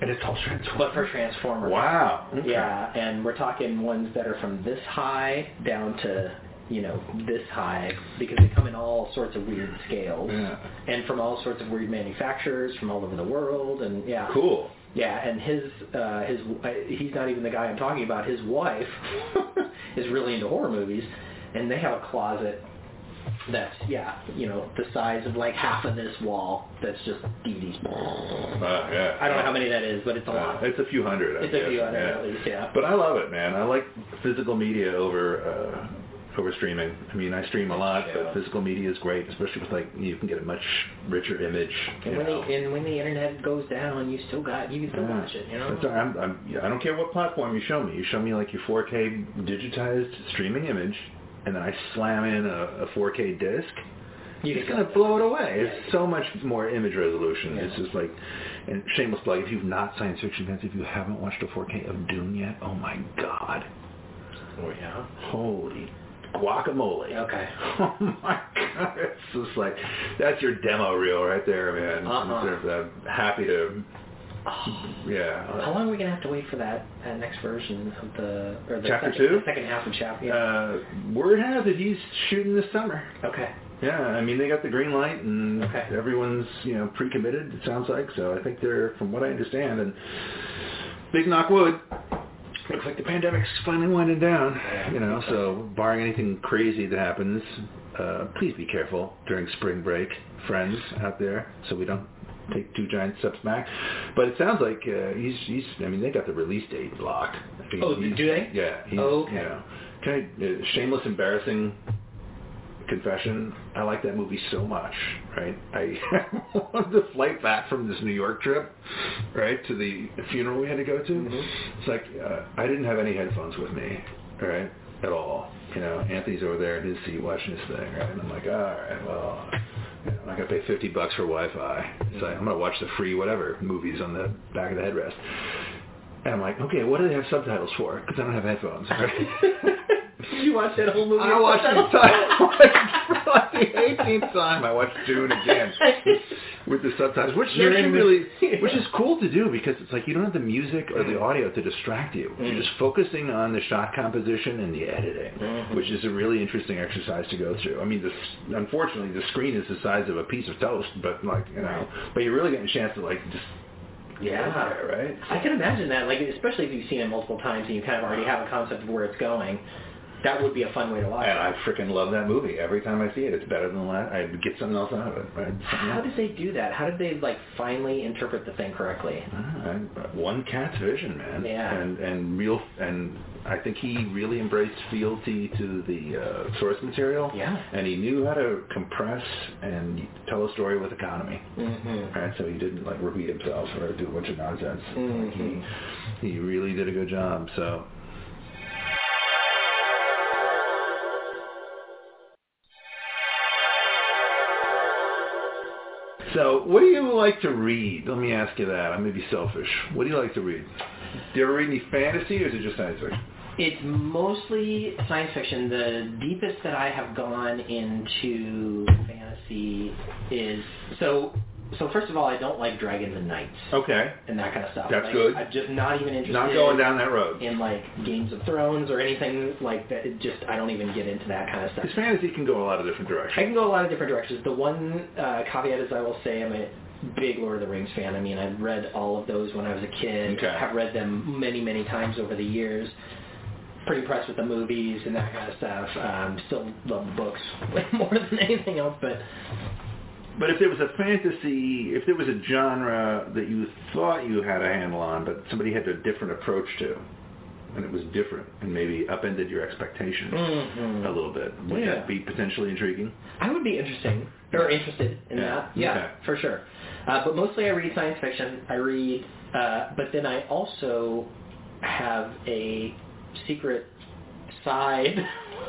Speaker 4: And it's all transformed.
Speaker 2: but for Transformers.
Speaker 4: Wow. Okay.
Speaker 2: Yeah, and we're talking ones that are from this high down to you know this high because they come in all sorts of weird scales
Speaker 4: Yeah.
Speaker 2: and from all sorts of weird manufacturers from all over the world and yeah
Speaker 4: Cool.
Speaker 2: yeah and his uh his uh, he's not even the guy i'm talking about his wife is really into horror movies and they have a closet that's yeah you know the size of like half of this wall that's just dvds
Speaker 4: Uh, yeah.
Speaker 2: i don't know how many that is but it's a
Speaker 4: Uh,
Speaker 2: lot
Speaker 4: it's a few hundred. I
Speaker 2: It's a
Speaker 4: guess,
Speaker 2: few hundred at least, yeah.
Speaker 4: But I love it, man. I like physical media over uh, over streaming. I mean, I stream a lot,
Speaker 2: Yeah.
Speaker 4: but physical media is great, especially with like you can get a much richer image. You
Speaker 2: And when,
Speaker 4: know.
Speaker 2: the, and when the internet goes down, you still got you can still watch it. You know.
Speaker 4: That's all right. I'm, I'm, yeah, I don't care what platform you show me. You show me like your 4K digitized streaming image, and then I slam in a, a 4K disc.
Speaker 2: You
Speaker 4: it's
Speaker 2: can-
Speaker 4: gonna blow it away.
Speaker 2: Yeah.
Speaker 4: It's so much more image resolution.
Speaker 2: Yeah.
Speaker 4: It's just like, and shameless plug. If you've not science fiction fans, if you haven't watched a 4K of Dune yet, oh my god,
Speaker 2: Oh, yeah.
Speaker 4: holy guacamole!
Speaker 2: Okay.
Speaker 4: Oh my god, it's just like that's your demo reel right there, man.
Speaker 2: Uh-huh.
Speaker 4: I'm happy to, yeah.
Speaker 2: Oh, How long are we gonna have to wait for that, that next version of the or the
Speaker 4: Chapter
Speaker 2: second,
Speaker 4: two?
Speaker 2: the second half of chapter? Yeah.
Speaker 4: Uh, word has it he's shooting this summer.
Speaker 2: okay.
Speaker 4: Yeah, I mean they got the green light and
Speaker 2: Okay.
Speaker 4: everyone's you know pre-committed. It sounds like so. I think they're, from what I understand, and big knock wood. Looks like the pandemic's finally winding down. You know, so barring anything crazy that happens, uh, please be careful during spring break, friends out there, so we don't take two giant steps back. But it sounds like uh, he's he's. I mean, they got the release date locked. I mean,
Speaker 2: Oh,
Speaker 4: he's-
Speaker 2: do they?
Speaker 4: Yeah. He's,
Speaker 2: Oh, okay.
Speaker 4: You know, kind of uh, shameless, embarrassing confession, I like that movie so much, right? I on the flight back from this New York trip, right, to the funeral we had to go to. It's like uh, I didn't have any headphones with me, all right, at all. You know, Anthony's over there in his seat watching his thing, right? And I'm like, all right, well, you know, I'm not gonna pay 50 bucks for Wi-Fi. It's like I'm gonna watch the free whatever movies on the back of the headrest. And I'm like, okay, what do they have subtitles for? Because I don't have headphones. Right?
Speaker 2: You watched that whole movie.
Speaker 4: I watched the entire for like the eighteenth time. I watched Dune again with the subtitles, which is
Speaker 2: You're
Speaker 4: actually
Speaker 2: in the-
Speaker 4: really, which is cool to do because it's like you don't have the music or the audio to distract you. You're just focusing on the shot composition and the editing, which is a really interesting exercise to go through. I mean, this unfortunately the screen is the size of a piece of toast, but like you know, but you're really getting a chance to like just
Speaker 2: Yeah.
Speaker 4: there, right?
Speaker 2: I can imagine that, like especially if you've seen it multiple times and you kind of already have a concept of where it's going. That would be a fun way to watch.
Speaker 4: And
Speaker 2: it.
Speaker 4: I freaking love that movie. Every time I see it, it's better than the last. I get something else out of it. Right? Something
Speaker 2: How did they do that? How did they like finally interpret the thing correctly?
Speaker 4: Uh, one cat's vision, man.
Speaker 2: Yeah.
Speaker 4: And and real and I think he really embraced fealty to the uh, source material.
Speaker 2: Yeah.
Speaker 4: And he knew how to compress and tell a story with economy.
Speaker 2: Mm-hmm.
Speaker 4: Right. So he didn't like repeat himself or do a bunch of nonsense. Like,
Speaker 2: Mhm.
Speaker 4: he he really did a good job. So. So, what do you like to read? Let me ask you that. I'm gonna be selfish. What do you like to read? Do you ever read any fantasy, or is it just science fiction?
Speaker 2: It's mostly science fiction. The deepest that I have gone into fantasy is so. So first of all, I don't like dragons and knights
Speaker 4: Okay,
Speaker 2: and that kind of stuff.
Speaker 4: That's
Speaker 2: Like,
Speaker 4: good.
Speaker 2: I'm just not even interested.
Speaker 4: not going down that road.
Speaker 2: in like Games of Thrones or anything like that. It just I don't even get into that kind of stuff.
Speaker 4: Because fantasy can go a lot of different
Speaker 2: I
Speaker 4: directions.
Speaker 2: can go a lot of different directions. The one uh, caveat is I will say I'm a big Lord of the Rings fan. I mean, I've read all of those when I was a kid.
Speaker 4: Okay.
Speaker 2: I've read them many, many times over the years. Pretty impressed with the movies and that kind of stuff. Um, still love the books way more than anything else, but
Speaker 4: But if there was a fantasy, if there was a genre that you thought you had a handle on, but somebody had a different approach to, and it was different, and maybe upended your expectations
Speaker 2: Mm-hmm.
Speaker 4: a little bit, would
Speaker 2: Mm. Yeah.
Speaker 4: that be potentially intriguing?
Speaker 2: I would be interesting or interested in
Speaker 4: Yeah.
Speaker 2: that. Yeah,
Speaker 4: Okay.
Speaker 2: for sure. Uh, but mostly I read science fiction. I read, uh, but then I also have a secret side.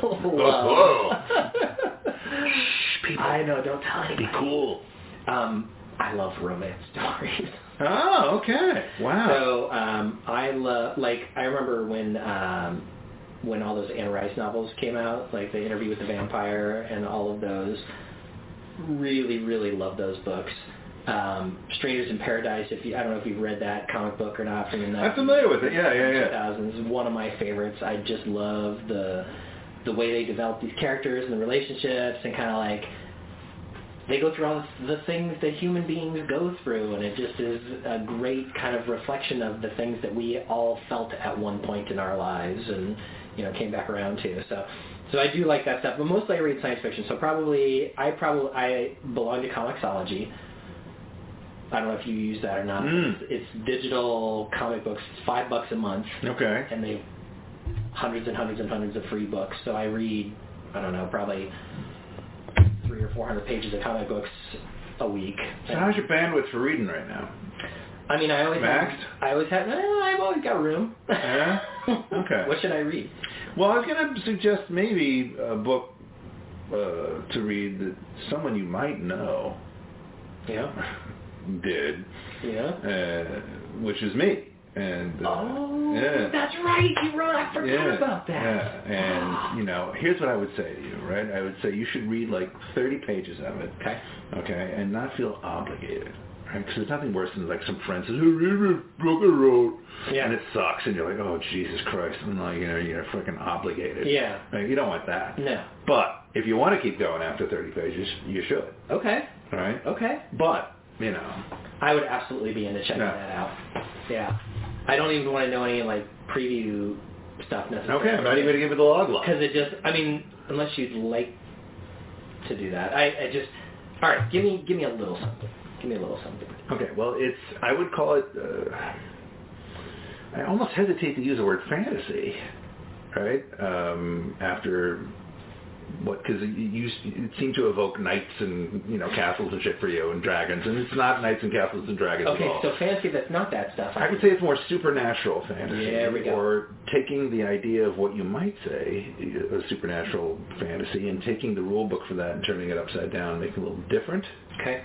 Speaker 2: love.
Speaker 4: whoa. Shh, people.
Speaker 2: I know. Don't tell anybody.
Speaker 4: cool.
Speaker 2: Um, I love romance stories.
Speaker 4: Oh, okay. Wow.
Speaker 2: So um, I love like I remember when um, when all those Anne Rice novels came out, like the Interview with the Vampire and all of those. Really, really love those books. Um, Strangers in Paradise. If you, I don't know if you've read that comic book or not from the
Speaker 4: I'm familiar with it. Yeah, yeah, yeah.
Speaker 2: 2000s. One of my favorites. I just love the the way they develop these characters and the relationships and kind of like they go through all the things that human beings go through, and it just is a great kind of reflection of the things that we all felt at one point in our lives, and you know came back around to. So, so I do like that stuff, but mostly I read science fiction. So probably I probably I belong to Comixology. I don't know if you use that or not.
Speaker 4: Mm.
Speaker 2: It's, it's digital comic books. It's five bucks a month
Speaker 4: Okay.
Speaker 2: and they have hundreds and hundreds and hundreds of free books. So I read, I don't know, probably three or four hundred pages of comic books a week.
Speaker 4: So how's your bandwidth for reading right now?
Speaker 2: I mean, I always have,
Speaker 4: Maxed?
Speaker 2: I always have, well, I've always got room.
Speaker 4: Yeah? Okay.
Speaker 2: what should I read?
Speaker 4: Well, I was going to suggest maybe a book uh, to read that someone you might know
Speaker 2: Yeah.
Speaker 4: did,
Speaker 2: Yeah.
Speaker 4: uh, which is me. And uh,
Speaker 2: Oh,
Speaker 4: yeah.
Speaker 2: that's right. You wrote. Oh, I forgot
Speaker 4: yeah,
Speaker 2: about that.
Speaker 4: Yeah. And, you know, here's what I would say to you, right? I would say you should read like 30 pages of it.
Speaker 2: Okay.
Speaker 4: Okay. And not feel obligated. Right? Because there's nothing worse than like some friend says, hey, read this book I wrote.
Speaker 2: Yeah.
Speaker 4: And it sucks. And you're like, oh, Jesus Christ. And like, you know, you're freaking obligated.
Speaker 2: Yeah.
Speaker 4: Like, you don't want that.
Speaker 2: No.
Speaker 4: But if you want to keep going after 30 pages, you should.
Speaker 2: Okay.
Speaker 4: All right.
Speaker 2: Okay.
Speaker 4: But, you know,
Speaker 2: I would absolutely be into checking
Speaker 4: Yeah.
Speaker 2: that out. Yeah. I don't even want to know any like preview stuff necessarily.
Speaker 4: okay, I'm not even going to give it the log line.
Speaker 2: Because it just, I mean, unless you'd like to do that, I, I just, all right, give me, give me a little something. Give me a little something.
Speaker 4: Okay, well, it's I would call it. Uh, I almost hesitate to use the word fantasy, right? Um, after what? Because it, you, it seemed to evoke knights and you know castles and shit for you and dragons, and it's not knights and castles and dragons at
Speaker 2: Okay,
Speaker 4: all.
Speaker 2: so fantasy that's not that stuff.
Speaker 4: I would say it's more supernatural fantasy,
Speaker 2: There we go.
Speaker 4: or taking the idea of what you might say a supernatural fantasy and taking the rule book for that and turning it upside down, and making it a little different
Speaker 2: Okay.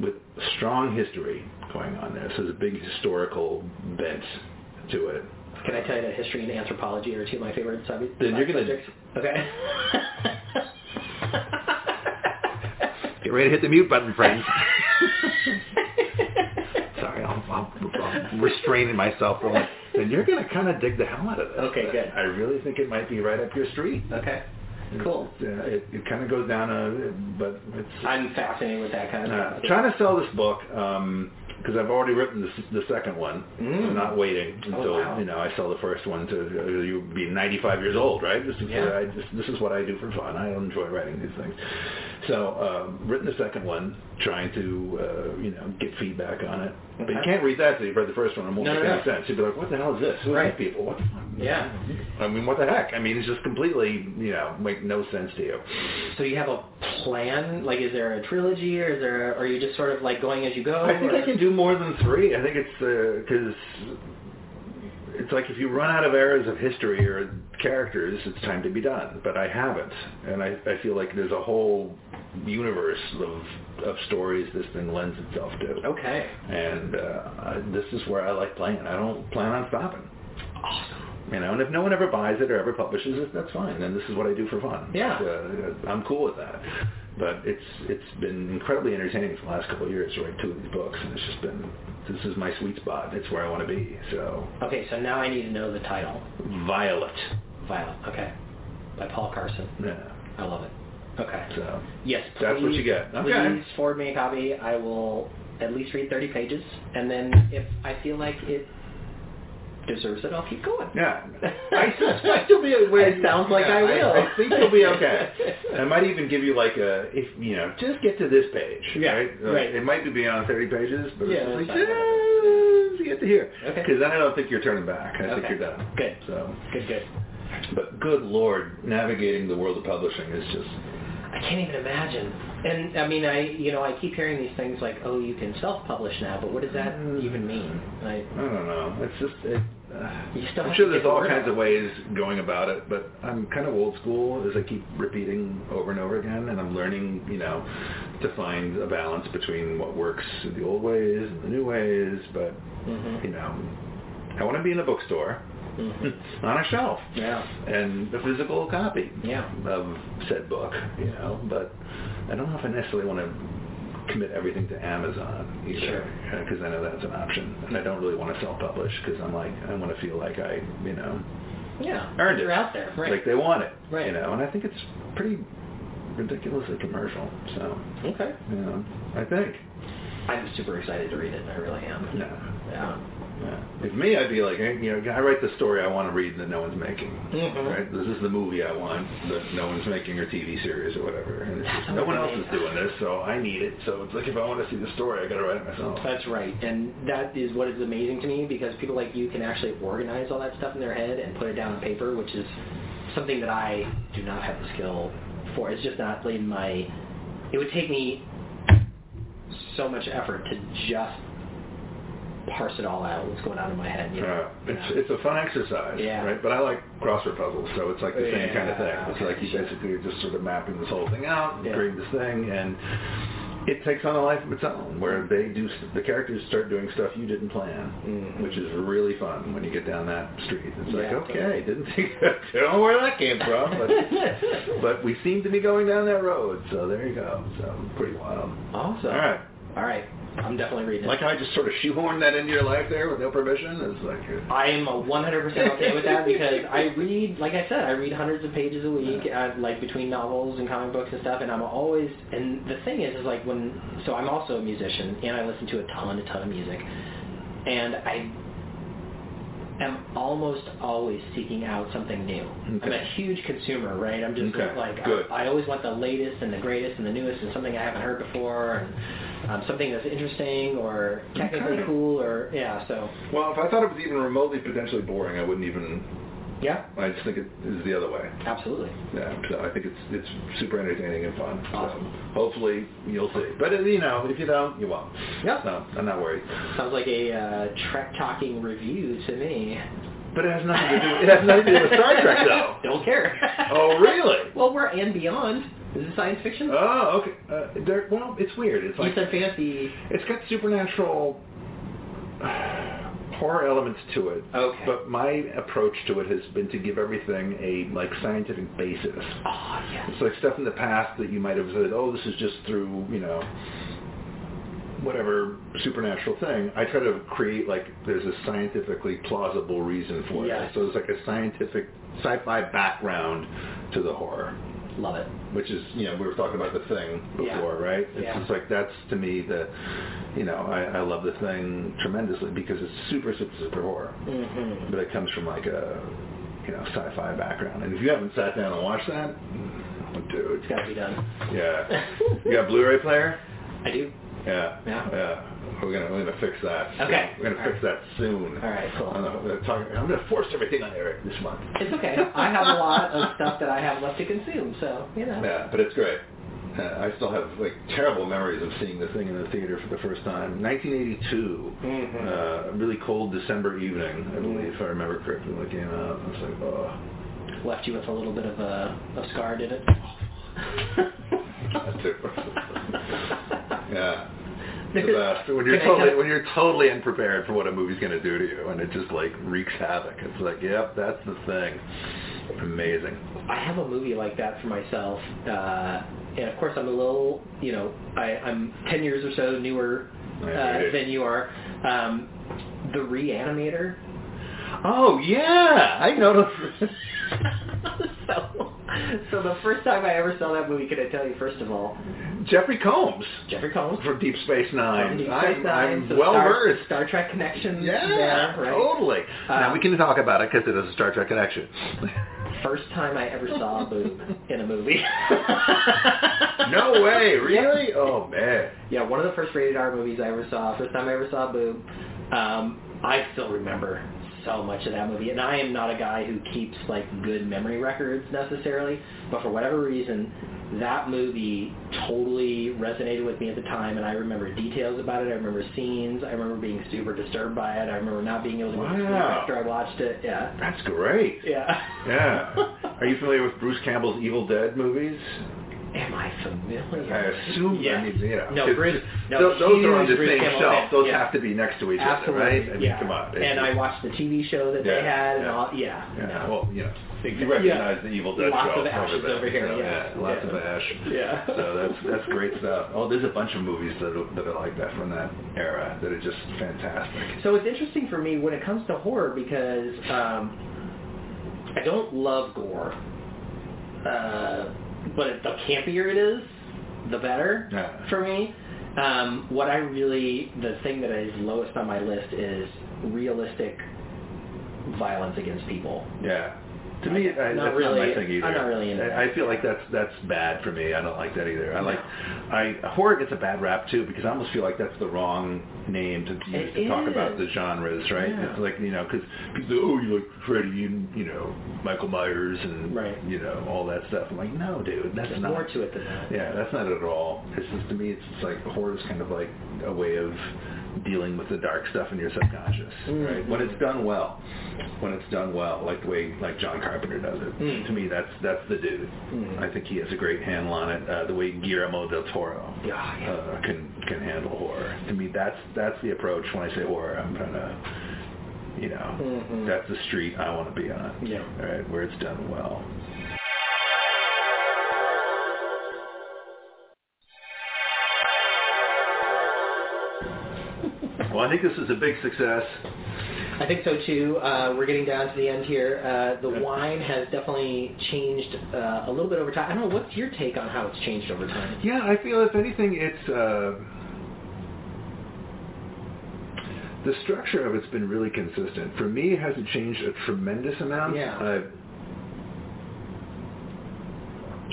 Speaker 4: with strong history going on there. So there's a big historical bent to it.
Speaker 2: Can I tell you that history and anthropology are two of my favorite sub-
Speaker 4: Then you're gonna-
Speaker 2: subjects? Okay.
Speaker 4: Get ready to hit the mute button, friends. Sorry, I'm, I'm, I'm restraining myself. From it. Then you're going to kind of dig the hell out of this.
Speaker 2: Okay, good.
Speaker 4: I really think it might be right up your street.
Speaker 2: okay. Cool.
Speaker 4: It's, uh, it it kind of goes down a, but it's...
Speaker 2: I'm fascinated with that kind of
Speaker 4: Uh,
Speaker 2: stuff.
Speaker 4: trying to sell this book because I've already written the, s- the second one.
Speaker 2: Mm.
Speaker 4: I'm not waiting
Speaker 2: Oh,
Speaker 4: until
Speaker 2: wow.
Speaker 4: you know I sell the first one to uh, you be 95 years old, right? This is
Speaker 2: Yeah.
Speaker 4: what I just, this is what I do for fun. I enjoy writing these things. So um, written the second one, trying to uh, you know get feedback on it. But you
Speaker 2: Okay.
Speaker 4: can't read that till you've read the first one. It won't
Speaker 2: No,
Speaker 4: make
Speaker 2: no,
Speaker 4: any
Speaker 2: no.
Speaker 4: sense. You'd be like, what the hell is this? Who are
Speaker 2: Right.
Speaker 4: these people? What the fuck?
Speaker 2: Yeah.
Speaker 4: I mean, what the heck? I mean, it's just completely you know make no sense to you.
Speaker 2: So you have a plan? Like, is there a trilogy, or is there, or are you just sort of like going as you go?
Speaker 4: I think
Speaker 2: or-
Speaker 4: I can do more than three. I think it's because it's like if you run out of eras of history or characters, it's time to be done. But I haven't, and I, I feel like there's a whole universe of of stories this thing lends itself to.
Speaker 2: Okay.
Speaker 4: And uh, I, this is where I like playing. I don't plan on stopping.
Speaker 2: Awesome.
Speaker 4: You know, and if no one ever buys it or ever publishes it, that's fine. And this is what I do for fun.
Speaker 2: Yeah.
Speaker 4: uh, I'm cool with that. But it's it's been incredibly entertaining for the last couple of years to write two of these books, and it's just been this is my sweet spot. It's where I want to be. So,
Speaker 2: Okay, so now I need to know the title.
Speaker 4: Violet.
Speaker 2: Violet. Okay. By Paul Carson.
Speaker 4: Yeah.
Speaker 2: I love it. Okay.
Speaker 4: So
Speaker 2: Yes, please.
Speaker 4: That's what you get. Okay.
Speaker 2: Please forward me a copy. I will at least read 30 pages, and then if I feel like it deserves it, I'll keep going.
Speaker 4: yeah, I suspect you'll be.
Speaker 2: It sounds like
Speaker 4: yeah,
Speaker 2: I will.
Speaker 4: I, think you'll be okay. I might even give you like a if you know just get to this page.
Speaker 2: Yeah,
Speaker 4: right. Like,
Speaker 2: right.
Speaker 4: It might be beyond thirty pages, but
Speaker 2: Yeah,
Speaker 4: it's like
Speaker 2: that's fine.
Speaker 4: just get to here.
Speaker 2: Okay.
Speaker 4: Because then I don't think you're turning back. I think
Speaker 2: Okay.
Speaker 4: you're done.
Speaker 2: Good.
Speaker 4: So.
Speaker 2: Good, good.
Speaker 4: But good lord, navigating the world of publishing is just
Speaker 2: I can't even imagine. And I mean, I you know, I keep hearing these
Speaker 4: Mm.
Speaker 2: things like, oh, you can self-publish now, but what does that even mean? I,
Speaker 4: I don't know. It's just it, uh,
Speaker 2: You still
Speaker 4: I'm
Speaker 2: have
Speaker 4: sure
Speaker 2: to get
Speaker 4: there's
Speaker 2: the
Speaker 4: all
Speaker 2: word
Speaker 4: kinds
Speaker 2: out.
Speaker 4: of ways going about it, but I'm kind of old school as I keep repeating over and over again, and I'm learning, you know, to find a balance between what works the old ways and the new ways, but,
Speaker 2: Mm-hmm.
Speaker 4: you know, I want to be in a bookstore on a shelf
Speaker 2: Yeah.
Speaker 4: and a physical copy
Speaker 2: Yeah.
Speaker 4: of said book, you know, but I don't know if I necessarily want to commit everything to Amazon either
Speaker 2: Sure.
Speaker 4: because I know that's an option, and I don't really want to self-publish because I'm like I want to feel like I, you know,
Speaker 2: Yeah.
Speaker 4: earned
Speaker 2: You're
Speaker 4: it.
Speaker 2: out there, right?
Speaker 4: Like they want it,
Speaker 2: Right.
Speaker 4: You know, and I think it's pretty ridiculously commercial. So,
Speaker 2: okay.
Speaker 4: you know, I think.
Speaker 2: I'm super excited to read it. I really am.
Speaker 4: No.
Speaker 2: Yeah.
Speaker 4: Yeah. If me, I'd be like, eh, you know, I write the story I want to read that no one's making.
Speaker 2: Mhm.
Speaker 4: Right? This is the movie I want that no one's making or TV series or whatever. And it's just,
Speaker 2: That's
Speaker 4: no one else
Speaker 2: amazing.
Speaker 4: is doing this, so I need it. So it's like if I want to see the story, I got to write it myself.
Speaker 2: That's right, and that is what is amazing to me because people like you can actually organize all that stuff in their head and put it down on paper, which is something that I do not have the skill for. It's just not in my. It would take me so much effort to just parse it all out, what's going on in my head. You know?
Speaker 4: Yeah, Uh, it's it's a fun exercise,
Speaker 2: Yeah.
Speaker 4: right? But I like crossword puzzles, so it's like the same kind of thing.
Speaker 2: Yeah.
Speaker 4: It's like you basically are just sort of mapping this whole thing out,
Speaker 2: Yeah.
Speaker 4: creating this thing, and it takes on a life of its own, where they do the characters start doing stuff you didn't plan,
Speaker 2: Mhm.
Speaker 4: which is really fun when you get down that street. It's like,
Speaker 2: Yeah.
Speaker 4: okay, didn't think don't know where that came from, but but we seem to be going down that road, so there you go. So pretty wild.
Speaker 2: Awesome.
Speaker 4: All right.
Speaker 2: All right. I'm definitely reading it.
Speaker 4: Like how I just sort of shoehorned that into your life there with no permission. It's like. uh,
Speaker 2: I'm 100% okay with that because I read, like I said, I read hundreds of pages a week, uh, like between novels and comic books and stuff, and I'm always, and the thing is, is like when, so I'm also a musician, and I listen to a ton, a ton of music, and I am almost always seeking out something new. I'm
Speaker 4: Okay.
Speaker 2: a huge consumer, right? I'm just
Speaker 4: Okay,
Speaker 2: like,
Speaker 4: good.
Speaker 2: I, I always want the latest and the greatest and the newest and something I haven't heard before, and um, something that's interesting or technically
Speaker 4: Okay.
Speaker 2: cool, or, yeah, so,
Speaker 4: Well, if I thought it was even remotely potentially boring, I wouldn't even.
Speaker 2: yeah,
Speaker 4: I just think it is the other way.
Speaker 2: absolutely.
Speaker 4: Yeah. So I think it's it's super entertaining and fun.
Speaker 2: Awesome.
Speaker 4: So hopefully you'll see. But uh, you know, if you don't, you won't.
Speaker 2: Yeah.
Speaker 4: So I'm not worried.
Speaker 2: Sounds like a uh, Trek talking review to me.
Speaker 4: But it has nothing to do. It has nothing to do with Star Trek, though.
Speaker 2: Don't care.
Speaker 4: Oh, really?
Speaker 2: well, we're and beyond. Is it science fiction?
Speaker 4: Oh, okay. Uh, there, well, it's weird. It's
Speaker 2: you
Speaker 4: like
Speaker 2: said fantasy.
Speaker 4: it's got supernatural horror elements to it.
Speaker 2: Okay.
Speaker 4: But my approach to it has been to give everything a like scientific basis.
Speaker 2: Oh, yes.
Speaker 4: It's like stuff in the past that you might have said, oh, this is just through, you know, whatever supernatural thing. I try to create like there's a scientifically plausible reason for
Speaker 2: Yes.
Speaker 4: it. So it's like a scientific sci-fi background to the horror,
Speaker 2: Love it.
Speaker 4: which is, you know, we were talking about the thing
Speaker 2: Yeah.
Speaker 4: before, right? It's
Speaker 2: Yeah.
Speaker 4: just like that's to me the, you know, I, I love the thing tremendously because it's super, super, super horror
Speaker 2: Mm-hmm.
Speaker 4: but it comes from like a you know sci-fi background. And if you haven't sat down and watched that, dude,
Speaker 2: It's got to be done.
Speaker 4: yeah, you got a Blu-ray player?
Speaker 2: I do.
Speaker 4: Yeah,
Speaker 2: Yeah.
Speaker 4: We're gonna we're gonna fix that.
Speaker 2: Okay.
Speaker 4: we're gonna fix that soon.
Speaker 2: All right, cool.
Speaker 4: I don't know, we're gonna talk- I'm gonna force everything on Eric this month.
Speaker 2: It's okay. I have a lot of stuff that I have left to consume, so you know.
Speaker 4: Yeah, but it's great. Uh, I still have like terrible memories of seeing the thing in the theater for the first time. 1982,
Speaker 2: Mhm.
Speaker 4: uh, really cold December evening,
Speaker 2: Mm.
Speaker 4: I believe, if I remember correctly, when it came out. I was like, oh.
Speaker 2: Left you with a little bit of a, a scar, did it?
Speaker 4: Yeah. The best. When you're
Speaker 2: Can I tell-
Speaker 4: totally when you're totally unprepared for what a movie's gonna do to you and it just like wreaks havoc. It's like, yep, that's the thing. Amazing.
Speaker 2: I have a movie like that for myself, uh, and of course I'm a little, you know, I, I'm 10 years or so newer uh,
Speaker 4: Yeah, right.
Speaker 2: than you are. Um, the Reanimator.
Speaker 4: Oh yeah. I noticed
Speaker 2: so, so the first time I ever saw that movie, can I tell you? First of all,
Speaker 4: Jeffrey Combs
Speaker 2: Jeffrey Combs.
Speaker 4: from Deep Space
Speaker 2: from
Speaker 4: Nine.
Speaker 2: Deep
Speaker 4: I'm,
Speaker 2: Space Nine,
Speaker 4: I'm
Speaker 2: so
Speaker 4: well
Speaker 2: Star,
Speaker 4: versed.
Speaker 2: Star Trek connection.
Speaker 4: Yeah,
Speaker 2: there, right?
Speaker 4: totally. now
Speaker 2: Um,
Speaker 4: we can talk about it because it is a Star Trek connection.
Speaker 2: First time I ever saw a boob in a movie.
Speaker 4: no way, really? Oh man.
Speaker 2: Yeah, one of the first rated R movies I ever saw. First time I ever saw a boob. Um, I still remember so much of that movie, and I am not a guy who keeps like good memory records necessarily, but for whatever reason, that movie totally resonated with me at the time, and I remember details about it. I remember scenes. I remember being super disturbed by it. I remember not being able to go to sleep
Speaker 4: Wow.
Speaker 2: after I watched it. Yeah,
Speaker 4: That's great.
Speaker 2: yeah.
Speaker 4: Yeah. Are you familiar with Bruce Campbell's Evil Dead movies?
Speaker 2: Am I familiar?
Speaker 4: I assume.
Speaker 2: Yes.
Speaker 4: I mean, you know,
Speaker 2: No,
Speaker 4: 'cause
Speaker 2: Bruce. No,
Speaker 4: tho- those are on
Speaker 2: huge
Speaker 4: the
Speaker 2: Bruce
Speaker 4: same
Speaker 2: Campbell
Speaker 4: shelf.
Speaker 2: fan.
Speaker 4: Those
Speaker 2: Yeah.
Speaker 4: have to be next to each
Speaker 2: Absolutely.
Speaker 4: other, right? I mean,
Speaker 2: yeah.
Speaker 4: come on.
Speaker 2: And I watched the TV show that
Speaker 4: Yeah,
Speaker 2: they had, and
Speaker 4: yeah.
Speaker 2: all, yeah.
Speaker 4: Yeah,
Speaker 2: no.
Speaker 4: well, you know, you recognize the Evil Dead
Speaker 2: Lots
Speaker 4: show
Speaker 2: of ashes
Speaker 4: over, there,
Speaker 2: over here,
Speaker 4: so,
Speaker 2: yeah.
Speaker 4: lots
Speaker 2: Yeah.
Speaker 4: of ash.
Speaker 2: Yeah.
Speaker 4: So that's that's great stuff. Oh, there's a bunch of movies that are, that are like that from that era that are just fantastic.
Speaker 2: So it's interesting for me when it comes to horror because um, I don't love gore, uh, but the campier it is, the better
Speaker 4: Yeah.
Speaker 2: for me. Um, what I really, the thing that is lowest on my list is realistic violence against people.
Speaker 4: Yeah. To me, I,
Speaker 2: Not
Speaker 4: that's not
Speaker 2: really-
Speaker 4: my thing either.
Speaker 2: I'm not really into
Speaker 4: I,
Speaker 2: that.
Speaker 4: I feel like that's that's bad for me. I don't like that either. I like I horror gets a bad rap too because I almost feel like that's the wrong name to use
Speaker 2: It
Speaker 4: to talk about
Speaker 2: is.
Speaker 4: the genres, right?
Speaker 2: Yeah.
Speaker 4: It's like you know because people oh you like Freddy and you know Michael Myers and
Speaker 2: Right.
Speaker 4: you know all that stuff. I'm like no, dude, that's
Speaker 2: There's
Speaker 4: not
Speaker 2: more to it than that.
Speaker 4: yeah, that's not it at all. It's just to me, it's just like horror is kind of like a way of dealing with the dark stuff in your subconscious. Right? When it's done well, when it's done well, like the way like John Carpenter does it.
Speaker 2: Mm.
Speaker 4: To me, that's that's the dude. I think he has a great handle on it. Uh, the way Guillermo del Toro
Speaker 2: Yeah, yeah.
Speaker 4: uh, can can handle horror. To me, that's that's the approach. When I say horror, I'm trying to, you know,
Speaker 2: Mhm.
Speaker 4: that's the street I want to be on.
Speaker 2: Yeah.
Speaker 4: All right, where it's done well. Well, I think this is a big success.
Speaker 2: I think so too. Uh, we're getting down to the end here. Uh, the wine has definitely changed uh, a little bit over time. I don't know. What's your take on how it's changed over time?
Speaker 4: Yeah, I feel if anything, it's uh, the structure of it's been really consistent. For me, it hasn't changed a tremendous amount.
Speaker 2: Yeah.
Speaker 4: I-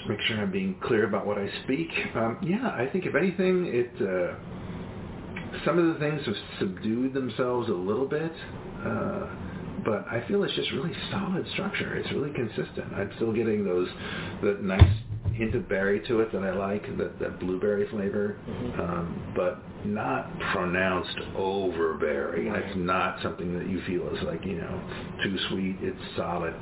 Speaker 4: make sure I'm being clear about what I speak. Um, yeah, I think if anything, it uh, some of the things have subdued themselves a little bit. Uh, but I feel it's just really solid structure. It's really consistent. I'm still getting those, that nice hint of berry to it that I like, that, that blueberry flavor, um, but not pronounced over berry. And It's not something that you feel is like, you know, too sweet. It's solid,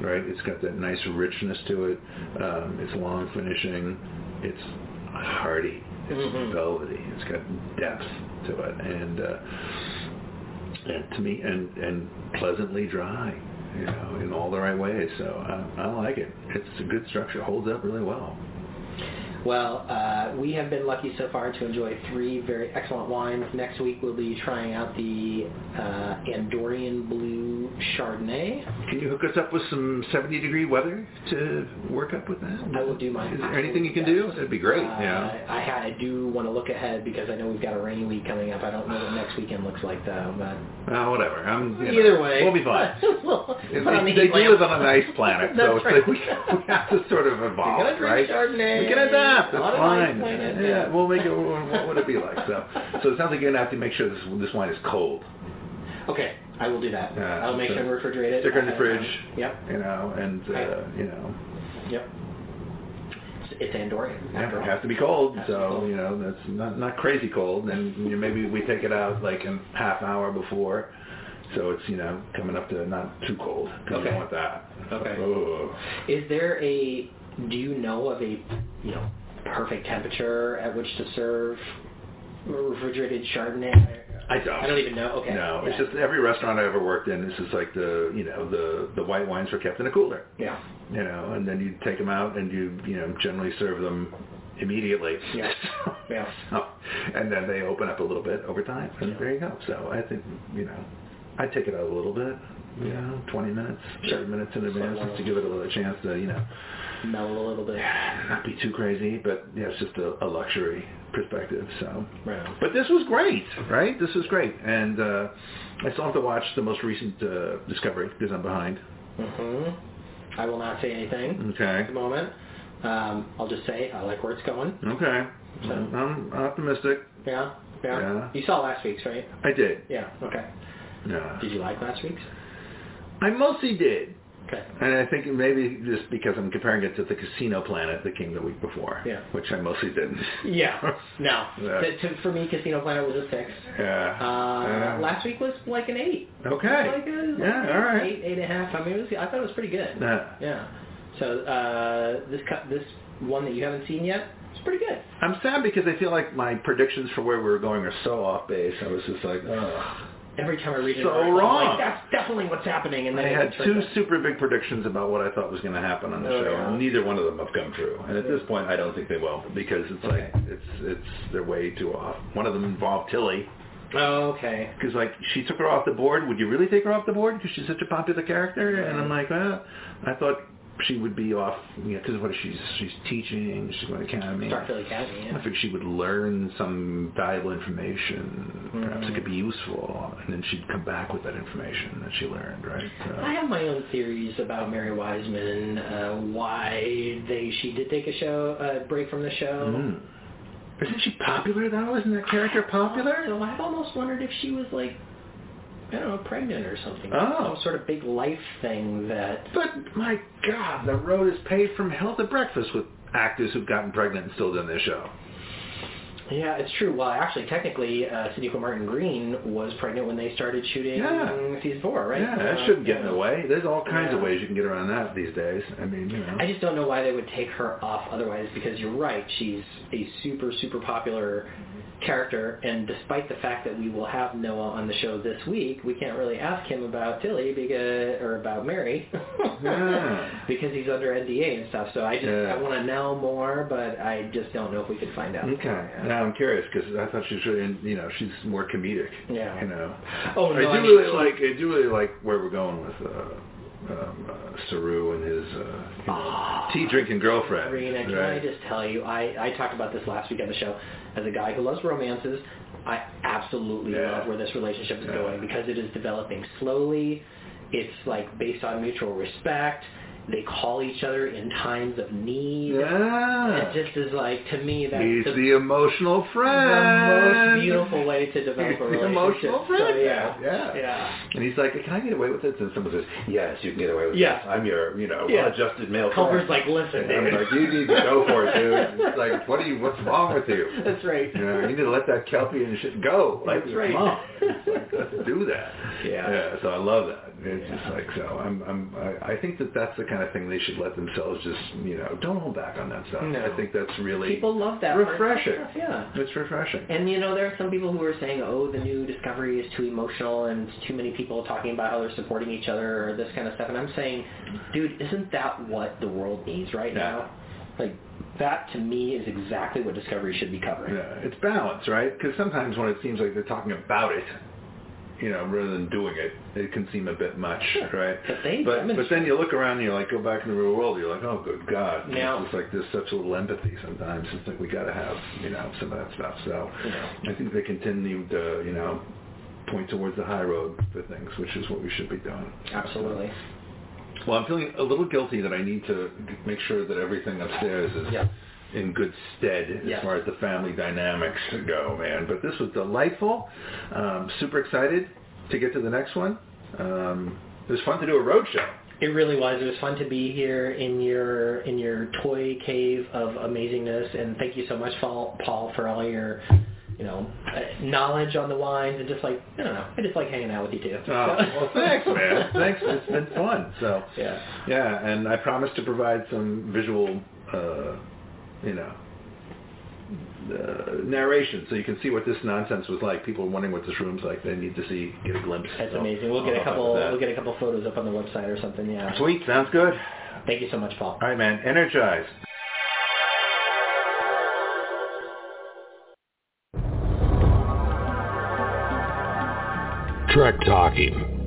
Speaker 4: right? It's got that nice richness to it. Um, it's long finishing. It's hearty. It's
Speaker 2: Mm-hmm.
Speaker 4: velvety. It's got depth to it. And, uh, and to me and and pleasantly dry you know in all the right ways so i, I like it it's a good structure holds up really well
Speaker 2: Well, uh, we have been lucky so far to enjoy three very excellent wines. Next week we'll be trying out the uh, Andorian Blue Chardonnay.
Speaker 4: can you hook us up with some 70 degree weather to work up with that
Speaker 2: I will do my.
Speaker 4: is there anything you can
Speaker 2: absolute
Speaker 4: do
Speaker 2: best.
Speaker 4: that'd be great
Speaker 2: Uh,
Speaker 4: yeah
Speaker 2: I, ha- I do want to look ahead because I know we've got a rainy week coming up. I don't know what next weekend looks like though, but
Speaker 4: uh, whatever i'm you know,
Speaker 2: Either way,
Speaker 4: we'll be fine
Speaker 2: We'll
Speaker 4: They,
Speaker 2: put on the
Speaker 4: they
Speaker 2: heat
Speaker 4: do
Speaker 2: lamp.
Speaker 4: live on a nice planet, so it's
Speaker 2: That's
Speaker 4: like we,
Speaker 2: right.
Speaker 4: we have to sort of evolve,
Speaker 2: We're gonna
Speaker 4: right?
Speaker 2: drink Chardonnay
Speaker 4: We can adapt.
Speaker 2: on
Speaker 4: That's
Speaker 2: a nice
Speaker 4: fine.
Speaker 2: planet.
Speaker 4: yeah, we'll make it what what would it be like. So, so it sounds like you're gonna have to make sure this this wine is cold.
Speaker 2: Okay, I will do that.
Speaker 4: Yeah,
Speaker 2: I'll make
Speaker 4: so
Speaker 2: sure I refrigerate it.
Speaker 4: Stick it in the
Speaker 2: Uh,
Speaker 4: fridge.
Speaker 2: Yep,
Speaker 4: You know, and uh,
Speaker 2: Right.
Speaker 4: you know,
Speaker 2: yep. It's- It's Andorian. After
Speaker 4: yeah, it
Speaker 2: all.
Speaker 4: has to be cold.
Speaker 2: Has to be
Speaker 4: So
Speaker 2: cold.
Speaker 4: you know, that's not not crazy cold. And you know, maybe we take it out like a half hour before. So it's you know coming up to not too cold. 'cause You
Speaker 2: Okay.
Speaker 4: don't want that.
Speaker 2: Okay.
Speaker 4: Oh.
Speaker 2: Is there a? Do you know of a you know perfect temperature at which to serve refrigerated Chardonnay?
Speaker 4: I don't.
Speaker 2: I don't even know. Okay.
Speaker 4: No, it's
Speaker 2: Yeah.
Speaker 4: just every restaurant I ever worked in. This is like the you know the the white wines were kept in a cooler.
Speaker 2: yeah.
Speaker 4: you know, and then you take them out and you, you know, generally serve them immediately.
Speaker 2: Yeah. Yeah.
Speaker 4: So, and then they open up a little bit over time, and
Speaker 2: Yeah.
Speaker 4: there you go. So I think, you know, I take it out a little bit, you know, 20 minutes, 30
Speaker 2: Sure.
Speaker 4: minutes in advance
Speaker 2: Slow
Speaker 4: just to give it a little chance to, you know,
Speaker 2: Mellow a little bit.
Speaker 4: not be too crazy, but yeah, it's just a, a luxury perspective. So,
Speaker 2: Right.
Speaker 4: but this was great, right? This was great, and uh, I still have to watch the most recent uh, discovery because I'm behind.
Speaker 2: hmm I will not say anything
Speaker 4: Okay.
Speaker 2: at the moment. Um, I'll just say I like where it's going.
Speaker 4: Okay.
Speaker 2: So-
Speaker 4: I'm optimistic.
Speaker 2: Yeah, yeah.
Speaker 4: Yeah.
Speaker 2: You saw last week's, right?
Speaker 4: I did.
Speaker 2: Yeah. Okay.
Speaker 4: Yeah.
Speaker 2: Did you like last week's?
Speaker 4: I mostly did.
Speaker 2: Okay.
Speaker 4: And I think maybe just because I'm comparing it to the Casino Planet that came the week before,
Speaker 2: Yeah.
Speaker 4: which I mostly didn't.
Speaker 2: Yeah. No.
Speaker 4: Yeah.
Speaker 2: To- to- for me, Casino Planet was a six.
Speaker 4: Yeah.
Speaker 2: Uh,
Speaker 4: Yeah.
Speaker 2: last week was like an eight.
Speaker 4: okay.
Speaker 2: Like a,
Speaker 4: yeah. All right.
Speaker 2: Eight, eight and a half. I mean, it was, I thought it was pretty good.
Speaker 4: Yeah.
Speaker 2: Yeah. So uh, this cu- this one that you haven't seen yet, it's pretty good.
Speaker 4: I'm sad because I feel like my predictions for where we were going are so off base. I was just like, ugh.
Speaker 2: Every time I read it,
Speaker 4: So
Speaker 2: I'm like,
Speaker 4: wrong.
Speaker 2: that's definitely what's happening. And
Speaker 4: I
Speaker 2: then it
Speaker 4: had
Speaker 2: turns
Speaker 4: two
Speaker 2: out-
Speaker 4: super big predictions about what I thought was going to happen on the
Speaker 2: Oh,
Speaker 4: show,
Speaker 2: yeah.
Speaker 4: and neither one of them have come true. And at this point, I don't think they will because it's
Speaker 2: Okay.
Speaker 4: like it's it's they're way too off. One of them involved Tilly
Speaker 2: Oh, okay.
Speaker 4: because like she took her off the board. Would you really take her off the board because she's such a popular character? And I'm like, well, I thought she would be off because what is she's she's teaching, she's going to academy.
Speaker 2: Starfield Academy.
Speaker 4: I
Speaker 2: Yeah.
Speaker 4: think she would learn some valuable information. Perhaps it could be
Speaker 2: Mm.
Speaker 4: useful, and then she'd come back with that information that she learned, right? So-
Speaker 2: I have my own theories about Mary Wiseman, uh, why they she did take a show a break from the show.
Speaker 4: Mm. Isn't she popular though? Isn't that character popular?
Speaker 2: So I've almost wondered if she was like, I don't know, pregnant or something.
Speaker 4: Oh.
Speaker 2: Some sort of big life thing that.
Speaker 4: But my God, the road is paved from hell to breakfast with actors who've gotten pregnant and still done their show.
Speaker 2: Yeah, it's true. Well, actually, technically, uh, Sidney Martin Green was pregnant when they started shooting
Speaker 4: Yeah.
Speaker 2: season four, right?
Speaker 4: Yeah, that
Speaker 2: Uh,
Speaker 4: shouldn't get in
Speaker 2: yeah.
Speaker 4: the way. There's all kinds of
Speaker 2: Yeah.
Speaker 4: ways you can get around that these days. I mean, you know.
Speaker 2: I just don't know why they would take her off otherwise because you're right, she's a super, super popular character and despite the fact that we will have Noah on the show this week, we can't really ask him about Tilly because or about Mary
Speaker 4: Yeah.
Speaker 2: because he's under NDA and stuff. So I just
Speaker 4: Yeah.
Speaker 2: I want to know more, but I just don't know if we could find out.
Speaker 4: Okay. Now I'm curious because I thought she was really, you know, she's more comedic.
Speaker 2: Yeah.
Speaker 4: You know.
Speaker 2: Oh, no,
Speaker 4: I
Speaker 2: I
Speaker 4: do
Speaker 2: mean,
Speaker 4: really
Speaker 2: she-
Speaker 4: like. I do really like where we're going with uh, um, uh, Saru and his uh, you know, tea drinking girlfriend.
Speaker 2: Rena, Ah. can I
Speaker 4: right?
Speaker 2: just tell you, I, I talked about this last week on the show. As a guy who loves romances, I absolutely
Speaker 4: Yeah.
Speaker 2: love where this relationship is
Speaker 4: Yeah.
Speaker 2: going because it is developing slowly. It's like based on mutual respect. They call each other in times of need.
Speaker 4: Yeah.
Speaker 2: It just is like to me that's
Speaker 4: He's
Speaker 2: the,
Speaker 4: the emotional
Speaker 2: the
Speaker 4: friend.
Speaker 2: most beautiful way to develop
Speaker 4: He's
Speaker 2: a
Speaker 4: the
Speaker 2: relationship.
Speaker 4: emotional friend.
Speaker 2: So, yeah.
Speaker 4: yeah.
Speaker 2: Yeah.
Speaker 4: And he's like, can I get away with this? And someone says, yes, you can get away with
Speaker 2: Yeah.
Speaker 4: this. I'm your, you know,
Speaker 2: Yeah.
Speaker 4: well-adjusted male
Speaker 2: Culver's
Speaker 4: friend.
Speaker 2: like, listen,
Speaker 4: And I'm
Speaker 2: dude.
Speaker 4: like, you need to go for it, dude. It's like, what are you? What's wrong with you?
Speaker 2: That's right.
Speaker 4: You know, you need to let that kelpie and shit go. Like,
Speaker 2: That's right.
Speaker 4: Mom, It's like, let's do that.
Speaker 2: Yeah.
Speaker 4: Yeah. So I love that. It's just like so. I'm. I'm. I, I think that that's the kind of thing they should let themselves just. You know, don't hold back on that stuff.
Speaker 2: No.
Speaker 4: I think that's really
Speaker 2: People love that. part.
Speaker 4: refreshing.
Speaker 2: Yeah.
Speaker 4: It's refreshing.
Speaker 2: And you know, there are some people who are saying, "Oh, the new Discovery is too emotional, and it's too many people talking about how they're supporting each other or this kind of stuff." And I'm saying, dude, isn't that what the world needs right
Speaker 4: Yeah.
Speaker 2: now? Like, that to me is exactly what Discovery should be covering.
Speaker 4: Yeah, it's balance, right? Because sometimes when it seems like they're talking about it, you know, rather than doing it, it can seem a bit much, right?
Speaker 2: But they
Speaker 4: but, but
Speaker 2: demonstrate-
Speaker 4: then you look around and you're like, go back in the real world, you're like, oh, good God.
Speaker 2: Yeah.
Speaker 4: It's just like there's such little empathy sometimes. It's like we got to have, you know, some of that stuff. So
Speaker 2: Yeah.
Speaker 4: I think they continue to, you know, point towards the high road for things, which is what we should be doing.
Speaker 2: Absolutely.
Speaker 4: Well, I'm feeling a little guilty that I need to make sure that everything upstairs is
Speaker 2: Yeah.
Speaker 4: in good stead as
Speaker 2: Yeah.
Speaker 4: far as the family dynamics go, man. But this was delightful. Um, super excited to get to the next one. Um, it was fun to do a road show.
Speaker 2: It really was. It was fun to be here in your in your toy cave of amazingness, and thank you so much, Paul, Paul for all your you know uh, knowledge on the wines and just like I don't know. I just like hanging out with you too.
Speaker 4: Oh, well, thanks, man. Thanks. It's been fun. So
Speaker 2: Yeah.
Speaker 4: yeah, and I promise to provide some visual, uh, you know, uh, narration so you can see what this nonsense was like. People are wondering what this room's like. They need to see, get a glimpse.
Speaker 2: That's
Speaker 4: So
Speaker 2: amazing. We'll
Speaker 4: I'll
Speaker 2: get a
Speaker 4: help out
Speaker 2: couple.
Speaker 4: with that.
Speaker 2: We'll get a couple photos up on the website or something. Yeah.
Speaker 4: Sweet. Sounds good.
Speaker 2: Thank you so much, Paul.
Speaker 4: All right, man. Energized.
Speaker 7: Trek Talking.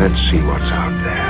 Speaker 8: Let's see what's out there.